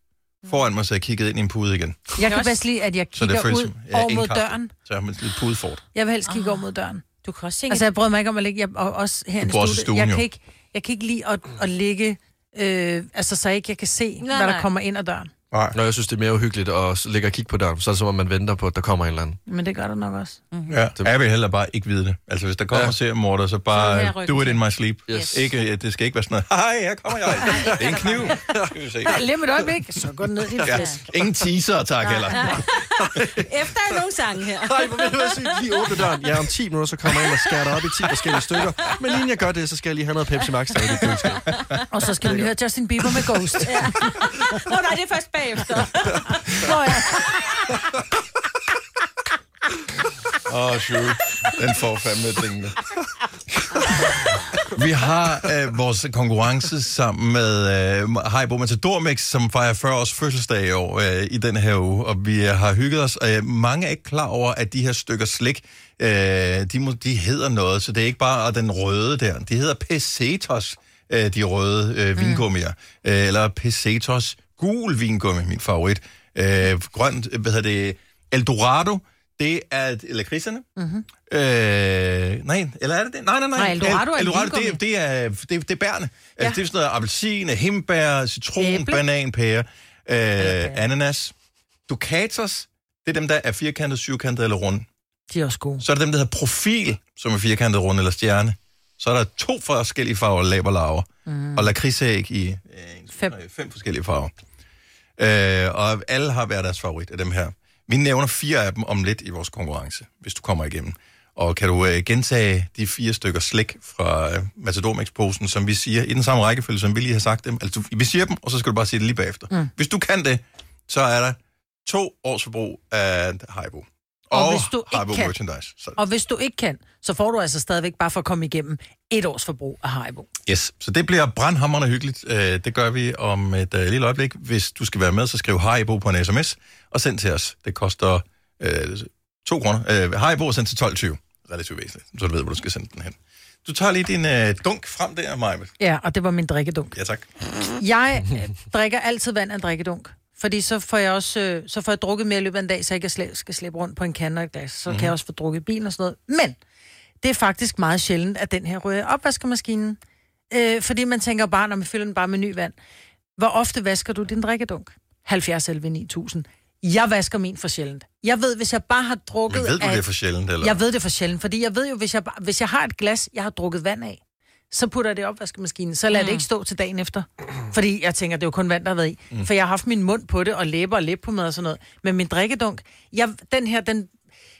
[SPEAKER 1] foran mig, så jeg kiggede ind i en pude igen.
[SPEAKER 2] Jeg kan
[SPEAKER 3] også-
[SPEAKER 2] bedst lide, at jeg
[SPEAKER 1] Så det
[SPEAKER 2] kigger
[SPEAKER 1] føles
[SPEAKER 2] ud
[SPEAKER 1] som, ja,
[SPEAKER 2] over mod
[SPEAKER 1] indkapslet.
[SPEAKER 2] døren.
[SPEAKER 1] Så jeg har et lille pudefort.
[SPEAKER 2] Jeg vil helst kigge over mod døren.
[SPEAKER 3] Ah. Du kan også tænke...
[SPEAKER 2] Altså, jeg bryder mig ikke om at ligge... Jeg, og også her i
[SPEAKER 1] bor også i
[SPEAKER 2] studiet.
[SPEAKER 1] stuen,
[SPEAKER 2] jeg,
[SPEAKER 1] jo.
[SPEAKER 2] kan ikke, jeg kan ikke lide at, at ligge... Øh, altså, så ikke jeg kan se, nej, hvad der
[SPEAKER 3] nej.
[SPEAKER 2] kommer ind ad døren.
[SPEAKER 1] Nej.
[SPEAKER 4] Nå, jeg synes, det er mere uhyggeligt at s- ligge og kigge på døren. Så er det som om, man venter på, at der kommer en eller anden.
[SPEAKER 2] Men det gør der nok også.
[SPEAKER 3] Mhm.
[SPEAKER 1] Ja. Jeg vil heller bare ikke vide det. Altså, hvis der kommer
[SPEAKER 4] Ja.
[SPEAKER 1] ja. seriemorder, så
[SPEAKER 3] Så vil jeg
[SPEAKER 1] bare
[SPEAKER 3] rykke
[SPEAKER 1] do it
[SPEAKER 3] til.
[SPEAKER 1] in my sleep.
[SPEAKER 4] Yes.
[SPEAKER 1] Ikke, øh, det skal ikke være sådan noget, hej, her kommer jeg. Det er en kniv. Skal vi se.
[SPEAKER 2] Lige med et øjeblik, så går den ned i din
[SPEAKER 1] Ja.
[SPEAKER 2] flæsk.
[SPEAKER 1] Ingen teaser, tak heller.
[SPEAKER 3] Efter nogle sange her.
[SPEAKER 4] Nej, hvor vil du sige, lige åbne døren. Ja, om 10 minutter, så kommer jeg ind og skærer dig op i 10 forskellige stykker. Men inden jeg gør det, så skal jeg lige have noget Pepsi Max, der er i dit køleskab.
[SPEAKER 2] Og så skal vi lige høre Justin Bieber med Ghost. ja.
[SPEAKER 3] Åh, nej, det er først bagefter.
[SPEAKER 2] Nå, ja.
[SPEAKER 1] Åh, oh, shoot. Den får fandme tingene. Vi har øh, vores konkurrence sammen med øh, Heibo Matadormix, som fejrer 40 års fødselsdag i år øh, i den her uge, og vi øh, har hygget os. Øh, mange er ikke klar over, at de her stykker slik, øh, de, må, de hedder noget, så det er ikke bare den røde der. De hedder pesetos, øh, de røde øh, vingummier, mm. øh, eller pesetos gul vingummi, min favorit. Øh, grønt, øh, hvad hedder det, Eldorado, det er lakridserne. Mm-hmm. Øh, nej, eller er det det? Nej, nej, nej.
[SPEAKER 2] Nej, Eldorado er
[SPEAKER 1] El,
[SPEAKER 2] en
[SPEAKER 1] Eldorado, det,
[SPEAKER 2] vingummi.
[SPEAKER 1] det er, det, det er bærene. Ja. Altså, det er sådan noget appelsin, himbær, citron, Æble.
[SPEAKER 2] Æble.
[SPEAKER 1] banan, pære, øh, ananas. Ducatos, det er dem, der er firkantet, syvkantet eller runde.
[SPEAKER 2] De er også gode.
[SPEAKER 1] Så er der dem, der hedder profil, som er firkantet, runde eller stjerne. Så er der to forskellige farver, lab og laver. Mm. Og lakridsæg i øh, en, fem.
[SPEAKER 2] Fem.
[SPEAKER 1] Øh, fem forskellige farver. Øh, og alle har hver deres favorit af dem her. Vi nævner fire af dem om lidt i vores konkurrence, hvis du kommer igennem. Og kan du øh, gentage de fire stykker slik fra øh, Matadormix-posen, som vi siger i den samme rækkefølge, som vi lige har sagt dem. Altså, du, vi siger dem, og så skal du bare sige det
[SPEAKER 2] Mm.
[SPEAKER 1] lige bagefter. Mm. Hvis du kan det, så er der to års forbrug af Haibo.
[SPEAKER 2] Og,
[SPEAKER 1] Og
[SPEAKER 2] hvis du
[SPEAKER 1] Haribo
[SPEAKER 2] ikke kan,
[SPEAKER 1] merchandise. Så-
[SPEAKER 2] og hvis du ikke kan, så får du altså stadigvæk bare for at komme igennem et års forbrug af Haribo.
[SPEAKER 1] Yes, så det bliver brandhammerende hyggeligt. Øh, Det gør vi om et øh, lille øjeblik. Hvis du skal være med, så skriv Haribo på en sms og send til os. Det koster øh, 2 kroner. Øh, Haribo er sendt til 12.20. Relativt væsentligt, så du ved, hvor du skal sende den hen. Du tager lige din øh, dunk frem der, Maja.
[SPEAKER 2] Ja, og det var min drikkedunk.
[SPEAKER 1] Ja, tak.
[SPEAKER 2] Jeg øh, drikker altid vand af en drikkedunk. Fordi så får jeg også øh, så får jeg drukket mere i løbet af en dag, så jeg ikke slæ- skal slæbe rundt på en kande og et glas. Så mm.
[SPEAKER 1] Mhm.
[SPEAKER 2] kan jeg også få drukket i bilen og sådan noget. Men det er faktisk meget sjældent, at den her ryger i opvaskemaskinen. Øh, fordi man tænker bare, når man fylder den bare med ny vand. Hvor ofte vasker du din drikkedunk? 70 11 9000. Jeg vasker min for sjældent. Jeg ved, hvis jeg bare har drukket...
[SPEAKER 1] Men ved du
[SPEAKER 2] af-
[SPEAKER 1] det er for sjældent, eller?
[SPEAKER 2] Jeg ved det for sjældent, fordi jeg ved jo, hvis jeg, bare- hvis jeg har et glas, jeg har drukket vand af, så putter jeg det i opvaskemaskinen, så lader mm. det ikke stå til dagen efter. Fordi jeg tænker, det er jo kun vand, der har været i. Mm. For jeg har haft min mund på det, og læber og læb på med og sådan noget. Men min drikkedunk, jeg, den her, den,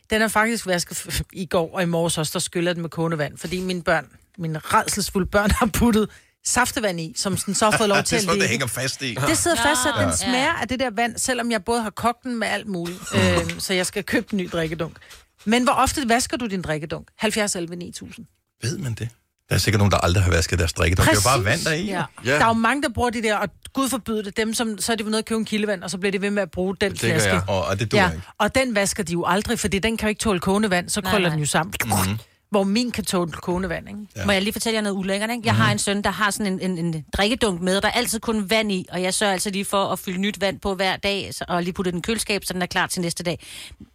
[SPEAKER 2] den er faktisk vasket f- i går og i morges også, der skyller jeg den med kogende vand. Fordi mine børn, mine redselsfulde børn, har puttet saftevand i, som sådan så har fået lov
[SPEAKER 1] det
[SPEAKER 2] til
[SPEAKER 1] er
[SPEAKER 2] at
[SPEAKER 1] sådan noget,
[SPEAKER 2] ligge.
[SPEAKER 1] det hænger fast i.
[SPEAKER 2] Det sidder fast, så
[SPEAKER 1] Ja.
[SPEAKER 2] den smager af det der vand, selvom jeg både har kogt den med alt muligt.
[SPEAKER 1] Mm.
[SPEAKER 2] Øh, så jeg skal købe en ny drikkedunk. Men hvor ofte vasker du din drikkedunk? 70 11 9000.
[SPEAKER 1] Ved man det? Der er sikkert nogen, der aldrig har vasket deres drikkedunk. Det er jo bare vand, der er i.
[SPEAKER 2] Ja.
[SPEAKER 1] Ja.
[SPEAKER 2] Der er jo mange, der bruger det der, og gud forbyde det. Dem, som, så er de nede og købe en kildevand, og så bliver de ved med at bruge den
[SPEAKER 1] Det gør
[SPEAKER 2] flaske.
[SPEAKER 1] jeg, og- og det duer ikke.
[SPEAKER 2] Og den vasker de jo aldrig, fordi den kan jo ikke tåle kogende vand, så krøller den jo sammen.
[SPEAKER 1] Mhm.
[SPEAKER 2] Mm-hmm. Hvor min kan tåle kogende vand, ikke?
[SPEAKER 3] Ja. Må jeg lige fortælle jer noget ulækkert, ikke?
[SPEAKER 2] Mhm.
[SPEAKER 3] Jeg har en søn, der har sådan en, en, en drikkedunk med, og der er altid kun vand i, og jeg sørger altså lige for at fylde nyt vand på hver dag, så, og lige putte den i køleskab, så den er klar til næste dag.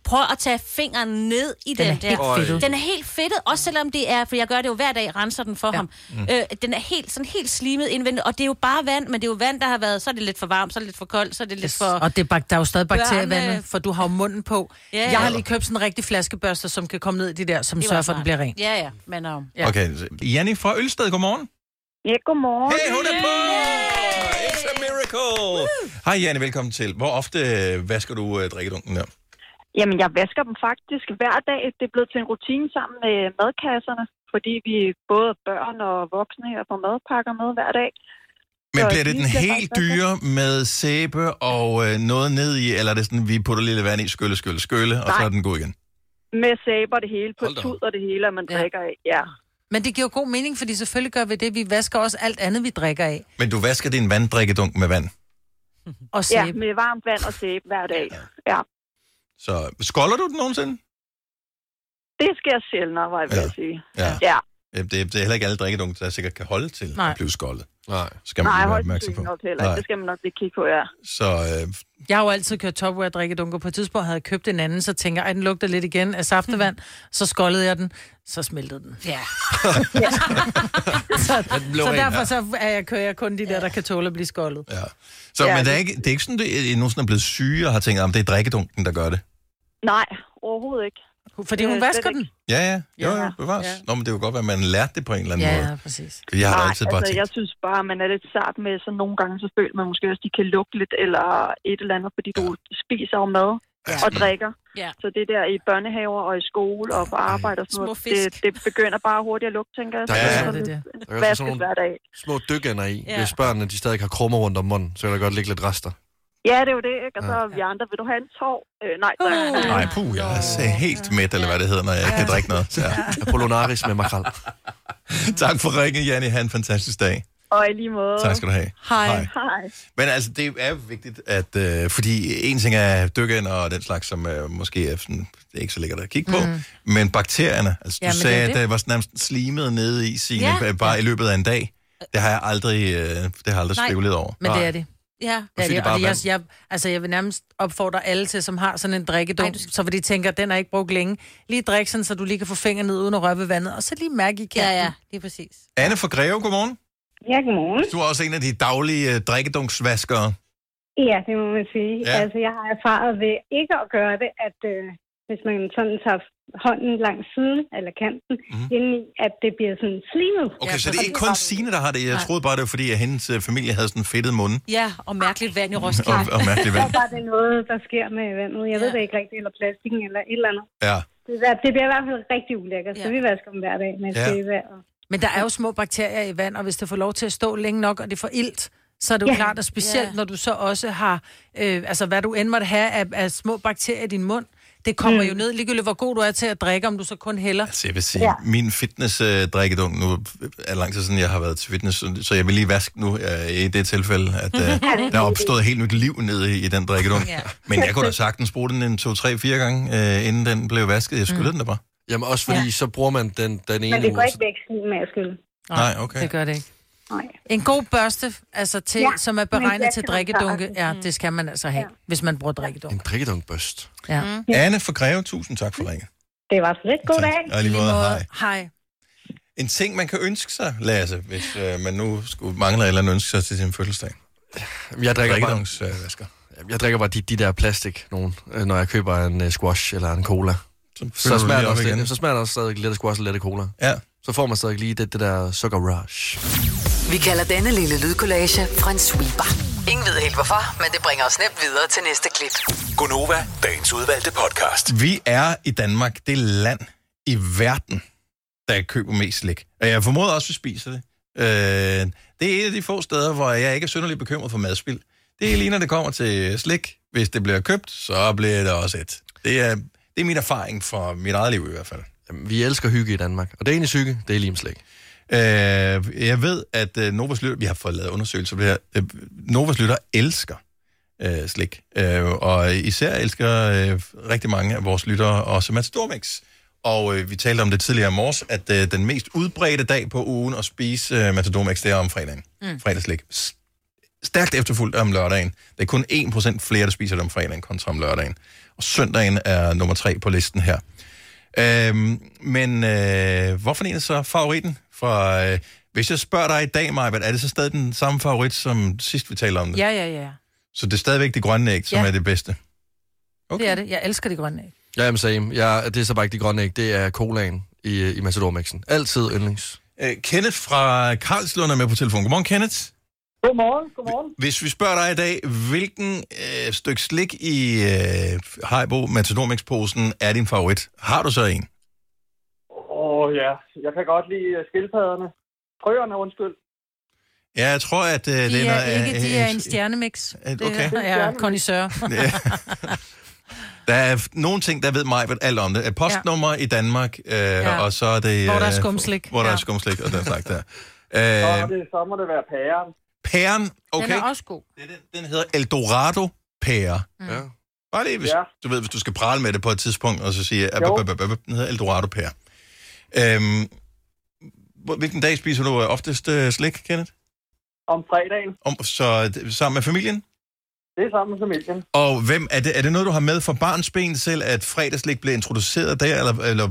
[SPEAKER 3] Prøv at tage fingeren ned i den,
[SPEAKER 2] Den er
[SPEAKER 3] der.
[SPEAKER 2] helt fedtet.
[SPEAKER 3] Den er helt fedtet, også selvom det er, for jeg gør det jo hver dag, renser den for ja. ham. Mm. Øh, den er helt, sådan helt slimet indvendigt, og det er jo bare vand, men det er jo vand, der har været, så er det lidt for varmt, så er det lidt for koldt, så er det lidt for...
[SPEAKER 2] Og det er, bak- der er jo stadig bakterier i
[SPEAKER 3] Børne-
[SPEAKER 2] vandet, for du har jo munden på.
[SPEAKER 3] Ja,
[SPEAKER 2] Yeah.
[SPEAKER 3] ja.
[SPEAKER 2] Jeg har lige købt sådan en rigtig flaskebørster, som kan komme ned i det der, som
[SPEAKER 3] Det
[SPEAKER 2] det sørger
[SPEAKER 3] var
[SPEAKER 2] for, at den
[SPEAKER 3] smart.
[SPEAKER 2] bliver ren.
[SPEAKER 3] Ja, ja, men... Um...
[SPEAKER 2] Ja.
[SPEAKER 1] Okay, så Janni fra Ølsted, godmorgen.
[SPEAKER 10] Ja, godmorgen.
[SPEAKER 1] Hey, hun er på! It's a miracle! Hej Janne, velkommen til. Hvor ofte øh, vasker du øh, drikkedunken der?
[SPEAKER 10] Jamen, jeg vasker dem faktisk hver dag. Det er blevet til en rutine sammen med madkasserne, fordi vi både børn og voksne her får madpakker med hver dag.
[SPEAKER 1] Men
[SPEAKER 10] Så
[SPEAKER 1] bliver det
[SPEAKER 10] de
[SPEAKER 1] den
[SPEAKER 10] bliver
[SPEAKER 1] helt
[SPEAKER 10] faktisk
[SPEAKER 1] dyre med sæbe og øh, noget ned i, eller er det sådan, vi putter lidt vand i, skylle, skylle, skylle, og så
[SPEAKER 10] Nej.
[SPEAKER 1] er den god igen?
[SPEAKER 10] Med sæber det hele, på
[SPEAKER 4] Hold da op.
[SPEAKER 10] tud og det hele, at man
[SPEAKER 2] Ja.
[SPEAKER 10] ja. drikker af. Ja.
[SPEAKER 2] Men det giver jo god mening, fordi selvfølgelig gør vi det. Vi vasker også alt andet, vi drikker af.
[SPEAKER 1] Men du vasker din vanddrikkedunk med vand.
[SPEAKER 2] Og
[SPEAKER 10] ja,
[SPEAKER 2] sæbe.
[SPEAKER 10] med varmt vand og sæbe hver dag. Ja.
[SPEAKER 1] Så skolder du den nogensinde?
[SPEAKER 10] Det sker sjældnere, var jeg ved
[SPEAKER 1] Ja.
[SPEAKER 10] at sige.
[SPEAKER 1] Ja.
[SPEAKER 10] Ja.
[SPEAKER 1] Øh, Det, det er heller ikke alle drikkedunk, der sikkert kan holde til
[SPEAKER 2] Nej.
[SPEAKER 1] at blive skoldet.
[SPEAKER 4] Nej.
[SPEAKER 1] Skal man
[SPEAKER 10] Nej,
[SPEAKER 1] lige være
[SPEAKER 10] højst
[SPEAKER 1] opmærksom på.
[SPEAKER 10] sandsynligt nok heller. ikke. Det skal man nok lige kigge på, ja.
[SPEAKER 1] Så øh,
[SPEAKER 2] Jeg har jo altid kørt topwear drikkedunker. På et tidspunkt havde jeg købt en anden, så tænker jeg, at den lugter lidt igen af saftevand.
[SPEAKER 1] Hmm.
[SPEAKER 2] Så skoldede jeg den, så smeltede den.
[SPEAKER 3] Ja.
[SPEAKER 2] Så,
[SPEAKER 4] blev
[SPEAKER 2] så
[SPEAKER 4] ren,
[SPEAKER 2] derfor så er jeg, kører jeg kun de der, der kan tåle at blive skoldet.
[SPEAKER 1] ja. Så,
[SPEAKER 10] Ja,
[SPEAKER 1] men det er,
[SPEAKER 10] det-
[SPEAKER 1] ikke, det er ikke sådan, det er nogen, der er blevet syge og har tænkt, om det er drikkedunken, der gør det.
[SPEAKER 10] Nej, overhovedet ikke.
[SPEAKER 2] Fordi hun
[SPEAKER 10] Øh, slet
[SPEAKER 2] vasker den.
[SPEAKER 1] Ja, ja. Jo,
[SPEAKER 2] Ja.
[SPEAKER 1] jo, bevares.
[SPEAKER 2] Ja.
[SPEAKER 1] Nå, men det er jo godt, at man lærte det på en eller anden
[SPEAKER 2] Ja,
[SPEAKER 1] måde.
[SPEAKER 2] ja, præcis.
[SPEAKER 1] Jeg har da
[SPEAKER 10] Nej,
[SPEAKER 1] altid bare
[SPEAKER 10] altså,
[SPEAKER 1] tænkt,
[SPEAKER 10] jeg synes bare, man er lidt sart med, så nogle gange så føler man måske også, at de kan lugte lidt eller et eller andet, fordi du spiser jo mad
[SPEAKER 3] Ja.
[SPEAKER 10] og drikker.
[SPEAKER 3] Ja.
[SPEAKER 10] Så det der i børnehaver og i skole og på arbejde og sådan
[SPEAKER 3] Små
[SPEAKER 10] noget,
[SPEAKER 3] fisk.
[SPEAKER 10] det, det begynder bare hurtigt at lugte, tænker jeg.
[SPEAKER 4] Der
[SPEAKER 10] Så
[SPEAKER 4] er-
[SPEAKER 10] det
[SPEAKER 2] Ja, det er det.
[SPEAKER 4] Der kan også være
[SPEAKER 10] Vaskes
[SPEAKER 4] sådan nogle
[SPEAKER 10] hver dag.
[SPEAKER 4] små dykænder i.
[SPEAKER 3] Ja.
[SPEAKER 4] Ja. Hvis børnene de stadig har krummer rundt om munden, så kan der godt ligge lidt rester.
[SPEAKER 10] Ja, det er jo det, ikke? Og så er vi andre, vil du have en tår? Øh, nej,
[SPEAKER 3] Uh.
[SPEAKER 10] tak.
[SPEAKER 1] nej, puh, jeg
[SPEAKER 4] altså.
[SPEAKER 1] er så helt mæt, eller hvad det hedder, når jeg ikke kan drikke noget. Ja.
[SPEAKER 4] Apollonaris med makrel.
[SPEAKER 1] Tak for ringen, Janne. Ha' en fantastisk dag.
[SPEAKER 10] Og i lige måde.
[SPEAKER 1] Tak skal du have.
[SPEAKER 2] Hej.
[SPEAKER 10] Hej.
[SPEAKER 1] Men altså, det er jo vigtigt, at... Øh, fordi en ting er dykken og den slags, som øh, måske er sådan, det er ikke så lækkert at kigge på. Mm. Men bakterierne, altså ja,
[SPEAKER 2] Ja,
[SPEAKER 1] du
[SPEAKER 2] men
[SPEAKER 1] sagde,
[SPEAKER 2] det er
[SPEAKER 1] at
[SPEAKER 2] det.
[SPEAKER 1] der var sådan nærmest slimet nede i sine
[SPEAKER 3] Ja.
[SPEAKER 1] ja. bare i løbet af en dag. Det har jeg aldrig, øh, det har jeg aldrig
[SPEAKER 3] Nej.
[SPEAKER 1] spekuleret over.
[SPEAKER 2] Men det er det.
[SPEAKER 3] Ja.
[SPEAKER 2] Ja,
[SPEAKER 1] Fordi
[SPEAKER 2] det,
[SPEAKER 1] det
[SPEAKER 2] det
[SPEAKER 1] bare
[SPEAKER 2] og det,
[SPEAKER 1] er
[SPEAKER 2] jeg, jeg, altså, jeg vil nærmest opfordre alle til, som har sådan en drikkedunk,
[SPEAKER 3] Ej, du
[SPEAKER 2] skal... så hvor de tænker, den er ikke brugt længe. Lige drik sådan, så du lige kan få fingeren ned uden at røre ved vandet, og så lige mærke i kanten.
[SPEAKER 3] Ja, ja, lige præcis.
[SPEAKER 1] Anne fra Greve, godmorgen.
[SPEAKER 10] Ja, godmorgen.
[SPEAKER 1] Du er også en af de daglige øh, drikkedunksvaskere.
[SPEAKER 10] Ja, det må man sige.
[SPEAKER 1] Ja.
[SPEAKER 10] Ja. Altså, jeg har erfaret ved ikke at gøre det, at øh, hvis man sådan tager hånden langs siden, eller kanten, mm. indeni, at det bliver sådan slimet.
[SPEAKER 1] Mhm. Okay,
[SPEAKER 2] Ja,
[SPEAKER 1] så det er
[SPEAKER 2] præcis.
[SPEAKER 1] ikke kun Signe, der har det. Jeg troede bare, det var fordi, at hendes øh, familie havde sådan en fedtet munde.
[SPEAKER 3] Ja, og mærkeligt vand i
[SPEAKER 1] Og,
[SPEAKER 3] Roskilde.
[SPEAKER 1] og mærkeligt
[SPEAKER 10] Så
[SPEAKER 1] vand.
[SPEAKER 10] er bare det noget, der sker med vandet. Jeg ja. ved
[SPEAKER 3] Ja.
[SPEAKER 10] det ikke rigtigt, eller plastikken, eller et eller andet.
[SPEAKER 1] Ja.
[SPEAKER 10] Det, er- det bliver i hvert fald rigtig ulækkert, ja. så
[SPEAKER 3] Ja.
[SPEAKER 10] vi vasker dem hver dag med
[SPEAKER 1] Ja.
[SPEAKER 10] ja. sæbe. Og...
[SPEAKER 2] Men der er jo små bakterier i vand, og hvis det får lov til at stå længe nok, og det får ilt, så er det jo
[SPEAKER 10] Ja.
[SPEAKER 2] klart, og specielt
[SPEAKER 3] Ja.
[SPEAKER 2] når du så også har, øh, altså hvad du end måtte have af, af små bakterier i din mund, Det kommer mm. jo ned, ligegyldigt hvor god du er til at drikke, om du så kun hælder.
[SPEAKER 1] Så Altså, jeg vil sige, ja. min fitness-drikkedunk, nu øh, er det lang tid siden, jeg har været til fitness, så jeg vil lige vaske nu øh, i det tilfælde, at øh, der er opstået helt nyt liv nede i, i den drikkedunk.
[SPEAKER 2] Ja.
[SPEAKER 1] ja. Men jeg kunne da sagtens bruge den en 2-3-4 gange, øh, inden den blev vasket. Jeg skyllede mm. den da bare.
[SPEAKER 4] Jamen også fordi, ja. så bruger man den, den
[SPEAKER 11] Men
[SPEAKER 4] ene
[SPEAKER 11] det går
[SPEAKER 4] måde.
[SPEAKER 11] ikke væk med at skylle.
[SPEAKER 1] Nej, okay.
[SPEAKER 2] Det gør det ikke.
[SPEAKER 11] Nej.
[SPEAKER 2] En god børste, altså til, ja,
[SPEAKER 11] Ja,
[SPEAKER 2] som er
[SPEAKER 11] men
[SPEAKER 2] beregnet
[SPEAKER 11] det
[SPEAKER 2] til
[SPEAKER 11] skal man
[SPEAKER 2] drikkedunke,
[SPEAKER 11] klare.
[SPEAKER 2] ja, det skal man altså have, ja. hvis man bruger drikkedunke.
[SPEAKER 4] En drikkedunkbøst.
[SPEAKER 2] Ja.
[SPEAKER 11] Mm.
[SPEAKER 1] Anne for Greve, tusind tak for ringet.
[SPEAKER 11] Det var så lidt. God dag.
[SPEAKER 1] Og i lige måde, hej.
[SPEAKER 2] Hej.
[SPEAKER 1] En ting, man kan ønske sig, Lasse, hvis øh, man nu skulle mangle et eller andet ønske sig til sin fødselsdag. øh,
[SPEAKER 4] Jamen, Jeg drikker, bare,
[SPEAKER 1] Drikkedungsvasker.
[SPEAKER 4] jeg drikker bare de, de der plastik, nogen, øh, når jeg køber en øh, squash eller en cola. Så smager, det også lidt, så smager det også stadig lidt af squash og lidt af cola.
[SPEAKER 1] Ja.
[SPEAKER 4] Så får man stadig lige det, det der sukker rush.
[SPEAKER 5] Vi kalder denne lille lydkollage en sweeper. Ingen ved helt hvorfor, men det bringer os nemt videre til næste klip.
[SPEAKER 6] Gonova, dagens udvalgte podcast.
[SPEAKER 1] Vi er i Danmark det land i verden, der køber mest slik. Og jeg formoder også, at vi spiser det. Øh, det er et af de få steder, hvor jeg ikke er synderligt bekymret for madspild. Det er lige når det kommer til slik. Hvis det bliver købt, så bliver det også et. Det er, det er min erfaring fra mit eget liv i hvert fald.
[SPEAKER 4] Jamen, vi elsker hygge i Danmark. Og det ene hygge, det er limslæg.
[SPEAKER 1] Øh, jeg ved, at øh, Novas Lytter, vi har fået lavet undersøgelser på det her, øh, Novas Lytter elsker øh, slik, øh, og især elsker øh, rigtig mange af vores lyttere også Mads Dormix. Og øh, vi talte om det tidligere i morges, at øh, den mest udbredte dag på ugen at spise øh, Matadormix, det er om fredagen. Mm. Fredagslik. S- Stærkt efterfulgt om lørdagen. Det er kun 1% flere, der spiser det om fredagen kontra om lørdagen. Og søndagen er nummer 3 på listen her. Øhm, men øh, hvorfor en er så favoritten? For øh, hvis jeg spørger dig i dag, Maja, er det så stadig den samme favorit, som sidst vi talte om det?
[SPEAKER 2] Ja, ja, ja.
[SPEAKER 1] Så det er stadigvæk det grønne æg, som
[SPEAKER 2] Ja.
[SPEAKER 1] er det bedste.
[SPEAKER 2] Okay. Det er det. Jeg elsker det grønne æg.
[SPEAKER 4] Ja, jamen, same. Ja, det er så bare ikke de grønne æg, det er colaen i, øh, i Matador-mixen. Altid yndlings.
[SPEAKER 1] Øh, Kenneth fra Karlslund er med på telefon. Godmorgen, Kenneth.
[SPEAKER 10] Godmorgen, godmorgen.
[SPEAKER 1] Hvis vi spørger dig i dag, hvilken øh, stykke slik i øh, Haribo Matadormix-posen er din favorit? Har du så en?
[SPEAKER 10] Åh oh, ja, jeg kan godt lide øh, skildpadderne. Frøerne, undskyld.
[SPEAKER 1] Ja, jeg tror, at øh, det
[SPEAKER 2] De
[SPEAKER 1] noget
[SPEAKER 2] er
[SPEAKER 1] af-
[SPEAKER 2] ikke, de er en stjernemix.
[SPEAKER 1] et-
[SPEAKER 2] Det
[SPEAKER 1] okay.
[SPEAKER 2] er kondisør.
[SPEAKER 1] Ja. Der er f- nogle ting, der ved mig hvad alt om det. Er Postnummer ja. i Danmark, øh, ja. og så er det...
[SPEAKER 2] Hvor der er
[SPEAKER 1] øh,
[SPEAKER 2] skumslik.
[SPEAKER 1] Hvor der ja.
[SPEAKER 2] Ja.
[SPEAKER 1] er skumslik, og den slags der.
[SPEAKER 10] Så, er
[SPEAKER 1] Øh,
[SPEAKER 10] det, så må det være pæren.
[SPEAKER 1] pæren, okay.
[SPEAKER 2] Den er også god.
[SPEAKER 1] Den, den hedder Eldorado pære.
[SPEAKER 4] Mm. Ja.
[SPEAKER 1] Bare lige, hvis, ja.
[SPEAKER 10] Ja.
[SPEAKER 1] du ved, hvis du skal prale med det på et tidspunkt, og så sige, at
[SPEAKER 10] Jo.
[SPEAKER 1] den hedder Eldorado pære. Øhm, hvor- hvilken dag spiser du øh, oftest øh, slik, Kenneth?
[SPEAKER 10] Om fredagen.
[SPEAKER 1] Om, så øh, sammen med familien?
[SPEAKER 10] Det er sammen med familien.
[SPEAKER 1] Og hvem, er, det, er det noget, du har med fra barns ben selv, at fredagslik blev introduceret der, eller, eller,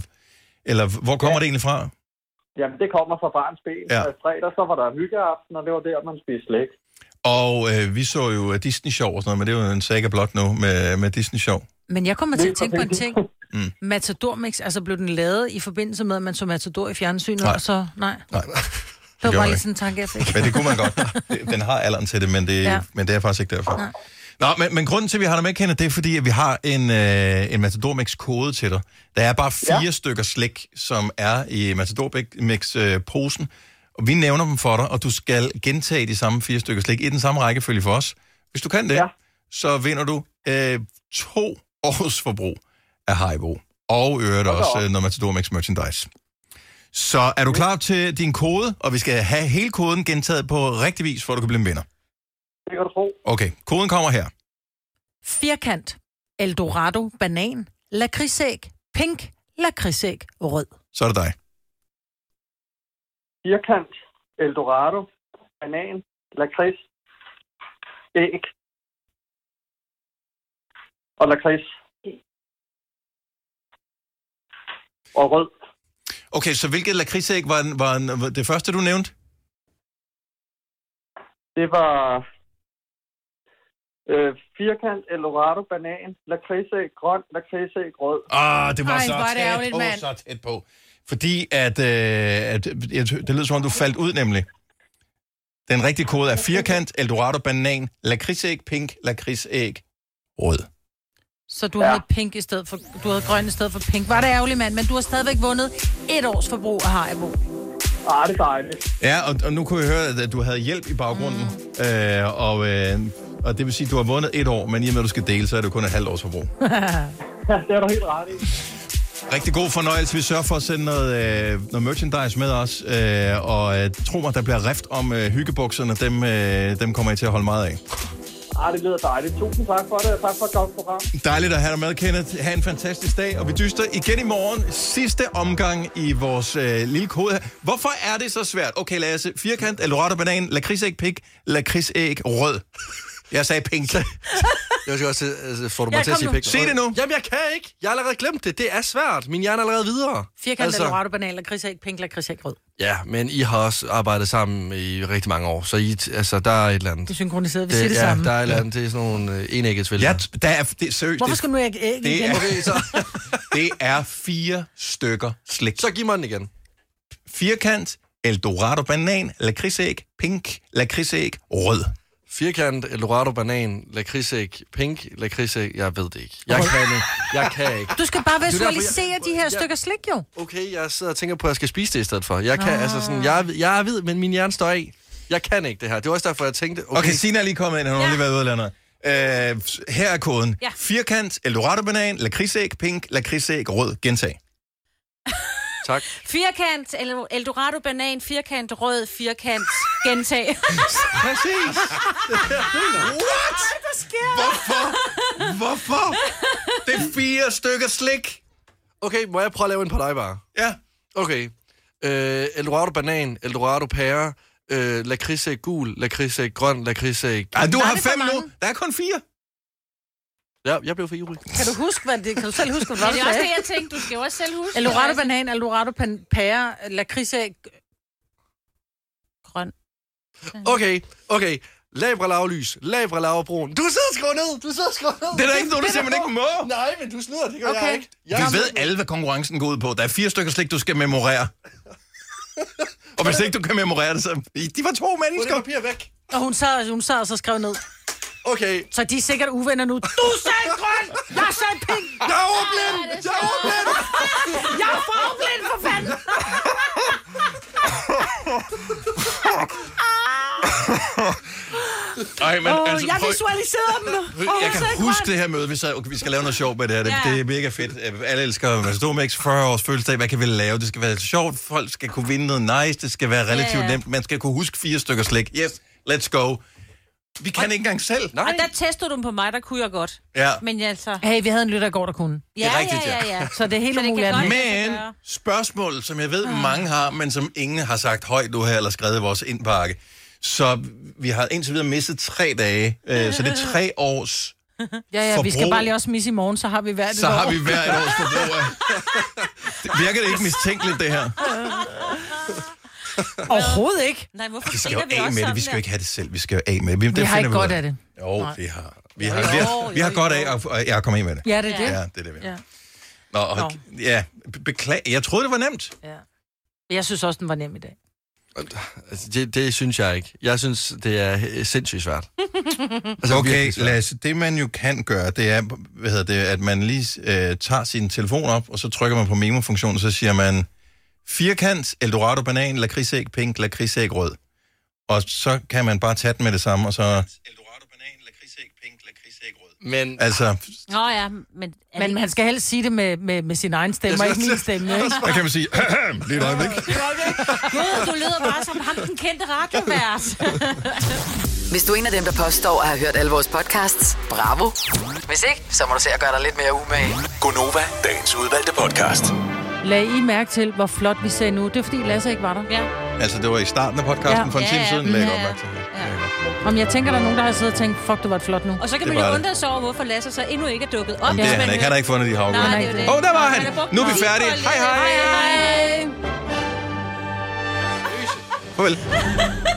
[SPEAKER 1] eller hvor kommer ja. det egentlig fra?
[SPEAKER 10] Jamen, det kommer fra barns ben.
[SPEAKER 1] Ja.
[SPEAKER 10] Ja. Fredag, så var der hyggeaften, og det var der, man spiste slik.
[SPEAKER 1] Og øh, vi så jo øh, Disney-show og sådan noget, men det er jo en saga blot nu med, med Disney-show.
[SPEAKER 2] Men jeg kommer til at tænke på en
[SPEAKER 10] præcis.
[SPEAKER 2] ting. Mm. Matadormix, altså blev den lavet i forbindelse med, at man så Matador i fjernsynet,
[SPEAKER 1] Nej.
[SPEAKER 2] og så... Nej.
[SPEAKER 1] Nej.
[SPEAKER 2] Det var
[SPEAKER 1] gjorde
[SPEAKER 2] bare
[SPEAKER 1] jeg
[SPEAKER 2] lige sådan en tanke, jeg fik.
[SPEAKER 1] Men det kunne man godt. Den har alderen til det, men det, ja.
[SPEAKER 2] Ja.
[SPEAKER 1] men det er faktisk ikke derfor. Nej. Nå, men, men grunden til, at vi har dig med, Kenneth, det er fordi, at vi har en, øh, en Matador-mix-kode til dig. Der er bare fire ja. stykker slik, som er i Matador-mix-posen, og vi nævner dem for dig, og du skal gentage de samme fire stykker slik i den samme rækkefølge for os. Hvis du kan det, ja.
[SPEAKER 10] Ja.
[SPEAKER 1] så vinder du øh, to års forbrug af Haribo, og i øvrigt
[SPEAKER 10] Hold da
[SPEAKER 1] også
[SPEAKER 10] op.
[SPEAKER 1] øh, noget Matador Mix merchandise. Så er du klar til din kode, og vi skal have hele koden gentaget på rigtig vis, for at du kan blive en vinder.
[SPEAKER 10] Det kan du tro.
[SPEAKER 1] Okay, koden kommer her.
[SPEAKER 2] Firkant, Eldorado, banan, lakridsæg, pink, lakridsæg, rød.
[SPEAKER 1] Så er det dig.
[SPEAKER 10] Firkant, Eldorado, banan, lakrids, æg og lakrids. Og rød.
[SPEAKER 1] Okay, så hvilket lakridsæg var, den- var, den- var det første, du nævnte?
[SPEAKER 10] Det var øh, firkant, Eldorado, banan, lakridsæg, grøn, lakridsæg, rød.
[SPEAKER 1] Ah, det var
[SPEAKER 2] Ej,
[SPEAKER 1] så
[SPEAKER 2] hvor er det
[SPEAKER 1] tæt
[SPEAKER 2] ærgerligt,
[SPEAKER 1] på,
[SPEAKER 2] mand.
[SPEAKER 1] så tæt på. Fordi at, øh, at jeg, det lød som om, du faldt ud nemlig. Den rigtige kode er firkant, Eldorado, banan, lakridsæg, pink, lakridsæg, rød.
[SPEAKER 2] Så du ja. havde pink i stedet for, du havde grøn i stedet for pink. Var det ærgerligt, mand, men du har stadigvæk vundet et års forbrug af Haribo.
[SPEAKER 10] Ah, det er dejligt.
[SPEAKER 1] Ja, og, og nu kunne vi høre, at du havde hjælp i baggrunden, mm. øh, og, øh, og det vil sige, at du har vundet et år, men i og med, at du skal dele, så er det kun et halvt års forbrug.
[SPEAKER 12] det er du helt ret i.
[SPEAKER 1] Rigtig god fornøjelse. Vi sørger for at sende noget, øh, noget merchandise med os. Øh, og øh, tro mig, der bliver rift om øh, hyggebukserne. Dem, øh, dem kommer I til at holde meget af.
[SPEAKER 12] Ah, det lyder dejligt. Tusind tak for det, og tak for et godt program.
[SPEAKER 1] Dejligt at have dig med, Kenneth. Ha' en fantastisk dag. Og vi dyster igen i morgen. Sidste omgang i vores øh, lille kode her. Hvorfor er det så svært? Okay, Lasse. Firkant, Eldorado banan, lakridsæg pik, lakridsæg rød. Jeg sagde pink.
[SPEAKER 4] Jeg skal også altså, får du
[SPEAKER 1] Ja,
[SPEAKER 4] mig til at
[SPEAKER 1] kom
[SPEAKER 4] sige
[SPEAKER 1] nu.
[SPEAKER 4] pik.
[SPEAKER 1] Sig det nu.
[SPEAKER 4] Jamen, jeg kan ikke. Jeg har allerede glemt det. Det er svært. Min hjerne er allerede videre.
[SPEAKER 2] Firkant altså... Eldorado banan, lakridsæg, pink, lakridsæg, rød.
[SPEAKER 4] Ja, men I har også arbejdet sammen i rigtig mange år, så I, t- altså, der er et eller andet.
[SPEAKER 2] Det er synkroniseret, vi siger det samme.
[SPEAKER 4] Øh, Ja, der er et eller andet. Det er sådan nogle øh, enægget tvillinger.
[SPEAKER 1] Ja, der er, det, seriøst,
[SPEAKER 2] Hvorfor skulle nu ikke æg
[SPEAKER 1] det
[SPEAKER 2] igen?
[SPEAKER 1] er, det er fire stykker slik.
[SPEAKER 4] Så giv mig den igen.
[SPEAKER 1] Firkant, Eldorado banan, lakridsæg, pink, lakridsæg, rød.
[SPEAKER 4] Firkant, Eldorado, banan, lakridsæg, pink, lakridsæg, jeg ved det ikke. Jeg kan ikke. Jeg kan ikke.
[SPEAKER 2] Du skal bare
[SPEAKER 4] Det er derfor, jeg-
[SPEAKER 2] visualisere de her stykker slik, jo.
[SPEAKER 4] Okay, jeg sidder og tænker på, at jeg skal spise det i stedet for. Jeg kan,
[SPEAKER 2] Ah.
[SPEAKER 4] altså sådan, jeg, er- jeg er ved, men min hjerne står af. Jeg kan ikke det her. Det var også derfor, jeg tænkte, okay,
[SPEAKER 1] Okay, okay Sina er lige kommet ind, hun har ja. lige været ude eller noget. Øh, her er koden.
[SPEAKER 3] Ja.
[SPEAKER 1] Ja. Firkant, Eldorado banan, lakridsæg, pink, lakridsæg, rød. Gentag.
[SPEAKER 4] tak.
[SPEAKER 3] Firkant, El- Eldorado, banan, firkant, rød, firkant, gentag.
[SPEAKER 1] Præcis. What?
[SPEAKER 3] Der sker
[SPEAKER 1] Hvorfor? Hvorfor? Det er fire stykker slik.
[SPEAKER 4] Okay, må jeg prøve at lave en på dig bare?
[SPEAKER 1] Ja.
[SPEAKER 4] Okay. Øh, Eldorado banan, Eldorado pære, øh, lakridsæg gul, lakridsæg grøn, lakridsæg...
[SPEAKER 1] Ej, du har fem nu. Der er kun fire.
[SPEAKER 4] Ja, jeg blev for ivrig.
[SPEAKER 2] Kan du huske, hvad det Kan du selv huske, hvad
[SPEAKER 3] Men
[SPEAKER 2] det var,
[SPEAKER 3] det
[SPEAKER 2] du
[SPEAKER 3] er også det,
[SPEAKER 2] sagde?
[SPEAKER 3] jeg tænkte. Du skal jo også selv huske.
[SPEAKER 2] Eldorado
[SPEAKER 3] det.
[SPEAKER 2] banan, Eldorado pan- pære, lakridsæg, grøn.
[SPEAKER 4] Okay, okay. Labre lavlys, labre lavbrun. Du sidder og skriver ned, du sidder og skriver ned.
[SPEAKER 1] Det er der ikke nogen, der siger, man ikke må.
[SPEAKER 4] Nej, men du snyder, det gør
[SPEAKER 1] Okay.
[SPEAKER 4] jeg ikke. Jeg
[SPEAKER 1] Vi ved alle, hvad konkurrencen går ud på. Der er fire stykker slik, du skal memorere. Og hvis ikke du kan memorere det, så... De var to mennesker.
[SPEAKER 4] Få det papir væk.
[SPEAKER 2] Og hun sad, hun sad og så skrev ned.
[SPEAKER 4] Okay.
[SPEAKER 2] Så de er sikkert uvenner nu. Du sagde grøn! Jeg sagde pink!
[SPEAKER 4] Jeg er overblind! Jeg er overblind!
[SPEAKER 2] Jeg er farveblind, for fanden!
[SPEAKER 1] Ej, men
[SPEAKER 2] Åh,
[SPEAKER 1] altså...
[SPEAKER 2] jeg
[SPEAKER 1] prøv-
[SPEAKER 2] visualiserer dem nu. Og
[SPEAKER 1] Jeg
[SPEAKER 2] hun sagde
[SPEAKER 1] kan huske det her møde, vi sad, okay, vi skal lave noget sjovt med det her. Det,
[SPEAKER 2] Ja.
[SPEAKER 1] det er mega fedt. Alle elsker altså, Mastomix 40 års fødselsdag. Hvad kan vi lave? Det skal være sjovt. Folk skal kunne vinde noget nice. Det skal være relativt
[SPEAKER 3] Ja,
[SPEAKER 1] ja,
[SPEAKER 3] ja.
[SPEAKER 1] ja. nemt. Man skal kunne huske fire stykker slik. Yes, let's go. Vi kan ikke engang selv.
[SPEAKER 3] Og der testede du dem på mig, der kunne jeg godt.
[SPEAKER 1] Ja.
[SPEAKER 3] Men altså... Ja,
[SPEAKER 2] Hey, vi havde en lytter i går, der kunne.
[SPEAKER 1] er rigtigt, ja.
[SPEAKER 2] Så det er helt
[SPEAKER 3] Så det kan Ah.
[SPEAKER 2] umuligt. at
[SPEAKER 3] godt
[SPEAKER 2] den-
[SPEAKER 1] Men spørgsmål, som jeg ved, mange har, men som ingen har sagt højt nu her, eller skrevet i vores indpakke. Så vi har indtil videre mistet tre dage. Øh, så det er tre års
[SPEAKER 2] Ja, ja, vi skal
[SPEAKER 1] Forbrug.
[SPEAKER 2] bare lige også misse i morgen, så har vi hvert et
[SPEAKER 1] så har
[SPEAKER 2] år.
[SPEAKER 1] vi hver et års forbrug af. Det Virker det ikke mistænkeligt, det her?
[SPEAKER 2] Overhovedet ikke.
[SPEAKER 3] Nej, hvorfor
[SPEAKER 1] Altså, Vi skal jo
[SPEAKER 3] griner vi
[SPEAKER 1] af
[SPEAKER 3] også
[SPEAKER 1] med det.
[SPEAKER 3] sådan
[SPEAKER 1] Vi skal jo
[SPEAKER 3] der?
[SPEAKER 1] ikke have det selv. Vi skal jo af med det.
[SPEAKER 2] Vi
[SPEAKER 1] det
[SPEAKER 2] har
[SPEAKER 1] finder
[SPEAKER 2] ikke
[SPEAKER 1] ud
[SPEAKER 2] godt af det.
[SPEAKER 1] Jo,
[SPEAKER 2] Nej.
[SPEAKER 1] vi har. Vi har, vi har, vi har
[SPEAKER 2] jo,
[SPEAKER 1] godt af at, at, at komme af med det.
[SPEAKER 2] Ja, det er det.
[SPEAKER 1] Ja, det er det, vi har.
[SPEAKER 2] Ja.
[SPEAKER 1] Nå, og, ja, be- beklag. Jeg troede, det var nemt.
[SPEAKER 2] Jeg synes også, den var nem i dag.
[SPEAKER 4] Altså, det, det synes jeg ikke. Jeg synes, det er øh, sindssygt svært. Altså,
[SPEAKER 1] Okay,
[SPEAKER 4] virkelig svært.
[SPEAKER 1] Lasse, det man jo kan gøre, det er, hvad hedder det, at man lige øh, tager sin telefon op, og så trykker man på memo-funktionen, og så siger man, firkant, Eldorado banan, lakridsæg pink, lakridsæg rød. Og så kan man bare tage den med det samme, og så...
[SPEAKER 4] Men
[SPEAKER 1] Altså,
[SPEAKER 3] Nå ja, men... er det
[SPEAKER 2] Men man skal helst sige det med, med, med sin egen stemme, og ikke min stemme. Ikke?
[SPEAKER 1] der kan man sige, lige et øjeblik.
[SPEAKER 3] Gud, du lyder bare som ham, den kendte radiovært.
[SPEAKER 5] Hvis du er en af dem, der påstår at have hørt alle vores podcasts, bravo. Hvis ikke, så må du se at gøre dig lidt mere umage.
[SPEAKER 6] Gonova, dagens udvalgte podcast.
[SPEAKER 2] Lag I mærke til, hvor flot vi ser nu. Det er fordi Lasse ikke var der.
[SPEAKER 3] Ja.
[SPEAKER 1] Altså, det var i starten af podcasten
[SPEAKER 2] Ja.
[SPEAKER 1] for en
[SPEAKER 3] Ja,
[SPEAKER 1] time
[SPEAKER 3] ja.
[SPEAKER 1] siden, lagde jeg
[SPEAKER 3] Ja,
[SPEAKER 1] godt
[SPEAKER 3] ja.
[SPEAKER 1] mærke til.
[SPEAKER 2] Om jeg tænker, der er nogen, der har siddet og tænkt, fuck, det var et flot nu.
[SPEAKER 3] Og så kan
[SPEAKER 1] Det
[SPEAKER 3] man
[SPEAKER 1] var
[SPEAKER 3] jo
[SPEAKER 1] det.
[SPEAKER 3] undre sig over, hvorfor Lasse så endnu ikke er dukket op.
[SPEAKER 1] Jamen, det
[SPEAKER 3] hvis
[SPEAKER 1] er
[SPEAKER 3] man
[SPEAKER 1] han ikke. Han
[SPEAKER 3] hører-
[SPEAKER 1] har ikke fundet de havgrønne.
[SPEAKER 3] Nej, det er jo det.
[SPEAKER 1] Åh, oh, der var han.
[SPEAKER 3] Han har brugt
[SPEAKER 1] Nu er vi
[SPEAKER 3] tid på
[SPEAKER 1] færdige.
[SPEAKER 3] at
[SPEAKER 1] Hej, hej.
[SPEAKER 2] Hej.
[SPEAKER 1] Farvel.